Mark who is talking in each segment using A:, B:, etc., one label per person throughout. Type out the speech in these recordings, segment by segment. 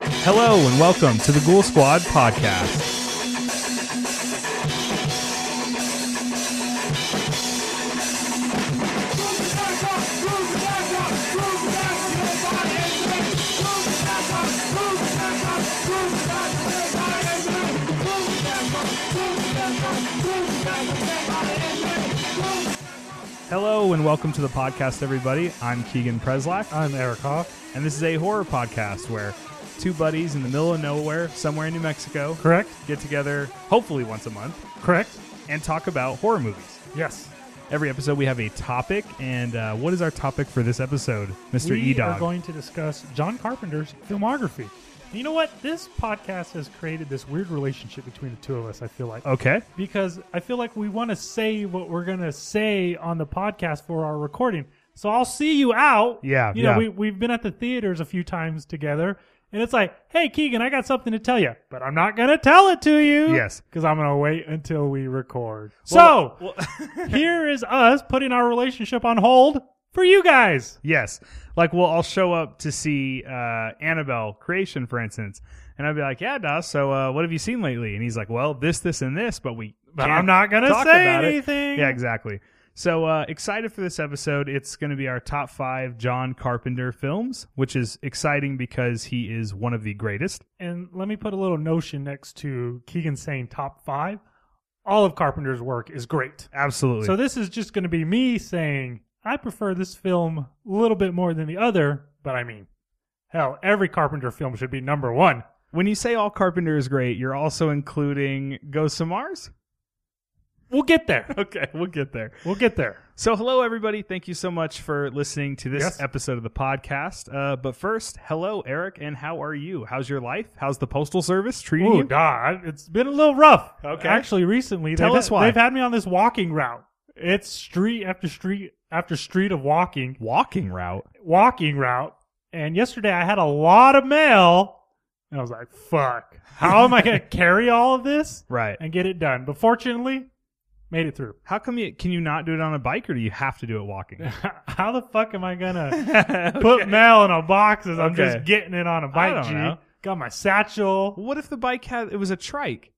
A: Hello and welcome to the Ghoul Squad podcast. Hello and welcome to the podcast, everybody. I'm Keegan Preslak.
B: I'm Eric Hoff,
A: And this is a horror podcast where two buddies in the middle of nowhere, somewhere in New Mexico,
B: correct?
A: get together, hopefully once a month,
B: Correct?
A: and talk about horror movies.
B: Yes.
A: Every episode we have a topic, and uh, what is our topic for this episode, Mr. E
B: We are
A: Dog?
B: going to discuss John Carpenter's filmography. And you know what? This podcast has created this weird relationship between the two of us, I feel like.
A: okay.
B: Because I feel like we want to say what we're going to say on the podcast for our recording. So I'll see you out.
A: Yeah,
B: You know,
A: yeah.
B: We, we've been at the theaters a few times together. And it's like, hey, Keegan, I got something to tell you, but I'm not going to tell it to you.
A: Yes.
B: Because I'm going to wait until we record. so,
A: Well- well-
B: here is us putting our relationship on hold for you guys.
A: Yes. Like, well, I'll show up to see uh, Annabelle creation, for instance, and I'll be like, "Yeah, Das. So, uh, what have you seen lately?" And he's like, "Well, this, this, and this." But we,
B: But
A: can't
B: I'm not gonna
A: talk
B: say
A: about it."
B: anything.
A: Yeah, exactly. So uh, excited for this episode. It's going to be our top five John Carpenter films, which is exciting because he is one of the greatest.
B: And let me put a little notion next to Keegan saying top five. All of Carpenter's work is great.
A: Absolutely.
B: So this is just going to be me saying I prefer this film a little bit more than the other, but I mean, hell, every Carpenter film should be number one.
A: when you say all Carpenter is great, you're also including Ghosts of Mars.
B: We'll get there.
A: Okay, we'll get there.
B: We'll get there.
A: So, hello, everybody. Thank you so much for listening to this
B: Yes.
A: episode of the podcast. Uh, but first, hello, Eric, and how are you? How's your life? How's the Postal Service treating
B: Ooh,
A: you?
B: God, it's been a little rough.
A: Okay.
B: Actually, recently,
A: Tell
B: they've,
A: us why.
B: they've had me on this walking route. It's street after street after street of walking,
A: Walking route.
B: walking route. And yesterday, I had a lot of mail, and I was like, "Fuck, how am I going to carry all of this
A: Right.
B: and get it done?" But fortunately, made it through.
A: How come you can you not do it on a bike, or do you have to do it walking?
B: how the fuck am I gonna
A: Put
B: put mail in a box as I'm just
A: Okay.
B: getting it on a
A: I
B: bike?
A: don't
B: G.
A: know.
B: Got my satchel.
A: what if the bike had it was a trike?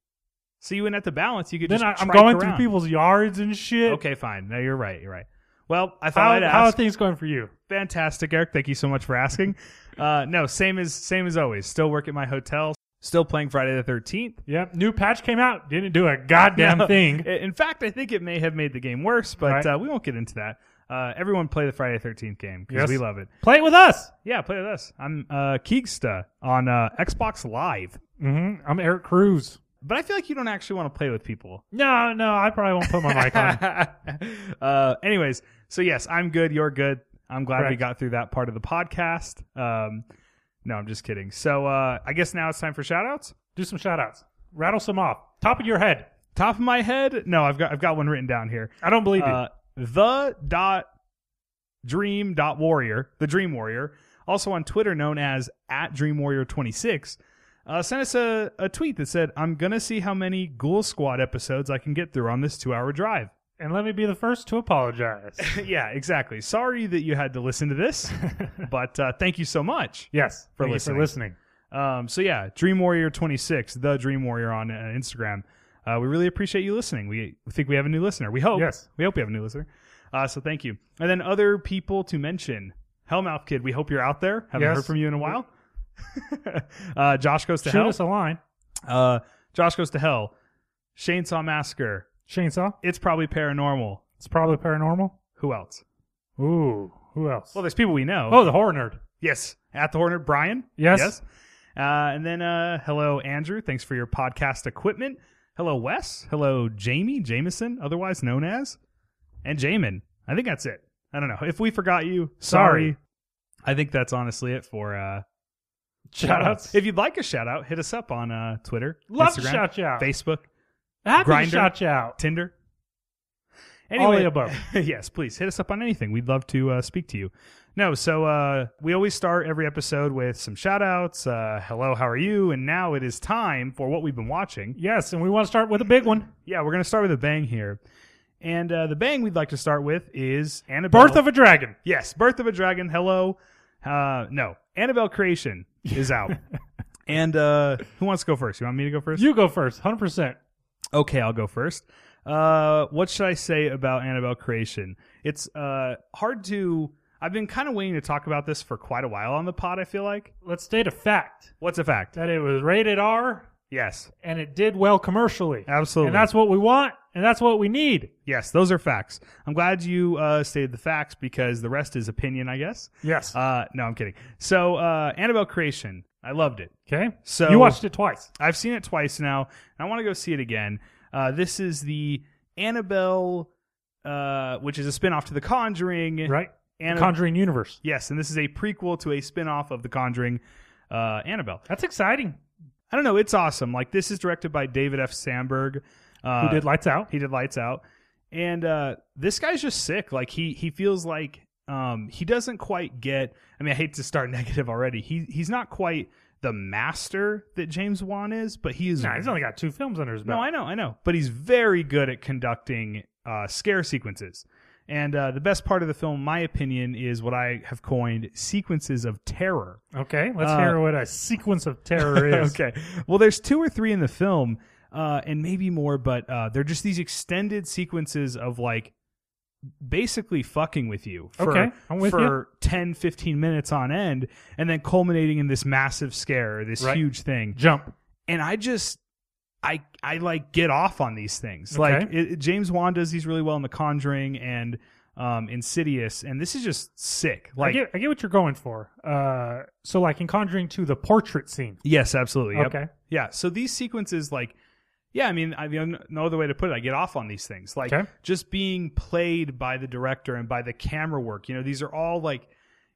A: So you went at the balance, you could
B: Then
A: just.
B: I, I'm
A: trike
B: going
A: around.
B: through people's yards and shit.
A: Okay, fine. No, you're right. You're right. Well, I thought
B: How,
A: I'd ask.
B: how are things going for you?
A: fantastic, Eric. Thank you so much for asking. Uh, no, same as same as always. Still work at my hotel. Still playing Friday the Thirteenth.
B: Yep. New patch came out. Didn't do a goddamn
A: No.
B: thing.
A: I- In fact, I think it may have made the game worse, but
B: Right.
A: uh, we won't get into that. Uh, everyone play the Friday Thirteenth game because
B: Yes.
A: we love it.
B: Play it with us.
A: Yeah, play with us. I'm uh, Keegsta on uh, Xbox Live,
B: Mm-hmm. I'm Eric Cruz.
A: but I feel like you don't actually want to play with people. Um,
B: No, no, I probably won't put my mic on.
A: uh, anyways, so yes, I'm good. You're good. I'm glad we
B: Correct.
A: got through that part of the podcast. Um, no, I'm just kidding. So uh, I guess now it's time for shout outs.
B: Do some shout outs. Rattle some off. Top of your head.
A: Top of my head, no, I've got I've got one written down here.
B: I don't believe you.
A: Uh, the dot dream dot warrior, the dream warrior, also on Twitter known as at dream warrior 26, uh, sent us a, a tweet that said, I'm going to see how many Ghoul Squad episodes I can get through on this two hour drive.
B: And let me be the first to apologize.
A: yeah, exactly. Sorry that you had to listen to this, but uh, thank you so much.
B: yes,
A: For
B: thank you
A: listening.
B: for listening.
A: Um, so yeah, Dream Warrior 26, the Dream Warrior on uh, Instagram. Uh, we really appreciate you listening. We we think we have a new listener. We hope.
B: Yes.
A: We hope we have a new listener. Uh, so thank you. And then other people to mention. Hellmouth Kid, we hope you're out there. Haven't
B: Yes.
A: heard from you in a while. uh, Josh Goes to
B: Shoot
A: Hell.
B: us a line.
A: Uh, Josh Goes to Hell. Shane Saw Massacre.
B: Chainsaw.
A: It's Probably Paranormal.
B: It's probably paranormal.
A: Who else?
B: Ooh, who else?
A: Well, there's people we know.
B: oh, the horror nerd.
A: Yes. At the Hornet, Brian.
B: Yes.
A: Uh, and then uh, hello, Andrew. Thanks for your podcast equipment. Hello, Wes. Hello, Jamie Jameson, otherwise known as, and Jamin. I think that's it. I don't know if we forgot you. Sorry.
B: Sorry.
A: I think that's honestly it for uh,
B: Shout outs.
A: shout-outs. If you'd like a shout out, hit us up on uh, Twitter,
B: Love to
A: Instagram,
B: shout you out.
A: Facebook,
B: Happy
A: Grindr.
B: to shout you out.
A: Tinder.
B: All the above.
A: yes, please hit us up on anything. We'd love to uh, speak to you. No, so uh, we always start every episode with some shout outs. Uh, hello, how are you? And now it is time for what we've been watching.
B: Yes, and we want to start with a big one.
A: Yeah, we're going to start with a bang here. And uh, the bang we'd like to start with is Annabelle.
B: Birth of a Dragon.
A: Yes, Birth of a Dragon. Hello. Uh, no, Annabelle Creation is out. And uh, who wants to go first? You want me to go first?
B: You go first, hundred percent.
A: Okay, I'll go first. Uh, what should I say about Annabelle Creation? It's uh, hard to. I've been kind of waiting to talk about this for quite a while on the pod. I feel like.
B: Let's state a fact
A: What's a fact?
B: that it was rated R
A: Yes,
B: and it did well commercially,
A: absolutely.
B: and that's what we want, and that's what we need.
A: yes, those are facts. I'm glad you uh, stated the facts because the rest is opinion, I guess.
B: Yes.
A: Uh, no, I'm kidding. So, uh, Annabelle Creation, I loved it.
B: okay.
A: So
B: you watched it twice.
A: I've seen it twice now, and I want to go see it again. Uh, this is the Annabelle, uh, which is a spin off to The Conjuring.
B: Right?
A: Anna-
B: Conjuring Universe.
A: yes, and this is a prequel to a spin off of The Conjuring, uh, Annabelle.
B: That's exciting.
A: I don't know. It's awesome. Like, this is directed by David F. Sandberg. Uh,
B: Who did Lights Out?
A: He did Lights Out. And uh, this guy's just sick. Like he he feels like um, he doesn't quite get. I mean, I hate to start negative already. He he's not quite the master that James Wan is, but he is.
B: Nah, he's only got two films under his
A: no,
B: belt.
A: I know, I know. But he's very good at conducting uh, scare sequences. And uh, the best part of the film, in my opinion, is what I have coined sequences of terror.
B: okay, let's
A: Uh,
B: hear what a sequence of terror is.
A: okay. Well, there's two or three in the film, uh, and maybe more, but uh, they're just these extended sequences of like basically fucking with you for,
B: Okay, I'm with
A: for 10, 15 minutes on end, and then culminating in this massive scare, this
B: Right.
A: huge thing.
B: Jump.
A: And I just. I, I like get off on these things.
B: Okay.
A: Like it, it- James Wan does these really well in The Conjuring and um, Insidious, and this is just sick.
B: I
A: Like
B: get, I get what you're going for. Uh, so like in Conjuring 2, the portrait scene.
A: yes, absolutely. Yep.
B: Okay,
A: Yeah. So these sequences, like, yeah, I mean, I mean, no other way to put it. I get off on these things, like
B: Okay.
A: just being played by the director and by the camera work. You know, these are all like,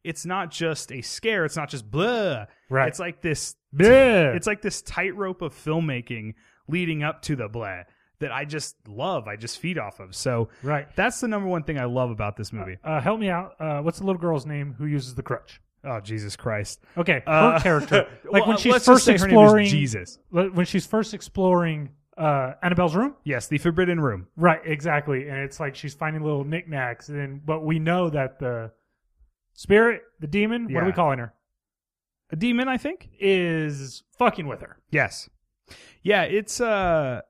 A: it's not just a scare. It's not just blah.
B: right.
A: It's like this.
B: yeah.
A: It's like this tightrope of filmmaking leading up to the blah that I just love. I just feed off of. So
B: right.
A: that's the number one thing I love about this movie.
B: Uh, help me out. Uh, what's the little girl's name who uses the crutch?
A: Oh Jesus Christ!
B: Okay, her
A: Uh,
B: character. Like
A: Well,
B: when she's
A: let's just
B: first
A: say her name is
B: exploring
A: Jesus.
B: le- when she's first exploring uh, Annabelle's room.
A: Yes, the Forbidden Room.
B: Right, exactly. And it's like she's finding little knickknacks and then- but we know that the spirit, the demon, what are we
A: Yeah.
B: calling her?
A: A demon, I think.
B: Is fucking with her.
A: Yes. Yeah, it's uh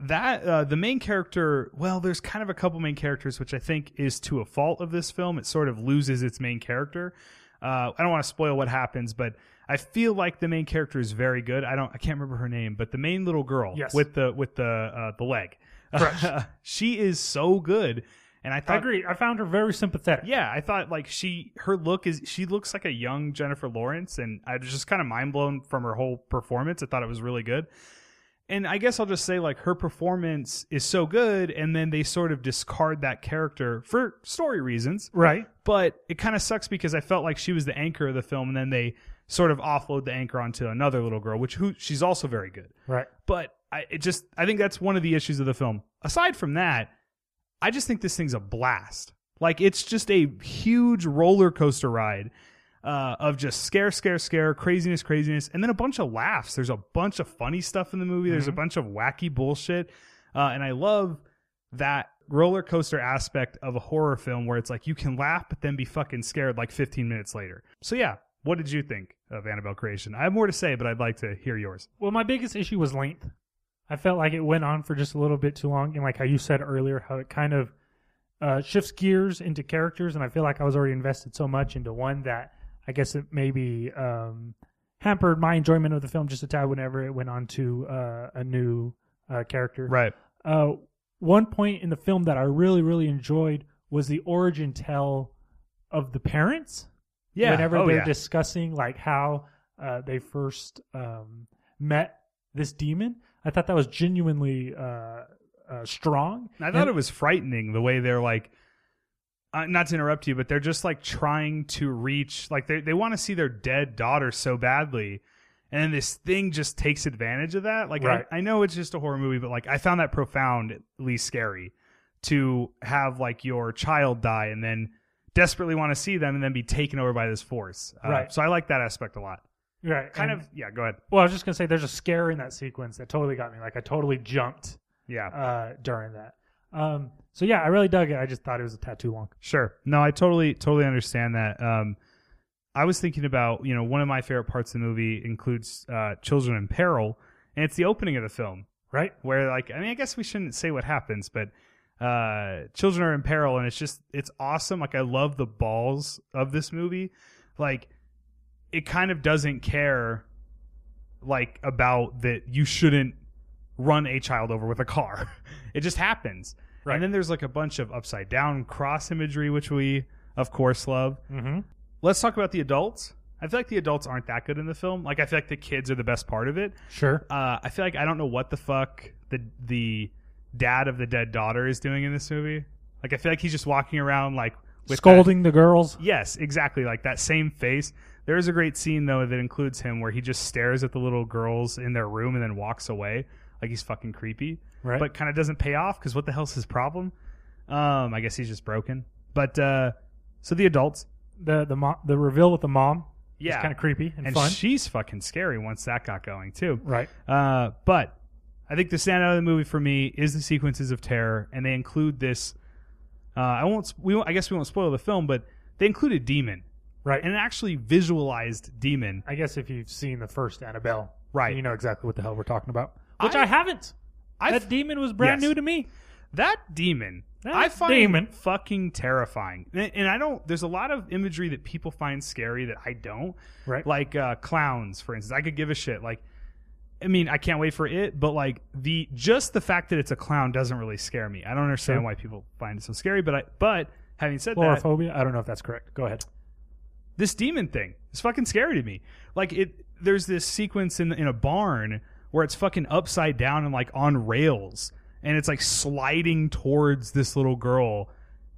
A: that uh the main character, well, there's kind of a couple main characters which I think is to a fault of this film. It sort of loses its main character. Uh I don't want to spoil what happens, but I feel like the main character is very good. I don't I can't remember her name, but the main little girl
B: Yes.
A: with the with the uh the leg.
B: Correct.
A: she is so good. And I
B: I
A: thought
B: agree. I found her very sympathetic.
A: yeah, I thought like she her look is she looks like a young Jennifer Lawrence, and I was just kind of mind blown from her whole performance. I thought it was really good. And I guess I'll just say like her performance is so good, and then they sort of discard that character for story reasons.
B: Right.
A: But it kind of sucks because I felt like she was the anchor of the film, and then they sort of offload the anchor onto another little girl, which who she's also very good
B: Right.
A: but I it just I think that's one of the issues of the film. Aside from that, I just think this thing's a blast. Like it's just a huge roller coaster ride uh, of just scare, scare, scare, craziness, craziness, and then a bunch of laughs. There's a bunch of funny stuff in the movie. There's a
B: Mhm.
A: bunch of wacky bullshit, uh, and I love that roller coaster aspect of a horror film where it's like you can laugh but then be fucking scared like 15 minutes later. So yeah, what did you think of Annabelle Creation? I have more to say, but I'd like to hear yours.
B: Well, my biggest issue was length. I felt like it went on for just a little bit too long, and like how you said earlier, how it kind of uh, shifts gears into characters, and I feel like I was already invested so much into one that I guess it maybe um, hampered my enjoyment of the film just a tad whenever it went on to uh, a new uh, character.
A: Right.
B: Uh, one point in the film that I really, really enjoyed was the origin tale of the parents
A: Yeah.
B: whenever
A: oh,
B: they're
A: yeah.
B: discussing like how uh, they first um, met this demon. I thought that was genuinely uh, uh, strong.
A: I thought it was frightening the way they're like, uh, not to interrupt you, but they're just like trying to reach, like they they want to see their dead daughter so badly, and then this thing just takes advantage of that. Like
B: Right.
A: I, I know it's just a horror movie, but like I found that profoundly scary to have like your child die and then desperately want to see them and then be taken over by this force. Uh,
B: Right.
A: So I like that aspect a lot.
B: right,
A: Kind
B: and-
A: of, yeah. Go ahead.
B: Well, I was just gonna say there's a scare in that sequence that totally got me. Like I totally jumped
A: Yeah.
B: uh, during that. Um, so yeah, I really dug it. I just thought it was a tad too long.
A: Sure. No, I totally totally understand that. Um I was thinking about, you know, one of my favorite parts of the movie includes uh, Children in Peril, and it's the opening of the film
B: right?
A: where, like, I mean, I guess we shouldn't say what happens, but uh, Children are in Peril, and it's just, it's awesome. Like, I love the balls of this movie. Like, it kind of doesn't care, like, about that you shouldn't run a child over with a car. it just happens.
B: Right.
A: And then there's like a bunch of upside down cross imagery, which we, of course, love
B: Mm-hmm.
A: let's talk about the adults. I feel like the adults aren't that good in the film. Like I feel like the kids are the best part of it.
B: Sure.
A: Uh, I feel like I don't know what the fuck the the dad of the dead daughter is doing in this movie. Like I feel like he's just walking around like with that-
B: Scolding the girls.
A: Yes, exactly. Like that same face. There is a great scene though that includes him where he just stares at the little girls in their room and then walks away like he's fucking creepy.
B: Right.
A: But kind of doesn't pay off because what the hell's his problem? Um, I guess he's just broken. But uh, so the adults,
B: the the mo- the reveal with the mom.
A: Yeah.
B: is kind of creepy and,
A: and
B: fun.
A: she's fucking scary once that got going too.
B: right.
A: Uh, but I think the standout of the movie for me is the sequences of terror, and they include this. Uh, I won't. s- We won't, I guess we won't spoil the film, but they include a demon
B: Right.
A: and an actually visualized demon.
B: I guess if you've seen the first Annabelle,
A: Right.
B: you know exactly what the hell we're talking about. Which
A: I-
B: I, haven't.
A: I
B: that
A: f-
B: demon was brand
A: Yes.
B: new to me.
A: that demon.
B: That
A: I find
B: demon.
A: fucking terrifying, and, and I don't. There's a lot of imagery that people find scary that I don't.
B: Right.
A: like uh, clowns for instance i could give a shit like i mean i can't wait for it but like the just the fact that it's a clown doesn't really scare me i don't understand
B: Sure.
A: why people find it so scary but i but having said that
B: Chlorophobia. I don't know if that's correct. Go ahead.
A: this demon thing is fucking scary to me like it there's this sequence in in a barn where it's fucking upside down and like on rails and it's like sliding towards this little girl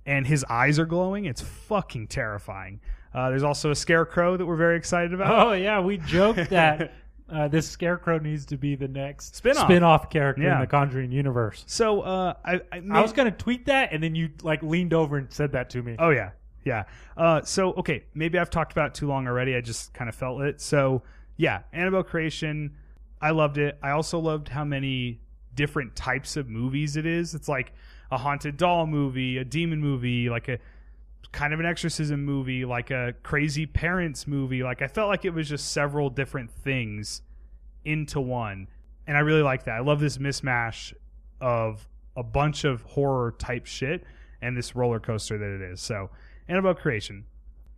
A: and his eyes are glowing it's fucking terrifying uh, there's also a scarecrow that we're very excited about
B: Oh yeah, we joked that uh, this scarecrow needs to be the next
A: Spin-off.
B: spin-off character
A: Yeah.
B: in the Conjuring universe.
A: so uh, I, I, mean,
B: I was gonna tweet that, and then you like leaned over and said that to me.
A: Oh yeah, yeah. Uh, so okay, maybe I've talked about it too long already. I just kind of felt it. So yeah, Annabelle Creation, I loved it. I also loved how many different types of movies it is. It's like a haunted doll movie, a demon movie, like a kind of an exorcism movie, like a crazy parents movie. Like I felt like it was just several different things into one. And I really like that. I love this mismatch of a bunch of horror type shit and this roller coaster that it is. So, Annabelle Creation.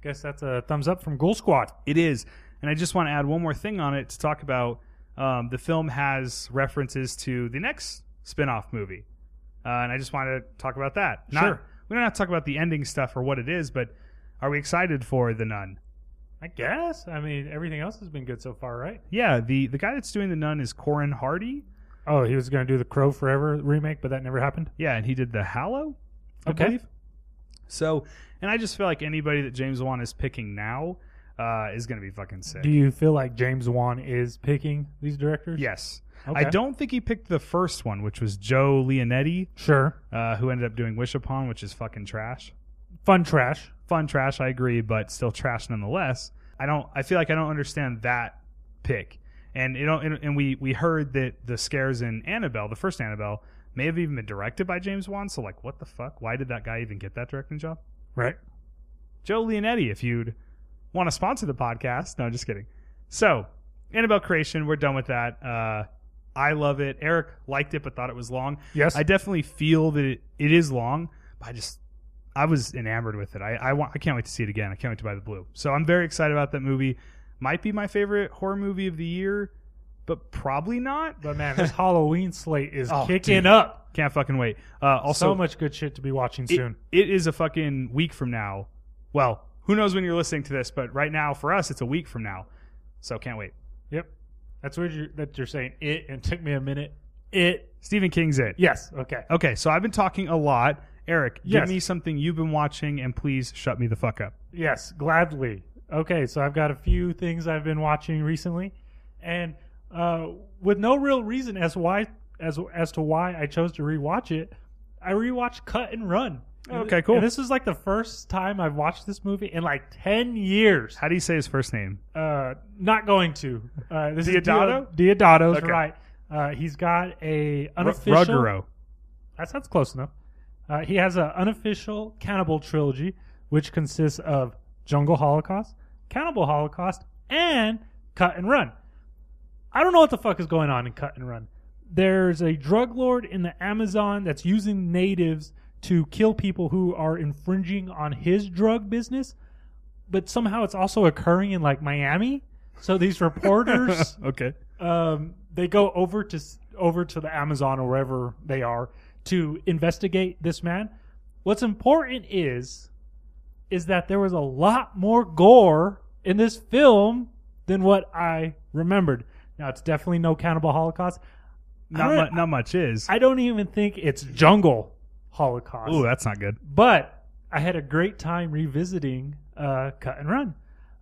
B: Guess that's a thumbs up from Ghoul Squad.
A: It is. And I just want to add one more thing on it to talk about um, the film has references to the next spin off movie. Uh, and I just want to talk about that. Not,
B: Sure.
A: We don't have to talk about the ending stuff or what it is, but are we excited for The Nun?
B: I guess. I mean, everything else has been good so far, right?
A: Yeah, the, the guy that's doing The Nun is Corin Hardy.
B: Oh, he was going to do the Crow Forever remake, but that never happened.
A: Yeah, and he did The Hallow, I
B: Okay.
A: believe. So, and I just feel like anybody that James Wan is picking now uh, is going to be fucking sick.
B: Do you feel like James Wan is picking these directors?
A: Yes.
B: Okay.
A: I don't think he picked the first one, which was Joe Leonetti,
B: Sure.
A: uh, who ended up doing Wish Upon, which is fucking trash.
B: Fun trash.
A: Fun trash, I agree, but still trash nonetheless. I don't. I feel like I don't understand that pick. And you know, and, and we we heard that the scares in Annabelle, the first Annabelle, may have even been directed by James Wan. So like, what the fuck? Why did that guy even get that directing job?
B: Right.
A: Joe Leonetti, if you'd want to sponsor the podcast. No, just kidding. So, Annabelle Creation, we're done with that. Uh, I love it. Eric liked it, but thought it was long.
B: Yes.
A: I definitely feel that it, it is long, but I just, I was enamored with it. I, I, want, I can't wait to see it again. I can't wait to buy the blue. So, I'm very excited about that movie. Might be my favorite horror movie of the year, but probably not.
B: but man, this Halloween slate is
A: Oh,
B: kicking
A: dude.
B: up.
A: Can't fucking wait. Uh, also,
B: so much good shit to be watching
A: it-
B: soon.
A: it is a fucking week from now. Well, who knows when you're listening to this, but right now for us, it's a week from now. So can't wait.
B: Yep. That's weird you that you're saying it and took me a minute. It.
A: Stephen King's it.
B: Yes. Okay.
A: Okay, so I've been talking a lot. Eric, give
B: Yes.
A: me something you've been watching and please shut me the fuck up.
B: Yes, gladly. Okay, so I've got a few things I've been watching recently, and uh, with no real reason as why as as to why I chose to rewatch it, I rewatched Cut and Run.
A: Okay, cool.
B: And this is like the first time I've watched this movie in like ten years.
A: How do you say his first name?
B: Uh, not going to. Uh, this
A: Diodato?
B: is Dio- Diodato's
A: Okay.
B: right. Uh, he's got a
A: Ru-
B: unofficial.
A: Ruggero.
B: That sounds close enough. Uh, he has an unofficial cannibal trilogy, which consists of Jungle Holocaust, Cannibal Holocaust, and Cut and Run. I don't know what the fuck is going on in Cut and Run. There's a drug lord in the Amazon that's using natives to kill people who are infringing on his drug business, but somehow it's also occurring in like Miami. So these reporters
A: okay.
B: um, they go over to s- over to the Amazon or wherever they are to investigate this man. What's important is is that there was a lot more gore in this film than what I remembered. Now it's definitely no Cannibal Holocaust.
A: Not
B: I
A: much.
B: don't-
A: Not much is.
B: I don't even think it's Jungle Holocaust.
A: Ooh, that's not good.
B: But I had a great time revisiting uh, Cut and Run.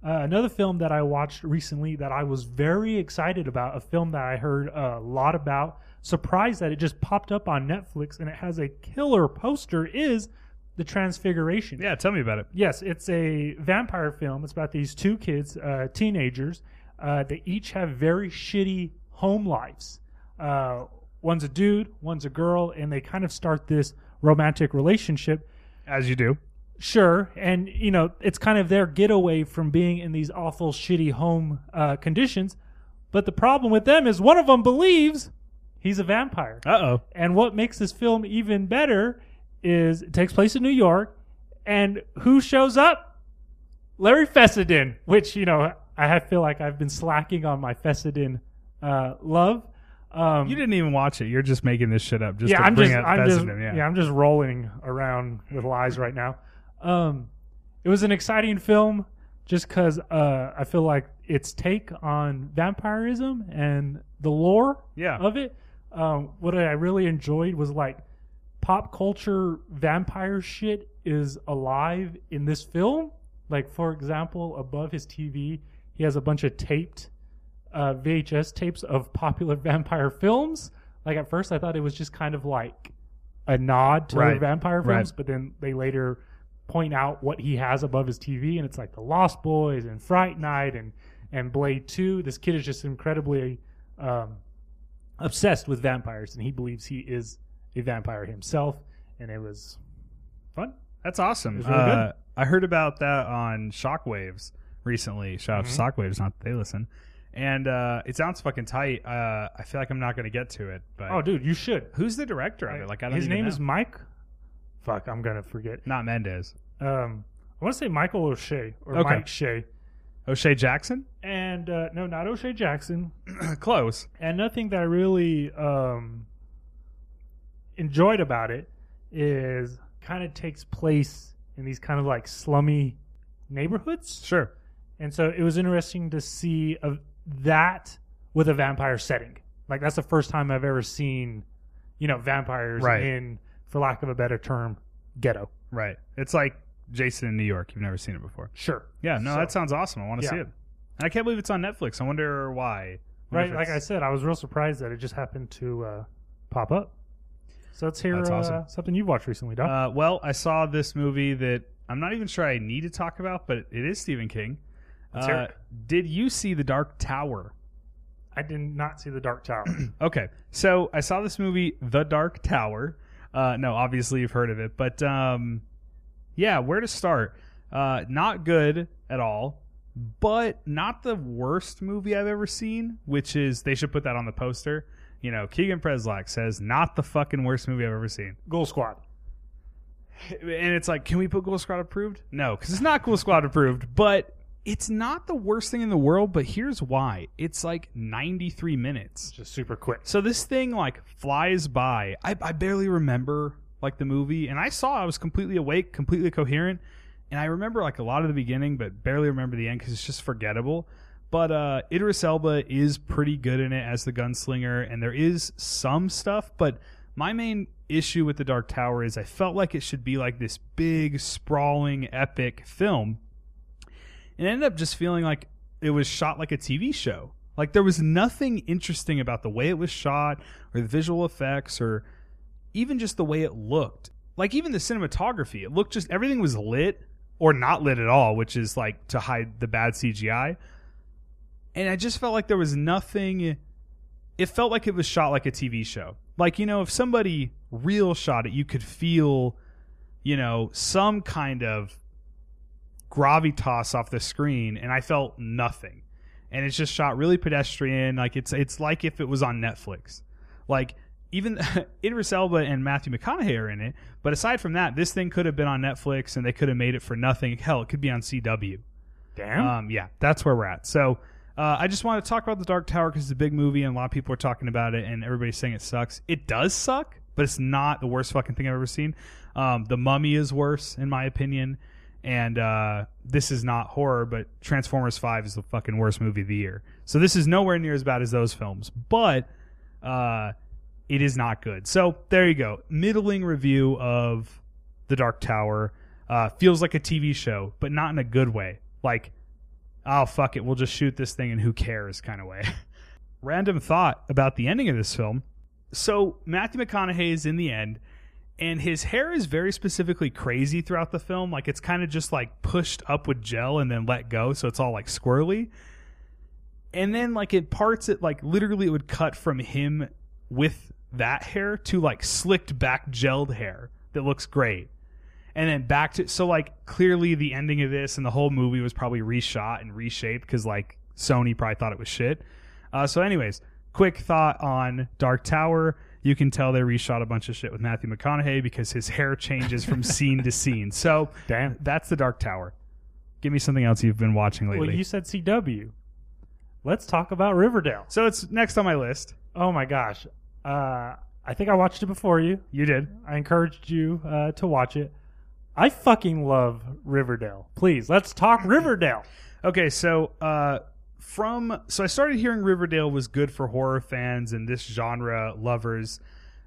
B: Uh, another film that I watched recently that I was very excited about, a film that I heard a lot about, surprised that it just popped up on Netflix and it has a killer poster, is The Transfiguration.
A: Yeah, tell me about it.
B: Yes, it's a vampire film. It's about these two kids, uh, teenagers. Uh, they each have very shitty home lives. Uh, one's a dude, one's a girl, and they kind of start this romantic relationship
A: As you do.
B: sure and you know it's kind of their getaway from being in these awful shitty home uh, conditions but the problem with them is one of them believes he's a vampire
A: Uh oh.
B: and what makes this film even better is it takes place in new york and who shows up larry fessenden which you know i have- feel like i've been slacking on my fessenden uh, love um,
A: You didn't even watch it. You're just making this shit up. Just
B: yeah,
A: to
B: I'm
A: bring
B: just,
A: up
B: I'm just,
A: Fessenden,
B: yeah. I'm just rolling around with lies right now. Um, it was an exciting film, just because uh, I feel like its take on vampirism and the lore
A: Yeah.
B: of it. Um, what I really enjoyed was like pop culture vampire shit is alive in this film. Like for example, above his TV, he has a bunch of taped uh, VHS tapes of popular vampire films. Like at first, I thought it was just kind of like a nod to
A: Right.
B: the vampire
A: Right.
B: films, but then they later point out what he has above his TV, and it's like The Lost Boys and Fright Night and and Blade Two. This kid is just incredibly um, obsessed with vampires, and he believes he is a vampire himself. And it was fun.
A: That's awesome.
B: It's really
A: Uh, I heard about that on Shockwaves recently. Shout out to Shockwaves, not that they listen. And uh, it sounds fucking tight. Uh, I feel like I'm not going to get to it. But
B: Oh, dude, you should.
A: who's the director of it? Like I don't
B: his
A: even
B: name
A: know.
B: is Mike. Fuck, I'm gonna forget.
A: not Mendez.
B: Um, I want to say Michael O'Shea or
A: Okay.
B: Mike Shea,
A: O'Shea Jackson.
B: and uh, no, not O'Shea Jackson.
A: Close.
B: And nothing that I really um, enjoyed about it is kind of takes place in these kind of like slummy neighborhoods.
A: Sure.
B: And so it was interesting to see a, that with a vampire setting. Like that's the first time I've ever seen, you know, vampires
A: Right.
B: in, for lack of a better term, ghetto.
A: Right. It's like Jason in New York. You've never seen it before.
B: Sure.
A: Yeah. No,
B: So-
A: that sounds awesome. I want to
B: Yeah.
A: see it. And I can't believe it's on Netflix. I wonder why. Wonder
B: Right,
A: if
B: like I
A: it's-
B: said, I was real surprised that it just happened to uh, pop up. So let's hear
A: That's awesome.
B: uh, something you've watched recently, Doc.
A: Uh, well, I saw this movie that I'm not even sure I need to talk about, but it is Stephen King. Uh,
B: Let's hear it.
A: did you see The Dark Tower?
B: I did not see The Dark Tower.
A: Okay, so I saw this movie, The Dark Tower. Uh, no, obviously you've heard of it, but um, yeah, where to start? Uh, not good at all, but not the worst movie I've ever seen. Which is they should put that on the poster. You know, Keegan Preslak says not the fucking worst movie I've ever seen.
B: Goal Squad.
A: and it's like, can we put Ghoul Squad approved? No, because it's not Ghoul Squad approved, but it's not the worst thing in the world. But here's why: it's like 93 minutes,
B: It's just super quick.
A: so this thing like flies by. I, I barely remember like the movie, and I saw I was completely awake, completely coherent, and I remember like a lot of the beginning, but barely remember the end because it's just forgettable. But uh, Idris Elba is pretty good in it as the gunslinger, and there is some stuff. But my main issue with the Dark Tower is I felt like it should be like this big, sprawling, epic film, and it ended up just feeling like it was shot like a TV show. Like there was nothing interesting about the way it was shot or the visual effects or even just the way it looked. Like even the cinematography, it looked just everything was lit or not lit at all, which is like to hide the bad CGI. And I just felt like there was nothing it felt like it was shot like a TV show. Like, you know, if somebody real shot it, you could feel, you know, some kind of gravitas off the screen, and I felt nothing. And it's just shot really pedestrian. Like it's it's like if it was on Netflix. Like even Idris Elba and Matthew McConaughey are in it, but aside from that, this thing could have been on Netflix and they could have made it for nothing. Hell, it could be on CW.
B: Damn.
A: Um, yeah, that's where we're at. So uh, I just want to talk about The Dark Tower because it's a big movie and a lot of people are talking about it and everybody's saying it sucks. It does suck, but it's not the worst fucking thing I've ever seen. Um, the Mummy is worse, in my opinion. And uh, this is not horror, but Transformers 5 is the fucking worst movie of the year. So this is nowhere near as bad as those films, but uh, it is not good. So there you go. Middling review of The Dark Tower. Uh, feels like a TV show, but not in a good way. Like oh fuck it, we'll just shoot this thing and who cares kind of way. Random thought about the ending of this film. So Matthew McConaughey is in the end, and his hair is very specifically crazy throughout the film. Like it's kind of just like pushed up with gel and then let go, so it's all like squirrely. And then like it parts it like literally it would cut from him with that hair to like slicked back gelled hair that looks great and then back to so like clearly the ending of this and the whole movie was probably reshot and reshaped because like Sony probably thought it was shit. Uh, so, anyways, quick thought on Dark Tower. You can tell they reshot a bunch of shit with Matthew McConaughey because his hair changes from scene to scene. So
B: Damn.
A: that's the Dark Tower. Give me something else you've been watching lately.
B: Well, you said CW. Let's talk about Riverdale.
A: so it's next on my list.
B: Oh my gosh. Uh, I think I watched it before you.
A: You did.
B: I encouraged you uh, to watch it. I fucking love Riverdale. Please, let's talk Riverdale.
A: Okay, so uh, from so I started hearing Riverdale was good for horror fans and this genre lovers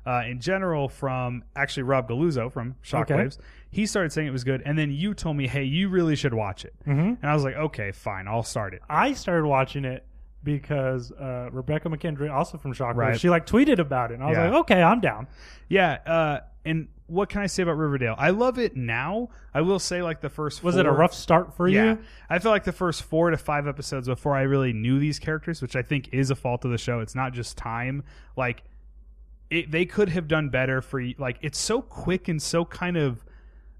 A: uh, in general. From actually Rob Galuzzo from Shockwaves, he started saying it was good, and then you told me, "Hey, you really should watch it,"
B: Mm-hmm.
A: and I was like, "Okay, fine, I'll start it."
B: I started watching it because uh, Rebecca McKendry, also from Shockwave,
A: Right.
B: she like tweeted about it, and I was
A: Yeah.
B: like, okay, I'm down.
A: Yeah, uh, and what can I say about Riverdale? I love it now. I will say, like the first
B: Was it a
A: four-
B: rough start for
A: yeah,
B: you?
A: I feel like the first four to five episodes before I really knew these characters, which I think is a fault of the show. It's not just time. Like, it, they could have done better for y- like it's so quick and so kind of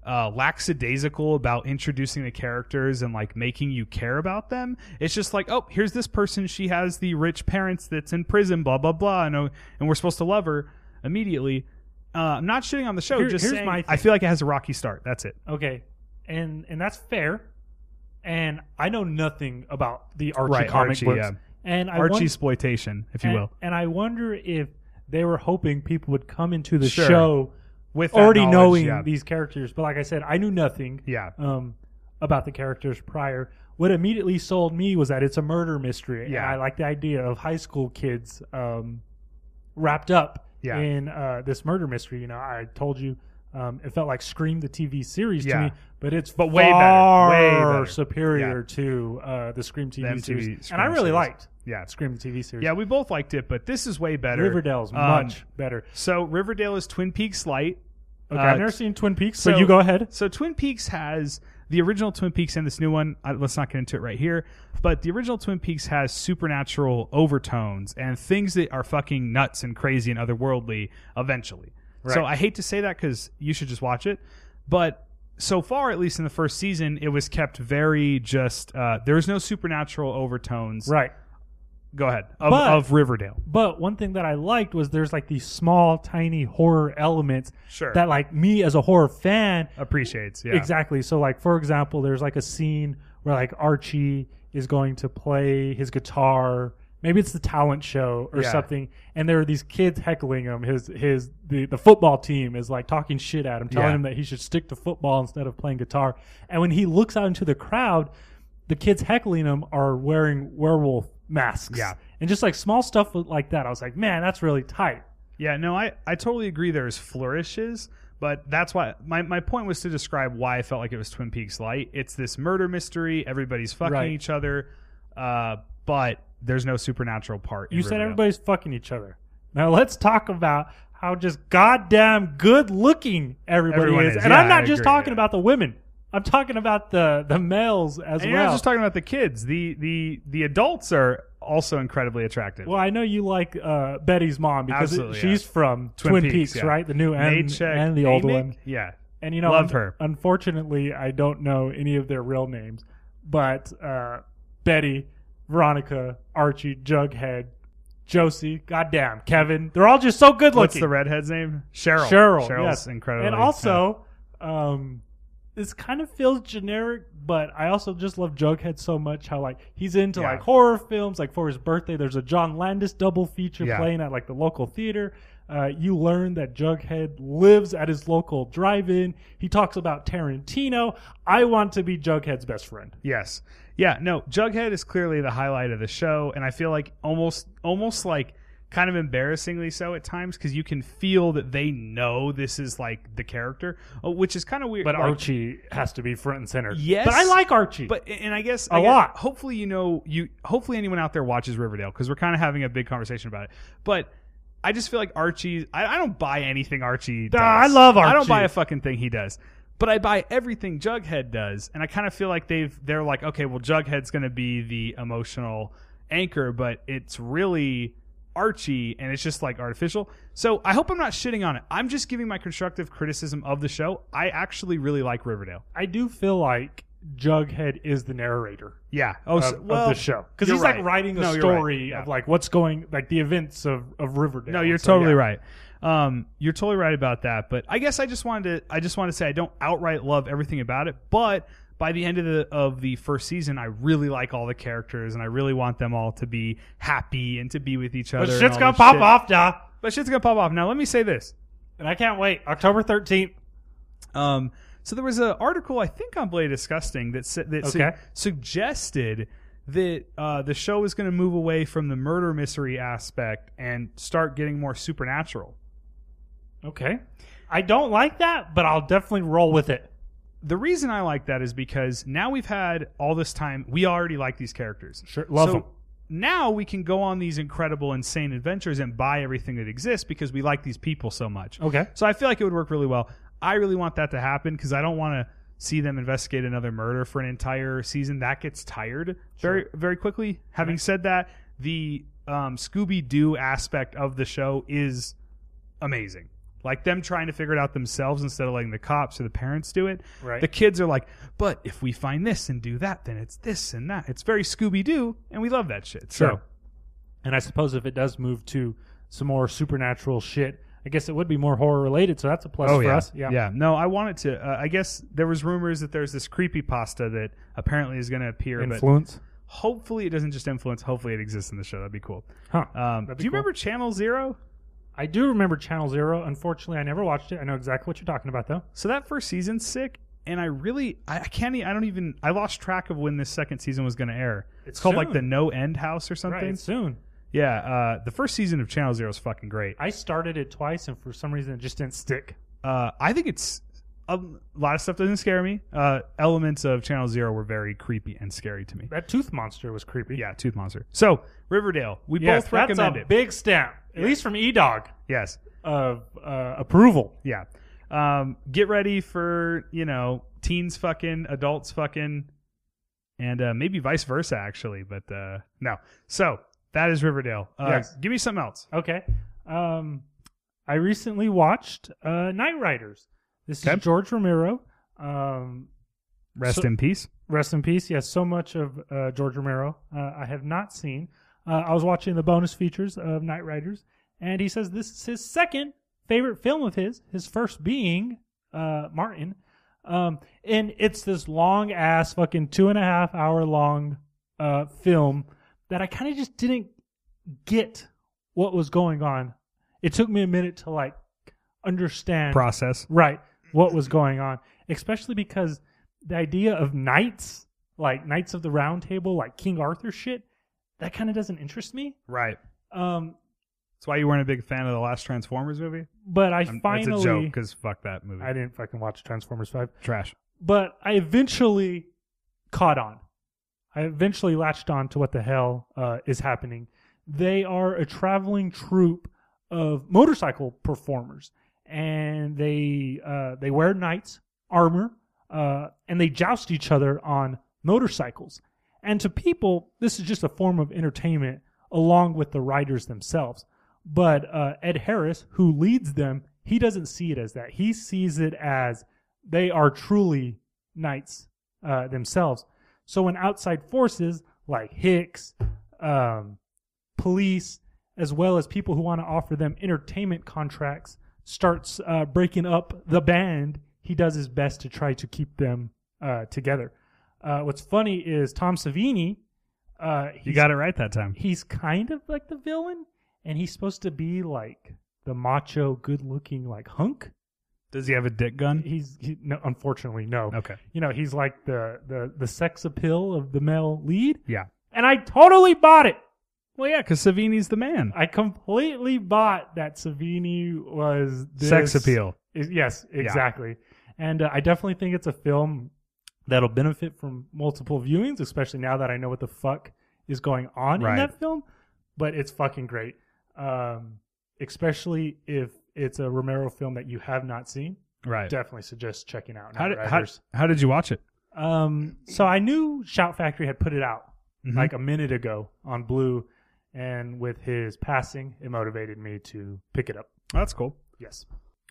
A: uh, lackadaisical about introducing the characters and like making you care about them. It's just like, oh, here's this person. She has the rich parents that's in prison. Blah blah blah. And oh, and we're supposed to love her immediately. Uh, I'm not shitting on the show.
B: Here-
A: just
B: here's
A: saying,
B: my
A: I
B: thing.
A: feel like it has a rocky start. That's it.
B: Okay, and and that's fair. And I know nothing about the Archie
A: Right,
B: comic
A: Archie,
B: books,
A: yeah.
B: and I won-
A: Archie exploitation, if you
B: and,
A: will.
B: and I wonder if they were hoping people would come into the
A: Sure.
B: show
A: With that
B: already
A: knowledge,
B: knowing
A: yeah.
B: these characters. But like I said, I knew nothing.
A: Yeah.
B: um, about the characters prior. What immediately sold me was that it's a murder mystery.
A: Yeah.
B: And I like the idea of high school kids um, wrapped up
A: Yeah.
B: in uh, this murder mystery. You know, I told you um, it felt like Scream the TV series
A: Yeah.
B: to me, but it's
A: But way better. Way
B: far
A: better.
B: superior to uh, the Scream TV
A: MTV
B: series.
A: Scream
B: and I really
A: series.
B: liked
A: Yeah.
B: Scream the TV series.
A: Yeah, we both liked it, but this is way better.
B: Riverdale's
A: Um,
B: much better.
A: So Riverdale is Twin Peaks light.
B: Okay,
A: uh,
B: I've never seen Twin Peaks, so
A: so-
B: you go ahead.
A: So Twin Peaks has the original Twin Peaks and this new one. I, let's not get into it right here, but the original Twin Peaks has supernatural overtones and things that are fucking nuts and crazy and otherworldly. Eventually, so
B: Right.
A: I hate to say that because you should just watch it, but. So far, at least in the first season, it was kept very just. Uh, there's no supernatural overtones.
B: Right.
A: Go ahead. Of,
B: But-
A: of Riverdale.
B: But one thing that I liked was there's like these small, tiny horror elements
A: Sure.
B: that, like, me as a horror fan,
A: appreciates. Yeah.
B: exactly. So, like, for example, there's like a scene where like Archie is going to play his guitar. Maybe it's the talent show or
A: Yeah.
B: something, and there are these kids heckling him. His his the, the football team is like talking shit at him, telling
A: Yeah.
B: him that he should stick to football instead of playing guitar. And when he looks out into the crowd, the kids heckling him are wearing werewolf masks.
A: Yeah.
B: and just like small stuff like that, I was like, man, that's really tight.
A: Yeah, no, I, I totally agree there's flourishes, but that's why my, my point was to describe why I felt like it was Twin Peaks light. It's this murder mystery, everybody's fucking
B: Right.
A: each other, uh, but there's no supernatural part. in
B: You said
A: Riverdale.
B: everybody's fucking each other. Now let's talk about how just goddamn good looking everybody
A: Everyone
B: is.
A: is.
B: And
A: Yeah,
B: I'm not
A: I
B: just
A: agree,
B: talking
A: yeah.
B: about the women. I'm talking about the the males as
A: And you're
B: well.
A: not just talking about the kids. The the the adults are also incredibly attractive.
B: well, I know you like uh, Betty's mom because it-
A: Absolutely,
B: she's from Twin, Peaks,
A: yeah.
B: right? The new and,
A: Naychek
B: and the old
A: Amick?
B: one.
A: Yeah.
B: And you know,
A: Love her.
B: Unfortunately, I don't know any of their real names, but uh, Betty, Veronica, Archie, Jughead, Josie, goddamn, Kevin. They're all just so good looking.
A: What's the redhead's name? Cheryl.
B: Cheryl,
A: Cheryl's
B: yes.
A: incredible.
B: And also, um, this kind of feels generic, but I also just love Jughead so much. How like he's into
A: Yeah.
B: like horror films. Like for his birthday, there's a John Landis double feature
A: Yeah.
B: playing at like the local theater. Uh, you learn that Jughead lives at his local drive-in. He talks about Tarantino. I want to be Jughead's best friend.
A: Yes. Yeah, no, Jughead is clearly the highlight of the show and I feel like almost almost like kind of embarrassingly so at times cuz you can feel that they know this is like the character, uh, which is kind of weird.
B: But
A: like-
B: Archie has to be front and center.
A: Yes.
B: but I like Archie.
A: but and I guess
B: A
A: I guess-
B: lot.
A: Hopefully, you know you. Hopefully, anyone out there watches Riverdale because we're kind of having a big conversation about it. But I just feel like Archie. I, I don't buy anything Archie. Does.
B: Nah, I love
A: I don't
B: Archie.
A: buy a fucking thing he does. But I buy everything Jughead does, and I kind of feel like they've they're like, okay, well, Jughead's going to be the emotional anchor, but it's really Archie, and it's just like artificial. So I hope I'm not shitting on it. I'm just giving my constructive criticism of the show. I actually really like Riverdale.
B: I do feel like Jughead is the narrator.
A: Yeah. Oh,
B: of,
A: so,
B: of
A: well,
B: the show because
A: you're
B: he's
A: right.
B: like writing a
A: No, you're right.
B: story
A: Yeah.
B: of like what's going like the events of of Riverdale.
A: No, you're
B: So,
A: totally
B: yeah.
A: right. Um, you're totally right about that. But I guess I just wanted to I just want to say I don't outright love everything about it, but by the end of the of the first season, I really like all the characters and I really want them all to be happy and to be with each other.
B: But
A: and
B: shit's
A: all
B: gonna
A: this
B: pop
A: shit.
B: off, duh.
A: But shit's gonna pop off. Now let me say this.
B: And I can't wait. October thirteenth.
A: Um, so there was an article I think on Blade Disgusting that sa- that su-
B: Okay.
A: suggested that uh, the show is going to move away from the murder mystery aspect and start getting more supernatural.
B: Okay. I don't like that, but I'll definitely roll with it.
A: the reason I like that is because now we've had all this time. We already like these characters.
B: Sure, love
A: So
B: 'em.
A: Now we can go on these incredible, insane adventures and buy everything that exists because we like these people so much.
B: Okay.
A: So I feel like it would work really well. I really want that to happen because I don't want to see them investigate another murder for an entire season. That gets tired very, very quickly. Having said that, the um, Scooby Doo aspect of the show is amazing. Like them trying to figure it out themselves instead of letting the cops or the parents do it.
B: Right.
A: The kids are like, but if we find this and do that, then it's this and that. It's very Scooby Doo, and we love that shit. So
B: Sure. And I suppose if it does move to some more supernatural shit, I guess it would be more horror related. So that's a plus for us.
A: Oh, yeah. No, I wanted to. Uh, I guess there was rumors that there's this creepy pasta that apparently is going to appear, but
B: Influence.
A: hopefully it doesn't just influence. Hopefully it exists in the show. That'd be cool.
B: Huh.
A: Um, do
B: That'd be
A: you
B: cool.
A: remember Channel Zero?
B: I do remember Channel Zero. Unfortunately, I never watched it. I know exactly what you're talking about, though.
A: So that first season's sick, and I really, I, I can't, e- I don't even, I lost track of when this second season was going to air. It's
B: It's
A: called like
B: soon.
A: the No End House or something.
B: Right. Soon.
A: Yeah, uh, the first season of Channel Zero is fucking great.
B: I started it twice, and for some reason, it just didn't stick.
A: Uh, I think it's a lot of stuff doesn't scare me. Uh, elements of Channel Zero were very creepy and scary to me.
B: That tooth monster was creepy.
A: Yeah, Tooth Monster. So Riverdale, we
B: yes,
A: both
B: that's
A: recommend
B: a
A: it.
B: big stamp, at least from EDOG,
A: yes,
B: of uh, approval.
A: yeah. Um, get ready for you know teens fucking, adults fucking, and uh, maybe vice versa actually. But uh, no, so that is Riverdale. Uh,
B: Yes.
A: Give me something else.
B: Okay. Um, I recently watched uh, Night Riders. This
A: Okay.
B: is George Romero. Um,
A: Rest
B: So-
A: in peace.
B: rest in peace. Yes, so much of uh, George Romero uh, I have not seen. Uh, I was watching the bonus features of Night Riders, and he says this is his second favorite film of his. His first being uh, Martin, um, and it's this long ass fucking two and a half hour long uh, film that I kind of just didn't get what was going on. It took me a minute to like understand
A: Process.
B: Right. What was going on, especially because the idea of knights, like knights of the round table, like King Arthur shit, that kind of doesn't interest me.
A: Right.
B: Um,
A: That's why you weren't a big fan of the last Transformers movie.
B: but I
A: Um,
B: finally,
A: it's a joke because fuck that movie.
B: I didn't fucking watch Transformers 5,
A: Trash.
B: but I eventually caught on. I eventually latched on to what the hell uh, is happening. They are a traveling troupe of motorcycle performers, and they uh, they wear knights armor, uh, and they joust each other on motorcycles. And to people, this is just a form of entertainment along with the riders themselves. But uh, Ed Harris, who leads them, he doesn't see it as that. He sees it as they are truly knights uh, themselves. So when outside forces like Hicks, um, police, as well as people who want to offer them entertainment contracts, starts uh, breaking up the band, he does his best to try to keep them uh, together. Uh, what's funny is Tom Savini. Uh,
A: You
B: he's-
A: got it right that time.
B: he's kind of like the villain, and he's supposed to be like the macho, good-looking like hunk.
A: Does he have a dick gun?
B: He's he, no, unfortunately no.
A: Okay.
B: You know, he's like the the the sex appeal of the male lead.
A: Yeah.
B: and I totally bought it.
A: Well, yeah, because Savini's the man.
B: I completely bought that Savini was this,
A: Sex appeal.
B: Is- yes, exactly. And uh, I definitely think it's a film that'll benefit from multiple viewings, especially now that I know what the fuck is going on
A: Right.
B: in that film. But it's fucking great, um, especially if it's a Romero film that you have not seen.
A: Right.
B: Definitely suggest checking out.
A: How
B: Night
A: did, how,
B: Riders.
A: how did you watch it?
B: um, so I knew Shout Factory had put it out
A: Mhm.
B: like a minute ago on Blue, and with his passing, it motivated me to pick it up.
A: Oh, that's cool.
B: Yes.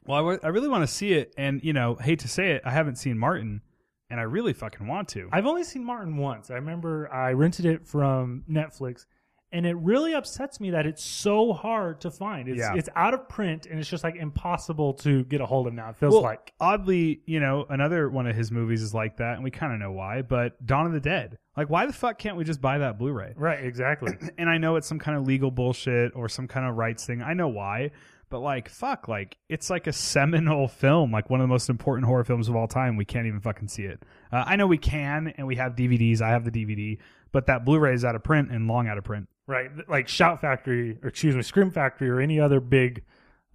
A: Well, I wa- I really want to see it, and you know, hate to say it, I haven't seen Martin, and I really fucking want to.
B: I've only seen Martin once. I remember I rented it from Netflix, and it really upsets me that it's so hard to find. It's
A: Yeah.
B: it's out of print, and it's just like impossible to get a hold of now. It feels
A: Well,
B: like
A: oddly, you know, another one of his movies is like that, and we kind of know why. But Dawn of the Dead, like, why the fuck can't we just buy that Blu-ray?
B: right, exactly.
A: And I know it's some kind of legal bullshit or some kind of rights thing. I know why, but like, fuck, like, it's like a seminal film, like one of the most important horror films of all time. We can't even fucking see it. Uh, I know we can, and we have DVDs. I have the DVD, but that Blu-ray is out of print and long out of print.
B: right, like Shout Factory, or excuse me, Scream Factory, or any other big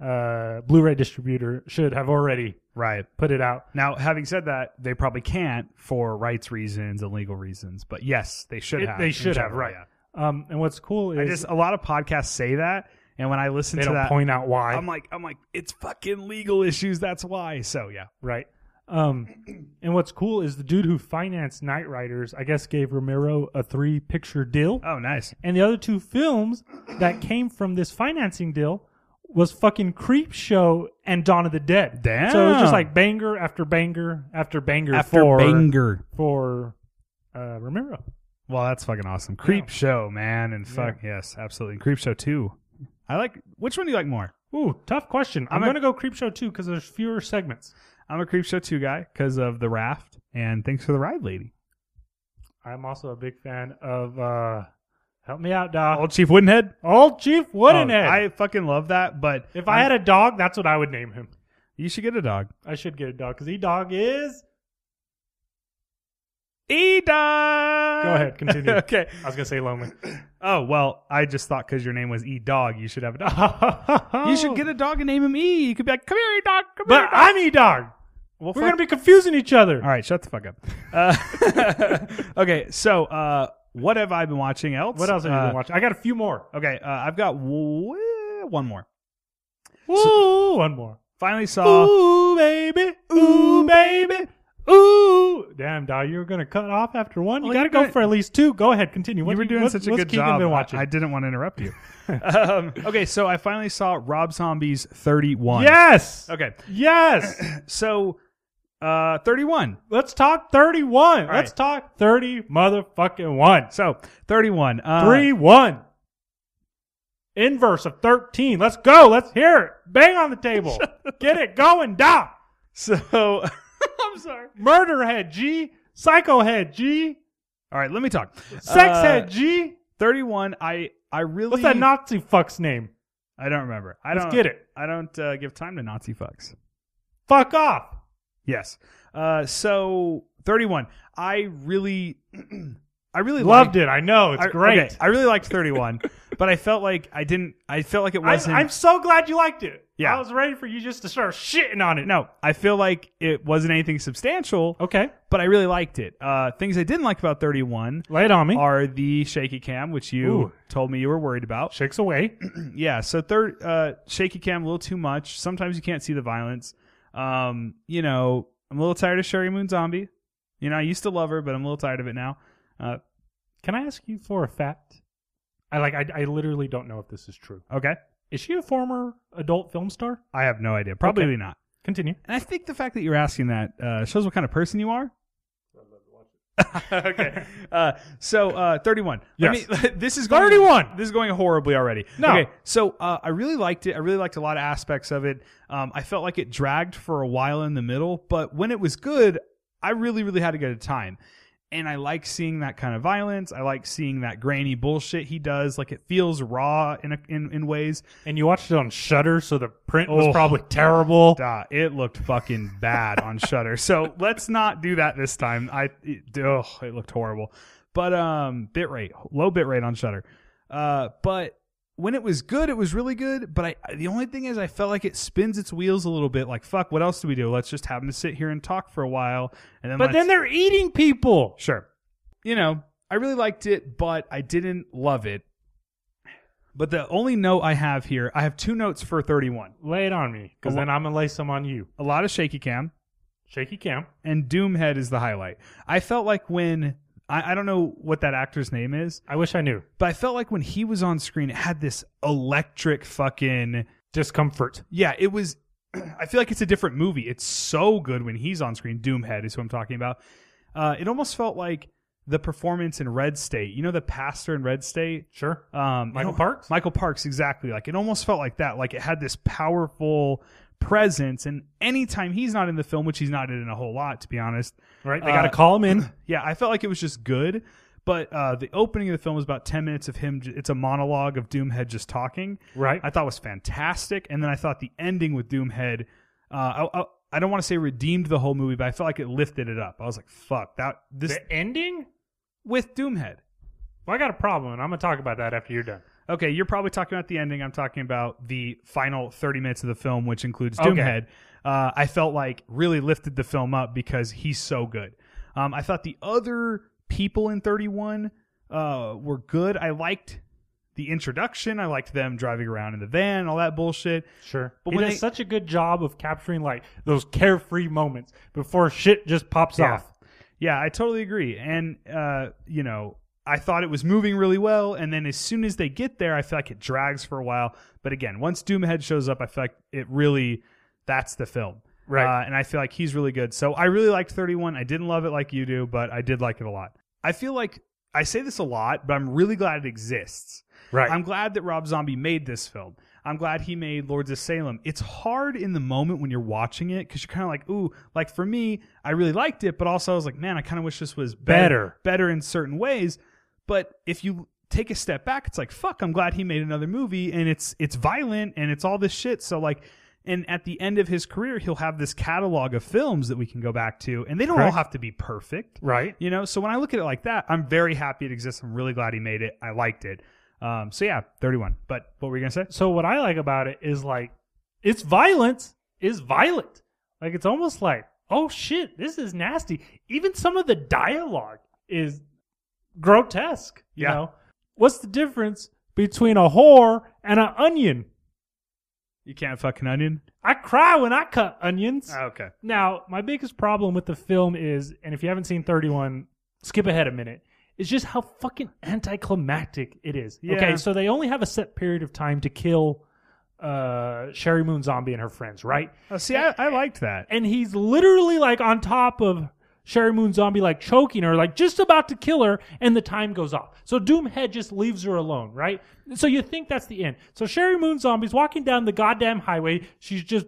B: uh, Blu-ray distributor should have already
A: Right.
B: put it out.
A: Now, having said that, they probably can't for rights reasons and legal reasons. But yes, they should
B: It-
A: have.
B: they
A: in
B: should have,
A: general,
B: right.
A: yeah.
B: Um, and what's cool is
A: I just a lot of podcasts say that, and when I listen
B: they
A: to
B: don't
A: that,
B: point out why.
A: I'm like, I'm like, it's fucking legal issues. That's why. So yeah,
B: right? Um, and what's cool is the dude who financed Night Riders, I guess, gave Romero a three picture deal.
A: oh nice.
B: And the other two films that came from this financing deal was fucking Creep Show and Dawn of the Dead.
A: Damn.
B: So it was just like banger after banger after banger
A: After
B: for
A: banger.
B: for uh, Romero.
A: Well, that's fucking awesome. Creep show, man, and fuck yes, absolutely. And Creep show too. I like. Which one do you like more?
B: Ooh, tough question. I'm,
A: I'm a-
B: gonna go Creep Show too because there's fewer segments.
A: I'm a Creep show two guy because of the raft and thanks for the ride, lady.
B: I'm also a big fan of. uh Help me out, Doc.
A: Uh,
B: Old,
A: Old Chief Woodenhead.
B: Chief Woodenhead.
A: Oh, I fucking love that. But
B: If I had a dog, that's what I would name him.
A: you should get a dog.
B: I should get a dog because E Dog is.
A: E dog.
B: Go ahead, continue.
A: okay.
B: I was gonna say lonely.
A: Oh well, I just thought because your name was E dog, you should have a dog. You
B: you
A: should get a dog and name him E. You could be like, come here, E dog. Come
B: But
A: here. Dog.
B: I'm E Dog.
A: Well,
B: We're
A: fuck-
B: gonna be confusing each other.
A: All right, shut the fuck up. Uh, okay, so uh, what have I been watching else?
B: What else have you
A: uh,
B: been watching? I got a few more.
A: Okay, uh, I've got w- one more.
B: Ooh, one more.
A: Finally saw.
B: ooh, baby. Ooh, baby. Ooh. Damn, Dog, you were gonna cut off after one.
A: Well,
B: you gotta
A: you're
B: go
A: gonna-
B: for at least two. Go ahead, continue. What
A: you were
B: do
A: doing
B: what-
A: such a
B: what's
A: good
B: Keegan
A: job.
B: Been
A: I-
B: watching.
A: I, didn't want to interrupt you. um, okay, so I finally saw Rob Zombie's 31.
B: yes.
A: Okay,
B: Yes.
A: so uh, 31.
B: Let's talk thirty-one.
A: right.
B: Let's talk thirty motherfucking one.
A: So 31. Uh,
B: Three one. Inverse of thirteen. Let's go. Let's hear it. Bang on the table. Get it going. Da.
A: So I'm sorry.
B: Murder head G. Psycho head G.
A: All right, let me talk.
B: Sex
A: Uh,
B: head G.
A: 31. I I really
B: What's that Nazi fuck's name?
A: I don't remember. I
B: Let's
A: don't
B: get it.
A: I don't uh, give time to Nazi fucks.
B: Fuck off.
A: Yes. Uh, so 31. I really, I really liked,
B: Loved it. I know. It's
A: I,
B: great.
A: okay, I really liked 31, but I felt like I didn't. I felt like it
B: I,
A: wasn't.
B: am so glad you liked it.
A: Yeah.
B: I was ready for you just to start shitting on it.
A: no, I feel like it wasn't anything substantial,
B: Okay.
A: but I really liked it. Uh, things I didn't like about 31
B: Lay it on me.
A: are the shaky cam, which you
B: Ooh.
A: told me you were worried about.
B: Shakes away.
A: yeah so third uh shaky cam a little too much sometimes you can't see the violence um you know i'm a little tired of sherry moon zombie you know i used to love her but i'm a little tired of it now uh
B: Can I ask you for a fact? I like. I, I literally don't know if this is true.
A: okay
B: Is she a former adult film star?
A: i have no idea probably
B: Okay.
A: not
B: Continue.
A: And I think the fact that you're asking that uh, shows what kind of person you are. okay. Uh, so uh, 31.
B: Yes.
A: Let me, this is going,
B: 31.
A: This is going horribly already.
B: No.
A: Okay. So uh, I really liked it. I really liked a lot of aspects of it. Um, I felt like it dragged for a while in the middle, but when it was good, I really, really had a good time. And I like seeing that kind of violence. I like seeing that grainy bullshit he does. Like it feels raw in a, in, in ways.
B: And you watched it on Shutter, so the print was
A: Oh.
B: probably terrible.
A: Duh, it looked fucking bad on Shutter. So let's not do that this time. I it, oh, it looked horrible. But um, bitrate, low bitrate on Shutter. Uh, but when it was good, it was really good. But I, the only thing is, I felt like it spins its wheels a little bit. Like fuck, what else do we do? Let's just have them sit here and talk for a while, and then
B: But
A: let's-
B: then they're eating people.
A: Sure. You know, I really liked it, but I didn't love it. But the only note I have here, I have two notes for 31.
B: Lay it on me, because
A: A lo-
B: then I'm gonna lay some on you.
A: A lot of shaky cam.
B: Shaky cam.
A: and Doomhead is the highlight. I felt like when I, I don't know what that actor's name is,
B: I wish I knew.
A: but I felt like when he was on screen, it had this electric fucking
B: Discomfort.
A: yeah. It was. I feel like it's a different movie. It's so good when he's on screen. Doomhead is who I'm talking about. Uh, it almost felt like the performance in Red State. You know the pastor in Red State.
B: Sure.
A: Um,
B: Michael
A: it al-
B: Parks?
A: Michael Parks, exactly. Like it almost felt like that. Like it had this powerful presence, and anytime he's not in the film, which he's not in a whole lot, to be honest,
B: Right. They
A: Uh,
B: gotta call him in.
A: yeah, I felt like it was just good. But uh, the opening of the film is about ten minutes of him. It's a monologue of Doomhead just talking.
B: Right.
A: I thought was fantastic, and then I thought the ending with Doomhead. Uh, I, I, I don't want to say redeemed the whole movie, but I felt like it lifted it up. I was like, "Fuck that!" This
B: the ending?
A: with Doomhead.
B: Well, I got a problem, and I'm gonna talk about that after you're done.
A: Okay, you're probably talking about the ending. I'm talking about the final 30 minutes of the film, which includes
B: Okay.
A: Doomhead. Uh, I felt like really lifted the film up because he's so good. Um, I thought the other people in 31 uh, were good. I liked the introduction. I liked them driving around in the van, all that bullshit.
B: Sure.
A: But
B: he
A: when
B: does
A: they-
B: such a good job of capturing like those carefree moments before shit just pops
A: Yeah.
B: off.
A: Yeah, I totally agree. And uh, you know, I thought it was moving really well, and then as soon as they get there, I feel like it drags for a while. But again, once Doomhead shows up, I feel like it really that's the film.
B: Right.
A: Uh, and I feel like he's really good. So I really liked 31. I didn't love it like you do, but I did like it a lot. I feel like I say this a lot, but I'm really glad it exists.
B: Right.
A: I'm glad that Rob Zombie made this film. I'm glad he made Lords of Salem. It's hard in the moment when you're watching it because you're kind of like, ooh, like for me, I really liked it, but also I was like, man, I kind of wish this was
B: Better.
A: better, better in certain ways. But if you take a step back, it's like, fuck, I'm glad he made another movie, and it's it's violent and it's all this shit. So like, and at the end of his career, he'll have this catalog of films that we can go back to, and they don't
B: Correct.
A: all have to be perfect.
B: Right.
A: You know, so when I look at it like that, I'm very happy it exists. I'm really glad he made it. I liked it. Um, so yeah, 31. But what were you gonna say?
B: So what I like about it is like its violence is violent. Like it's almost like, oh shit, this is nasty. Even some of the dialogue is grotesque. You
A: Yeah.
B: know? What's the difference between a whore and an onion?
A: You can't fuck an onion.
B: I cry when I cut onions.
A: Oh, Okay.
B: Now, my biggest problem with the film is, and if you haven't seen 31, skip ahead a minute, is just how fucking anticlimactic it is.
A: Yeah.
B: Okay, so they only have a set period of time to kill uh, Sherry Moon Zombie and her friends, right?
A: Oh, see, I, I liked that.
B: And he's literally like on top of Sherry Moon Zombie, like choking her, like just about to kill her, and the time goes off. So Doomhead just leaves her alone, right? So you think that's the end. So Sherry Moon Zombie's walking down the goddamn highway. She's just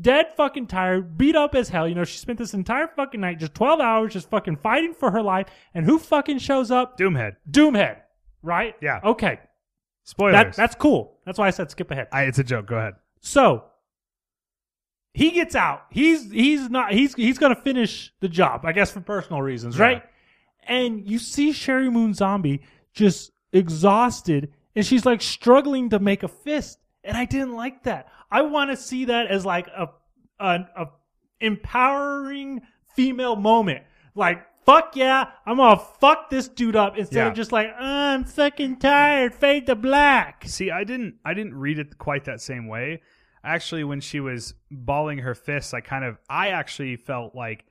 B: dead fucking tired, beat up as hell. You know, she spent this entire fucking night, just 12 hours, just fucking fighting for her life. And who fucking shows up?
A: Doomhead.
B: Doomhead, right?
A: Yeah.
B: Okay. That,
A: Spoilers.
B: that's cool. That's why I said skip ahead.
A: I, it's a joke. Go ahead.
B: So he gets out. He's he's not he's he's gonna finish the job, I guess, for personal reasons, right? And you see Sherry Moon Zombie just exhausted, and she's like struggling to make a fist. And I didn't like that. I want to see that as like a an a empowering female moment, like. Fuck yeah, I'm gonna fuck this dude up instead
A: Yeah.
B: of just like, I'm fucking tired, fade to black.
A: See, I didn't. I didn't read it quite that same way. Actually, when she was balling her fists, I kind of. I actually felt like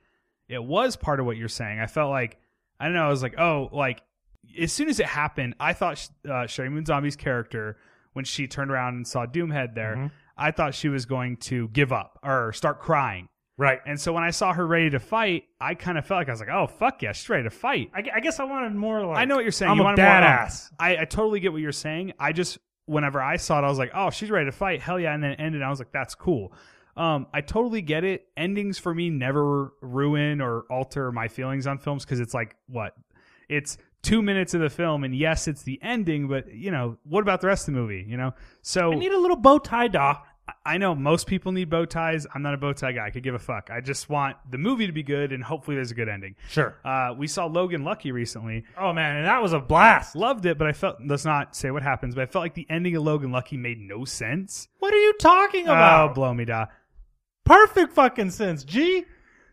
A: it was part of what you're saying. I felt like I don't know. I was like, oh, like as soon as it happened, I thought uh, Sherry Moon Zombie's character when she turned around and saw Doomhead there. I thought she was going to give up or start crying.
B: Right.
A: And so when I saw her ready to fight, I kind of felt like I was like, oh, fuck yeah, she's ready to fight.
B: I, gu- I guess I wanted more like
A: I know what you're saying.
B: I'm
A: you
B: a
A: want more of that.
B: badass.
A: I, I totally get what you're saying. I just whenever I saw it, I was like, oh, she's ready to fight, hell yeah, and then it ended. I was like, that's cool. Um, I totally get it. Endings for me never ruin or alter my feelings on films because it's like what it's two minutes of the film, and yes, it's the ending, but you know what about the rest of the movie? You know, so
B: I need a little bow tie, doc.
A: I know most people need bow ties. I'm not a bow tie guy. I could give a fuck. I just want the movie to be good, and hopefully there's a good ending.
B: Sure.
A: Uh, we saw Logan Lucky recently,
B: Oh man, and that was a blast.
A: loved it, but I felt let's not say what happens, but I felt like the ending of Logan Lucky made no sense.
B: What are you talking
A: Oh,
B: about?
A: blow me da.
B: Perfect fucking sense. Gee,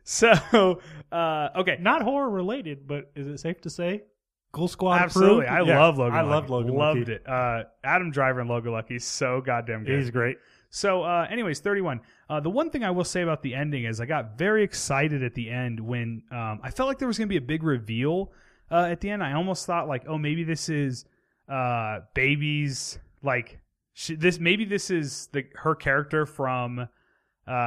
A: So uh okay.
B: not horror related, but is it safe to say? Cool Squad.
A: Absolutely.
B: approved?
A: I
B: Yeah.
A: love Logan
B: I
A: Lucky.
B: love Logan.
A: Loved
B: Lucky.
A: it. Uh Adam Driver and Logan Lucky is so goddamn good.
B: He's great.
A: So, uh, anyways, 31. Uh, the one thing I will say about the ending is I got very excited at the end when um, I felt like there was going to be a big reveal uh, at the end. I almost thought like, oh, maybe this is uh, baby's like sh this. Maybe this is the her character from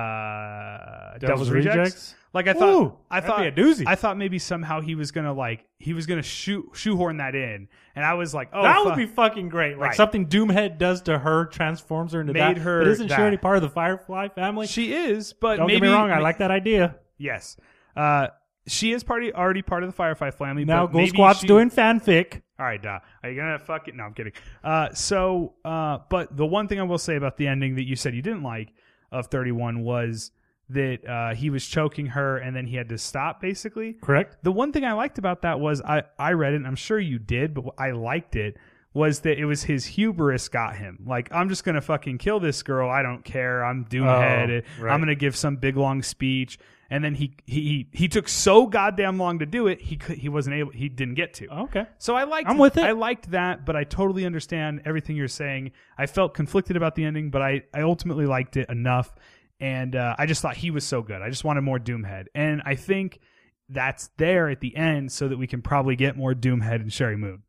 A: uh, Devil's Rejects. Like I thought,
B: Ooh,
A: I
B: that'd
A: thought
B: be a doozy.
A: I thought maybe somehow he was gonna like he was gonna shoe shoehorn that in, and I was like, oh,
B: that
A: fuck.
B: would be fucking great. Like
A: Right.
B: something Doomhead does to her transforms her into
A: Made
B: that.
A: her
B: but isn't
A: that.
B: she already part of the Firefly family?
A: she is, but
B: Don't
A: maybe
B: get me wrong. I
A: ma-
B: like that idea.
A: Yes. Uh, she is party already part of the Firefly family.
B: Now
A: but
B: Ghoul
A: maybe
B: Squad's
A: she-
B: doing fanfic.
A: All right, duh. Are you gonna fuck it? No, I'm kidding. Uh, so, uh, but the one thing I will say about the ending that you said you didn't like of 31 was that uh, he was choking her and then he had to stop. Basically,
B: Correct.
A: the one thing I liked about that was I I read it. and I'm sure you did, but I liked it was that it was his hubris got him. Like I'm just gonna fucking kill this girl. I don't care. I'm doomhead.
B: Oh, right.
A: I'm gonna give some big long speech. And then he he he, he took so goddamn long to do it. He could, he wasn't able. He didn't get to.
B: Okay.
A: So I liked.
B: I'm with it.
A: I liked that, but I totally understand everything you're saying. I felt conflicted about the ending, but I I ultimately liked it enough, and uh, I just thought he was so good. I just wanted more Doomhead, and I think that's there at the end so that we can probably get more Doomhead and Sherry Moon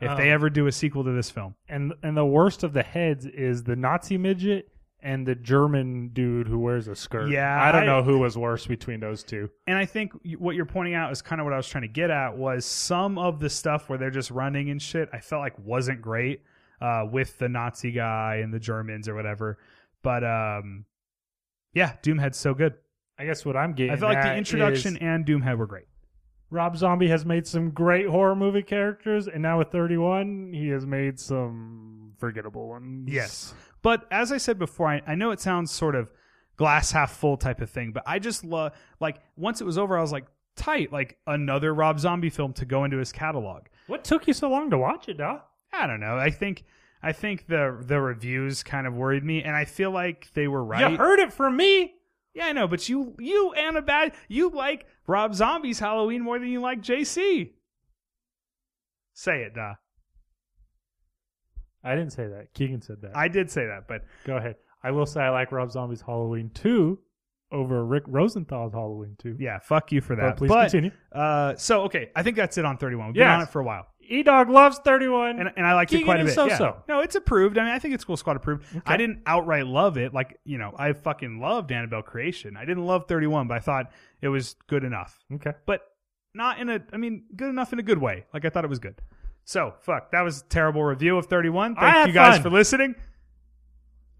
A: if
B: Oh.
A: they ever do a sequel to this film.
B: And and the worst of the heads is the Nazi midget and the German dude who wears a skirt.
A: Yeah,
B: I don't
A: I-
B: know who was worse between those two.
A: And I think y- what you're pointing out is kind of what I was trying to get at was some of the stuff where they're just running and shit. I felt like wasn't great uh, with the Nazi guy and the Germans or whatever. But um, yeah, Doomhead's so good.
B: I guess what I'm getting.
A: I felt like the
B: at
A: introduction
B: is
A: and Doomhead were great.
B: Rob Zombie has made some great horror movie characters, and now with 31, he has made some forgettable ones.
A: Yes. But as I said before, I, I know it sounds sort of glass half full type of thing, but I just love like once it was over, I was like tight, like another Rob Zombie film to go into his catalog.
B: What took you so long to watch it, Doc?
A: I don't know. I think I think the the reviews kind of worried me, and I feel like they were right.
B: You heard it from me.
A: yeah, I know, but you you Annabad, you like Rob Zombie's Halloween more than you like JC. Say it, duh.
B: I didn't say that. Keegan said that.
A: I did say that, but
B: Go ahead. I will say I like Rob Zombie's Halloween 2 over Rick Rosenthal's Halloween 2.
A: yeah, fuck you for that.
B: But please continue.
A: Uh, so okay, I think that's it on thirty-one. We've been
B: Yes.
A: on it for a while,
B: E Dog loves 31.
A: and, and I liked
B: Keegan
A: it quite a
B: is
A: bit.
B: so-so.
A: Yeah. No, it's approved. I mean, I think it's Cool Squad approved. I didn't outright love it, like you know, I fucking loved Annabelle Creation. I didn't love thirty-one, but I thought it was good enough.
B: okay.
A: but not in a I mean, good enough in a good way. Like I thought it was good. So fuck, that was a terrible review of 31.
B: I
A: Thank
B: had
A: you guys
B: fun.
A: for listening.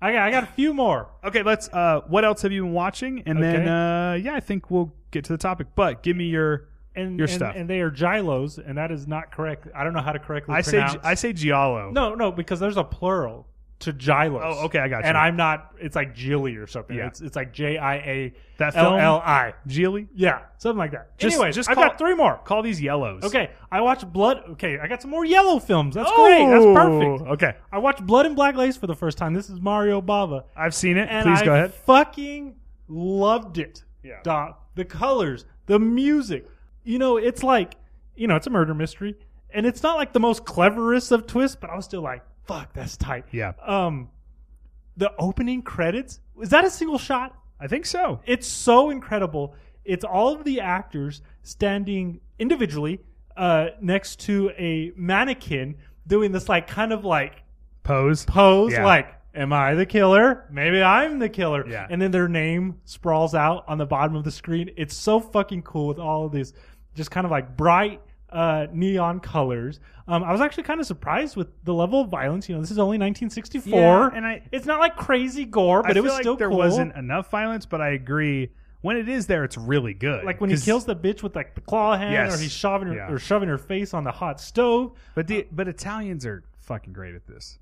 B: I got, I got a few more.
A: Okay, let's uh what else have you been watching? And then
B: Okay.
A: uh yeah, I think we'll get to the topic. But give me your
B: And,
A: Your
B: and,
A: stuff.
B: And they are Gylos, and that is not correct. I don't know how to correctly
A: I say
B: pronounce.
A: I say Giallo.
B: No, no, because there's a plural to Gylos.
A: Oh, okay, I got
B: And
A: you.
B: I'm not, it's like Jilly or something.
A: Yeah.
B: It's, it's like J I A
A: That
B: L
A: film
B: L I.
A: Geely?
B: Yeah, something like that.
A: Just-
B: anyway,
A: just
B: I've
A: call-
B: got three more.
A: Call these yellows.
B: Okay, I watched Blood. Okay, I got some more yellow films. That's
A: Oh,
B: great. That's perfect.
A: Okay.
B: I watched Blood and Black Lace for the first time. This is Mario Bava.
A: I've seen it.
B: And
A: Please
B: I
A: go ahead.
B: fucking loved it.
A: Yeah.
B: Doc. The colors, the music. You know, it's like, you know, it's a murder mystery. And it's not like the most cleverest of twists, but I was still like, fuck, that's tight.
A: Yeah.
B: Um the opening credits, is that a single shot?
A: I think so.
B: It's so incredible. It's all of the actors standing individually uh, next to a mannequin doing this like kind of like
A: Pose.
B: pose,
A: Yeah.
B: like Am I the killer? Maybe I'm the killer.
A: Yeah.
B: And then their name sprawls out on the bottom of the screen. It's so fucking cool with all of these just kind of like bright uh, neon colors. Um, I was actually kind of surprised with the level of violence. You know, this is only 1964.
A: Yeah, and I-
B: it's not like crazy gore, but
A: I
B: it was
A: feel like
B: still
A: there
B: cool.
A: wasn't enough violence, but I agree. When it is there, it's really good.
B: like when he
A: 'Cause-
B: kills the bitch with like the claw hand,
A: Yes.
B: or he's shoving her,
A: Yeah.
B: or shoving her face on the hot stove.
A: But the but Italians are fucking great at this.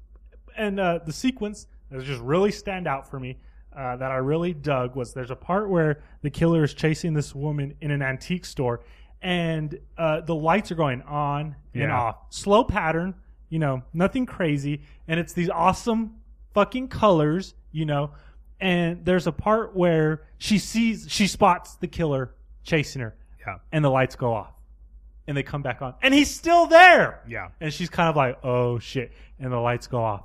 B: and uh, the sequence that just really stand out for me uh, that I really dug was there's a part where the killer is chasing this woman in an antique store, and uh, the lights are going on and
A: Yeah.
B: off, slow pattern, you know, nothing crazy, and it's these awesome fucking colors, you know. And there's a part where she sees, she spots the killer chasing her,
A: Yeah.
B: and the lights go off, and they come back on, and he's still there.
A: Yeah.
B: And she's kind of like, oh shit. And the lights go off.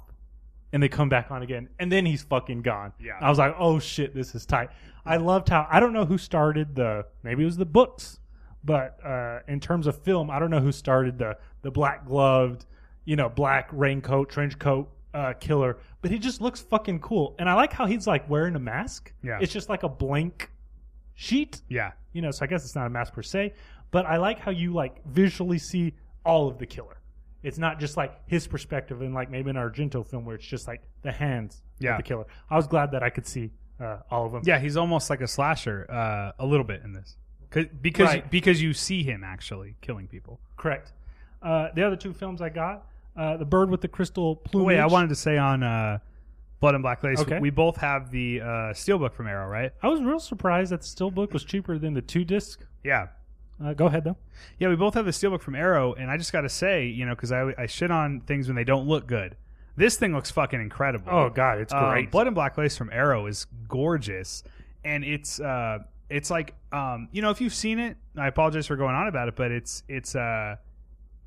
B: And they come back on again. And then he's fucking gone.
A: Yeah.
B: I was like, oh shit, this is tight. I loved how, I don't know who started the, maybe it was the books, but uh, in terms of film, I don't know who started the, the black gloved, you know, black raincoat, trench coat uh, killer, but he just looks fucking cool. And I like how he's like wearing a mask.
A: Yeah.
B: It's just like a blank sheet
A: Yeah.
B: you know so i guess it's not a mask per se but i like how you like visually see all of the killer it's not just like his perspective and like maybe an argento film where it's just like the hands
A: Yeah.
B: of the killer i was glad that i could see uh, all of them
A: Yeah, he's almost like a slasher uh, a little bit in this. 'Cause- Because
B: Right.
A: because you see him actually killing people.
B: correct uh, the other two films i got uh, the bird with the crystal plumage
A: Oh, Wait, I wanted to say on uh, Blood and Black Lace,
B: Okay.
A: we both have the uh, steelbook from Arrow, right?
B: i was real surprised that the still book was cheaper than the two disc
A: Yeah.
B: uh, go ahead though
A: Yeah, we both have the steelbook from Arrow, and I just got to say, you know, because I, I shit on things when they don't look good. This thing looks fucking incredible.
B: oh god it's
A: Uh,
B: great
A: Blood and Black Lace from Arrow is gorgeous, and it's uh, it's like um, you know, if you've seen it, I apologize for going on about it, but it's it's uh,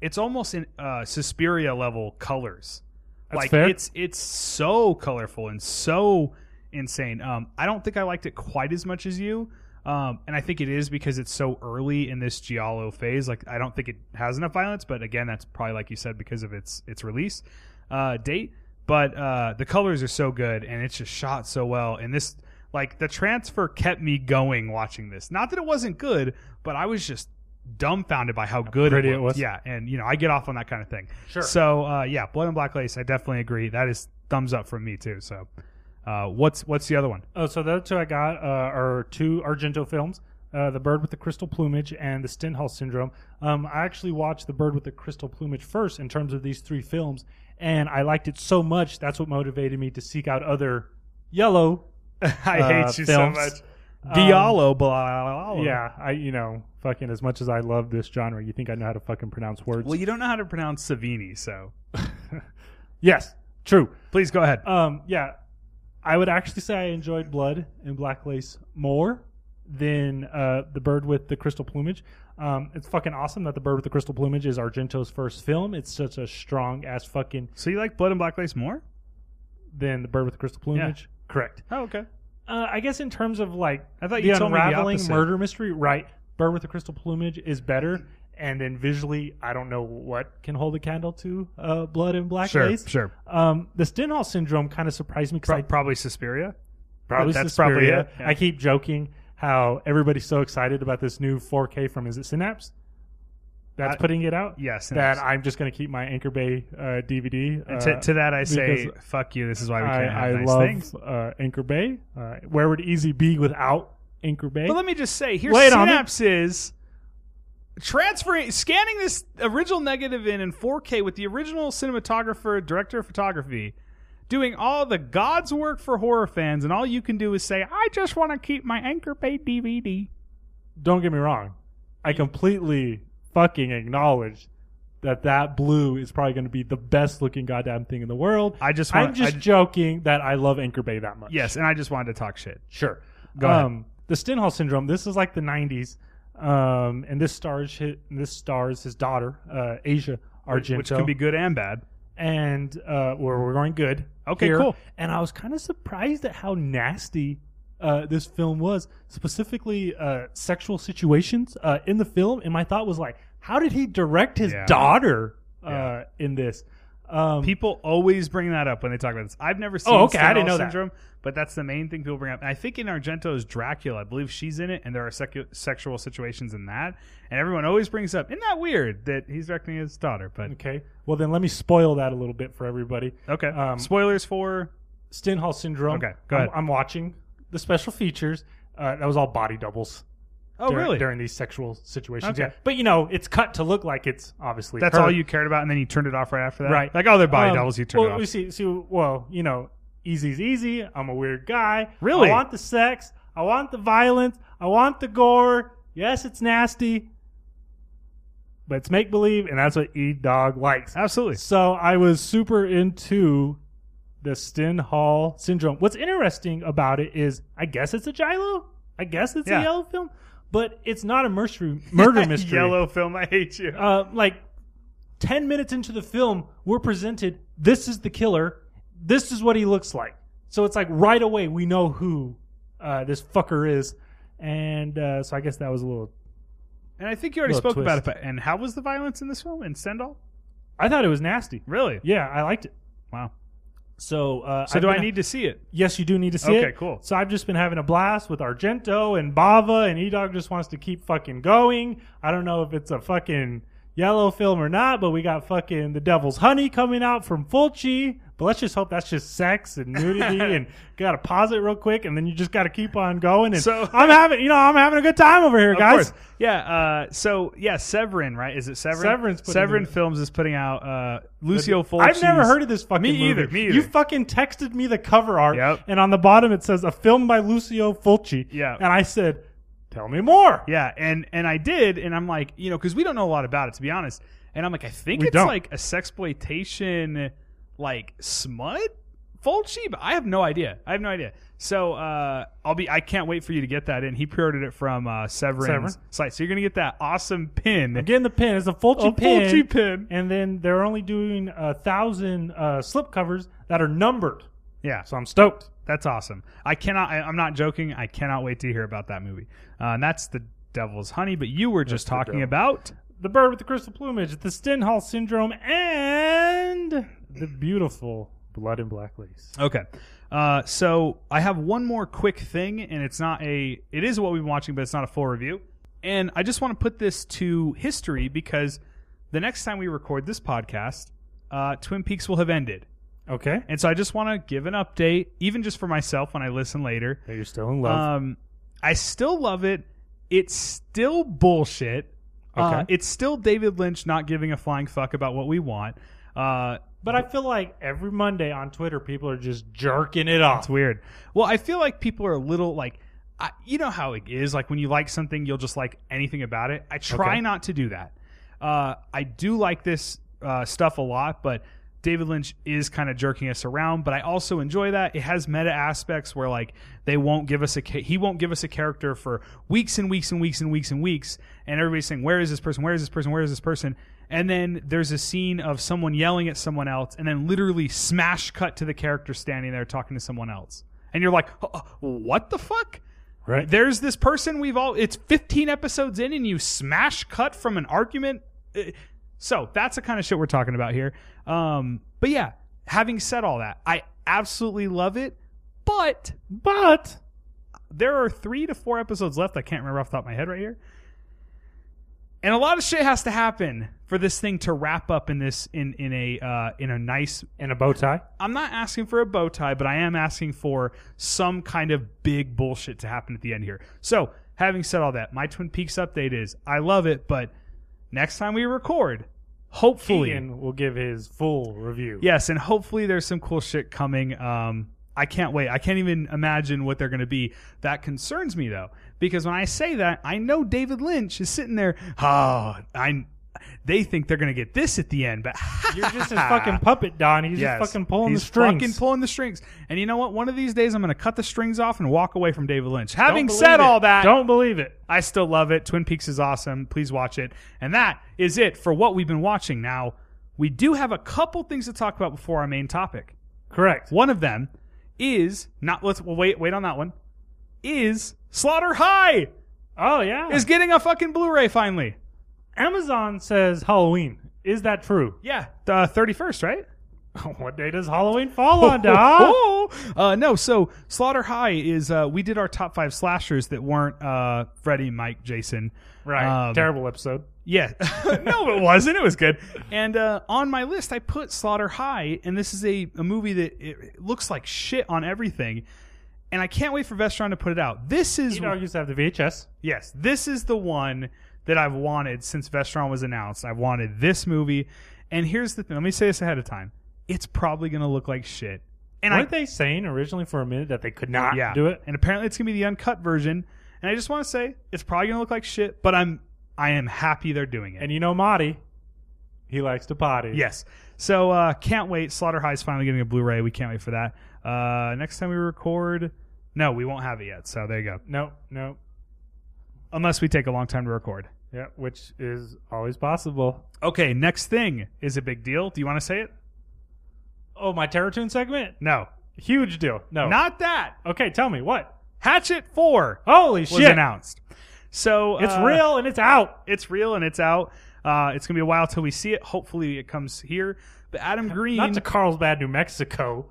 A: it's almost in uh, Suspiria level colors.
B: That's
A: like
B: fair.
A: it's it's so colorful and so insane. Um, I don't think I liked it quite as much as you. Um, and I think it is because it's so early in this Giallo phase. Like, I don't think it has enough violence, but again, that's probably like you said because of its its release uh, date. But uh, the colors are so good, and it's just shot so well. And this, like, the transfer kept me going watching this. Not that it wasn't good, but I was just dumbfounded by how good
B: pretty
A: it
B: it
A: was.
B: was.
A: Yeah, and you know, I get off on that kind of thing.
B: Sure.
A: So uh, yeah, Blood and Black Lace, I definitely agree. That is thumbs up from me too. So, uh, what's what's the other one?
B: Oh, so the other two I got uh, are two Argento films. Uh, the Bird with the Crystal Plumage and The Stenhouse Syndrome. Um, I actually watched The Bird with the Crystal Plumage first in terms of these three films, and I liked it so much that's what motivated me to seek out other yellow.
A: I
B: Uh,
A: hate you
B: films.
A: so much.
B: Um,
A: Diallo, blah, blah, blah.
B: Yeah, I you know fucking as much as I love this genre, you think I know how to fucking pronounce words?
A: Well, you don't know how to pronounce Savini, so Uh,
B: yes, true.
A: please go ahead.
B: Um, yeah, I would actually say I enjoyed Blood and Black Lace more than uh, the Bird with the Crystal Plumage. Um, it's fucking awesome that the Bird with the Crystal Plumage is Argento's first film. It's such a strong ass fucking
A: so you like Blood and Black Lace more?
B: than the Bird with the Crystal Plumage. Correct.
A: Oh, okay.
B: Uh, I guess in terms of like
A: I thought
B: the
A: you told me the
B: unraveling
A: opposite.
B: murder mystery, right? Bird with the Crystal Plumage is better. And then visually, I don't know what can hold a candle to uh, Blood and Black
A: Sure,
B: Lace.
A: sure.
B: Um, the Stenhall syndrome kind of surprised me because
A: Pro-
B: I
A: probably Suspiria.
B: Probably
A: That's
B: Suspiria.
A: probably it, yeah.
B: I keep joking how everybody's so excited about this new 4K from is it Synapse? That's
A: I-
B: putting it out.
A: Uh, Yeah,
B: That
A: Synapse.
B: I'm just going to keep my Anchor Bay uh, DVD.
A: And
B: uh,
A: to, to that, I say,
B: because
A: fuck you. This is why we can't
B: I,
A: have
B: I
A: nice things.
B: love uh, Anchor Bay. Uh, where would Easy be without Anchor Bay?
A: But let me just say, here's
B: Wait on it.
A: Synapse is transferring, scanning this original negative in in 4K with the original cinematographer, director of photography, doing all the God's work for horror fans, and all you can do is say, I just want to keep my Anchor Bay DVD.
B: Don't get me wrong. I completely fucking acknowledge that that blue is probably going to be the best looking goddamn thing in the world.
A: I just
B: I'm
A: want-
B: just
A: I-
B: joking that I love Anchor Bay that much.
A: Yes, and I just wanted to talk shit.
B: Sure.
A: Go ahead.
B: um, The Stenhall syndrome. This is like the '90s, um, and this stars his, this stars his daughter uh, Asia Argento,
A: Which can be good and bad.
B: and uh, we're, we're going good.
A: Okay,
B: here.
A: cool.
B: And I was kind of surprised at how nasty uh, this film was, specifically uh, sexual situations uh, in the film. And my thought was like, how did he direct his
A: Yeah.
B: daughter uh,
A: Yeah.
B: in this? Um,
A: People always bring that up when they talk about this. I've never seen
B: Oh, okay, I
A: Stendhal
B: didn't know that.
A: syndrome, but that's the main thing people bring up. And I think in Argento's Dracula, I believe she's in it, and there are secu- sexual situations in that. And everyone always brings up, isn't that weird that he's directing his daughter? But
B: okay. Well, then let me spoil that a little bit for everybody.
A: okay,
B: Um,
A: spoilers for
B: Stenhall syndrome.
A: Okay, go ahead.
B: I'm, I'm watching the special features. Uh, that was all body doubles.
A: oh
B: during,
A: really?
B: During these sexual situations.
A: Okay.
B: Yeah. But you know, it's cut to look like it's obviously
A: that's
B: her.
A: all you cared about, and then you turned it off right after that,
B: Right.
A: Like, oh, they're body
B: Um,
A: doubles. You turned
B: well,
A: it off.
B: We see, see, well, you know, easy's easy. I'm a weird guy.
A: Really?
B: I want the sex. I want the violence. I want the gore. Yes, it's nasty, but it's make believe, and that's what E Dog likes.
A: Absolutely.
B: So I was super into the Stenhall syndrome. What's interesting about it is, I guess it's a Gilo. I guess it's
A: Yeah.
B: a yellow film, but it's not a mystery, murder mystery.
A: Yellow film. I hate you.
B: Uh, like 10 minutes into the film, we're presented this is the killer. This is what he looks like. So it's like right away we know who uh, this fucker is. And uh, so I guess that was a little.
A: and I think you already
B: little
A: spoke about it.
B: twist.
A: But, and how was the violence in this film in Stendhal?
B: I thought it was nasty.
A: Really?
B: Yeah, I liked it.
A: Wow.
B: So, uh,
A: So
B: I've
A: do I
B: been-
A: need to see it?
B: Yes, you do need to see it.
A: Okay, cool.
B: So I've just been having a blast with Argento and Bava, and E Dog just wants to keep fucking going. I don't know if it's a fucking yellow film or not, but we got fucking The Devil's Honey coming out from Fulci. But let's just hope that's just sex and nudity, and gotta pause it real quick, and then you just gotta keep on going. And
A: So-
B: I'm having, you know, I'm having a good time over here,
A: Of
B: guys.
A: course. Yeah. Uh, so yeah, Severin, right? Is it Severin?
B: Severin's putting
A: Severin
B: it-
A: Films is putting out uh, Lucio Fulci.
B: I've never heard of this fucking
A: Me
B: movie.
A: either, me either.
B: You fucking texted me the cover art,
A: Yep.
B: and on the bottom it says a film by Lucio Fulci.
A: Yeah.
B: and I said, "Tell me more."
A: Yeah, and and I did, and I'm like, you know, because we don't know a lot about it to be honest. And I'm like, I think
B: We
A: it's
B: don't.
A: like a sexploitation, like smut Fulci, but I have no idea. I have no idea. So uh, I'll be. I can't wait for you to get that in. He pre-ordered it from uh, Severin's
B: Severin.
A: site, so you're gonna get that awesome pin.
B: Again, the pin is a Fulci
A: A
B: pin.
A: Fulci pin.
B: And then they're only doing a thousand uh, slip covers that are numbered.
A: Yeah.
B: So I'm stoked.
A: That's awesome. I cannot. I, I'm not joking. I cannot wait to hear about that movie. Uh, and that's the Devil's Honey. But you were just
B: the
A: talking
B: devil.
A: about
B: The bird with the crystal plumage, the Stenhall syndrome, and the beautiful blood and black lace.
A: okay. Uh, so I have one more quick thing, and it's not a. It is what we've been watching, but it's not a full review. And I just want to put this to history because the next time we record this podcast, uh, Twin Peaks will have ended.
B: Okay.
A: And so I just want to give an update, even just for myself when I listen later.
B: Now you're still in love.
A: Um, I still love it. It's still bullshit. Uh,
B: Okay.
A: it's still David Lynch not giving a flying fuck about what we want. Uh,
B: but I feel like every Monday on Twitter, people are just jerking it off.
A: it's weird. Well, I feel like people are a little like, I, you know how it is. Like when you like something, you'll just like anything about it. I try
B: Okay.
A: not to do that. Uh, I do like this uh, stuff a lot, but David Lynch is kind of jerking us around. But I also enjoy that. It has meta aspects where like they won't give us a ca- he won't give us a character for weeks and weeks and weeks and weeks and weeks, and everybody's saying where is this person? Where is this person? Where is this person? And then there's a scene of someone yelling at someone else, and then literally smash cut to the character standing there talking to someone else, and you're like, "Huh, uh, what the fuck?
B: Right.
A: There's this person we've all. It's 15 episodes in, and you smash cut from an argument. Uh, So that's the kind of shit we're talking about here. Um, but yeah, having said all that, I absolutely love it. But
B: But
A: there are three to four episodes left. I can't remember off the top of my head right here. And a lot of shit has to happen for this thing to wrap up in this in in a uh, in a nice
B: in a bow tie.
A: I'm not asking for a bow tie, but I am asking for some kind of big bullshit to happen at the end here. So, having said all that, my Twin Peaks update is I love it, but next time we record, hopefully,
B: Keegan will give his full review.
A: yes, and hopefully there's some cool shit coming. Um, I can't wait. I can't even imagine what they're going to be. That concerns me though, because when I say that, I know David Lynch is sitting there. Oh, I. They think they're going to get this at the end, but
B: You're just his fucking puppet, Don. He's
A: Yes.
B: just fucking pulling
A: He's
B: the strings.
A: Fucking pulling the strings. And you know what? One of these days, I'm going to cut the strings off and walk away from David Lynch.
B: Don't
A: Having
B: believe
A: said
B: it.
A: all that,
B: don't believe it.
A: I still love it. Twin Peaks is awesome. Please watch it. And that is it for what we've been watching. Now, we do have a couple things to talk about before our main topic.
B: Correct.
A: One of them is not. Let's well, wait. Wait on that one. Is Slaughter High
B: Oh yeah.
A: is getting a fucking Blu-ray finally?
B: Amazon says Halloween. Is that true?
A: Yeah, the thirty first, right?
B: what day does Halloween fall on, dog?
A: Uh, no, so Slaughter High is uh, we did our top five slashers that weren't uh, Freddy, Mike, Jason.
B: right.
A: Um,
B: Terrible episode.
A: Yeah, no, it wasn't. It was good. And uh, on my list, I put Slaughter High, and this is a, a movie that it, it looks like shit on everything. And I can't wait for Vestron to put it out. This is
B: You know, I used to have the VHS.
A: Yes, this is the one that I've wanted since Vestron was announced. I've wanted this movie. And here's the thing let me say this ahead of time it's probably going to look like shit. And
B: Weren't
A: I
B: they saying originally for a minute that they could not
A: yeah.
B: do it?
A: And apparently it's going to be the uncut version. And I just want to say it's probably going to look like shit, but I'm I am happy they're doing it.
B: And you know Marty, he likes to potty.
A: yes. So uh can't wait. Slaughter High's finally getting a Blu-ray. We can't wait for that. Uh next time we record no, we won't have it yet. So there you go.
B: No, no.
A: Unless we take a long time to record.
B: Yeah, which is always possible.
A: Okay, next thing is a big deal. Do you want to say it?
B: Oh, my Terror Tune segment?
A: No.
B: Huge deal. No.
A: Not that.
B: okay, tell me what?
A: Hatchet 4
B: Holy
A: was
B: shit.
A: announced. So
B: It's
A: uh,
B: real and it's out.
A: It's real and it's out. Uh, it's gonna be a while till we see it. Hopefully, it comes here. But Adam Green,
B: Not to Carlsbad, New Mexico,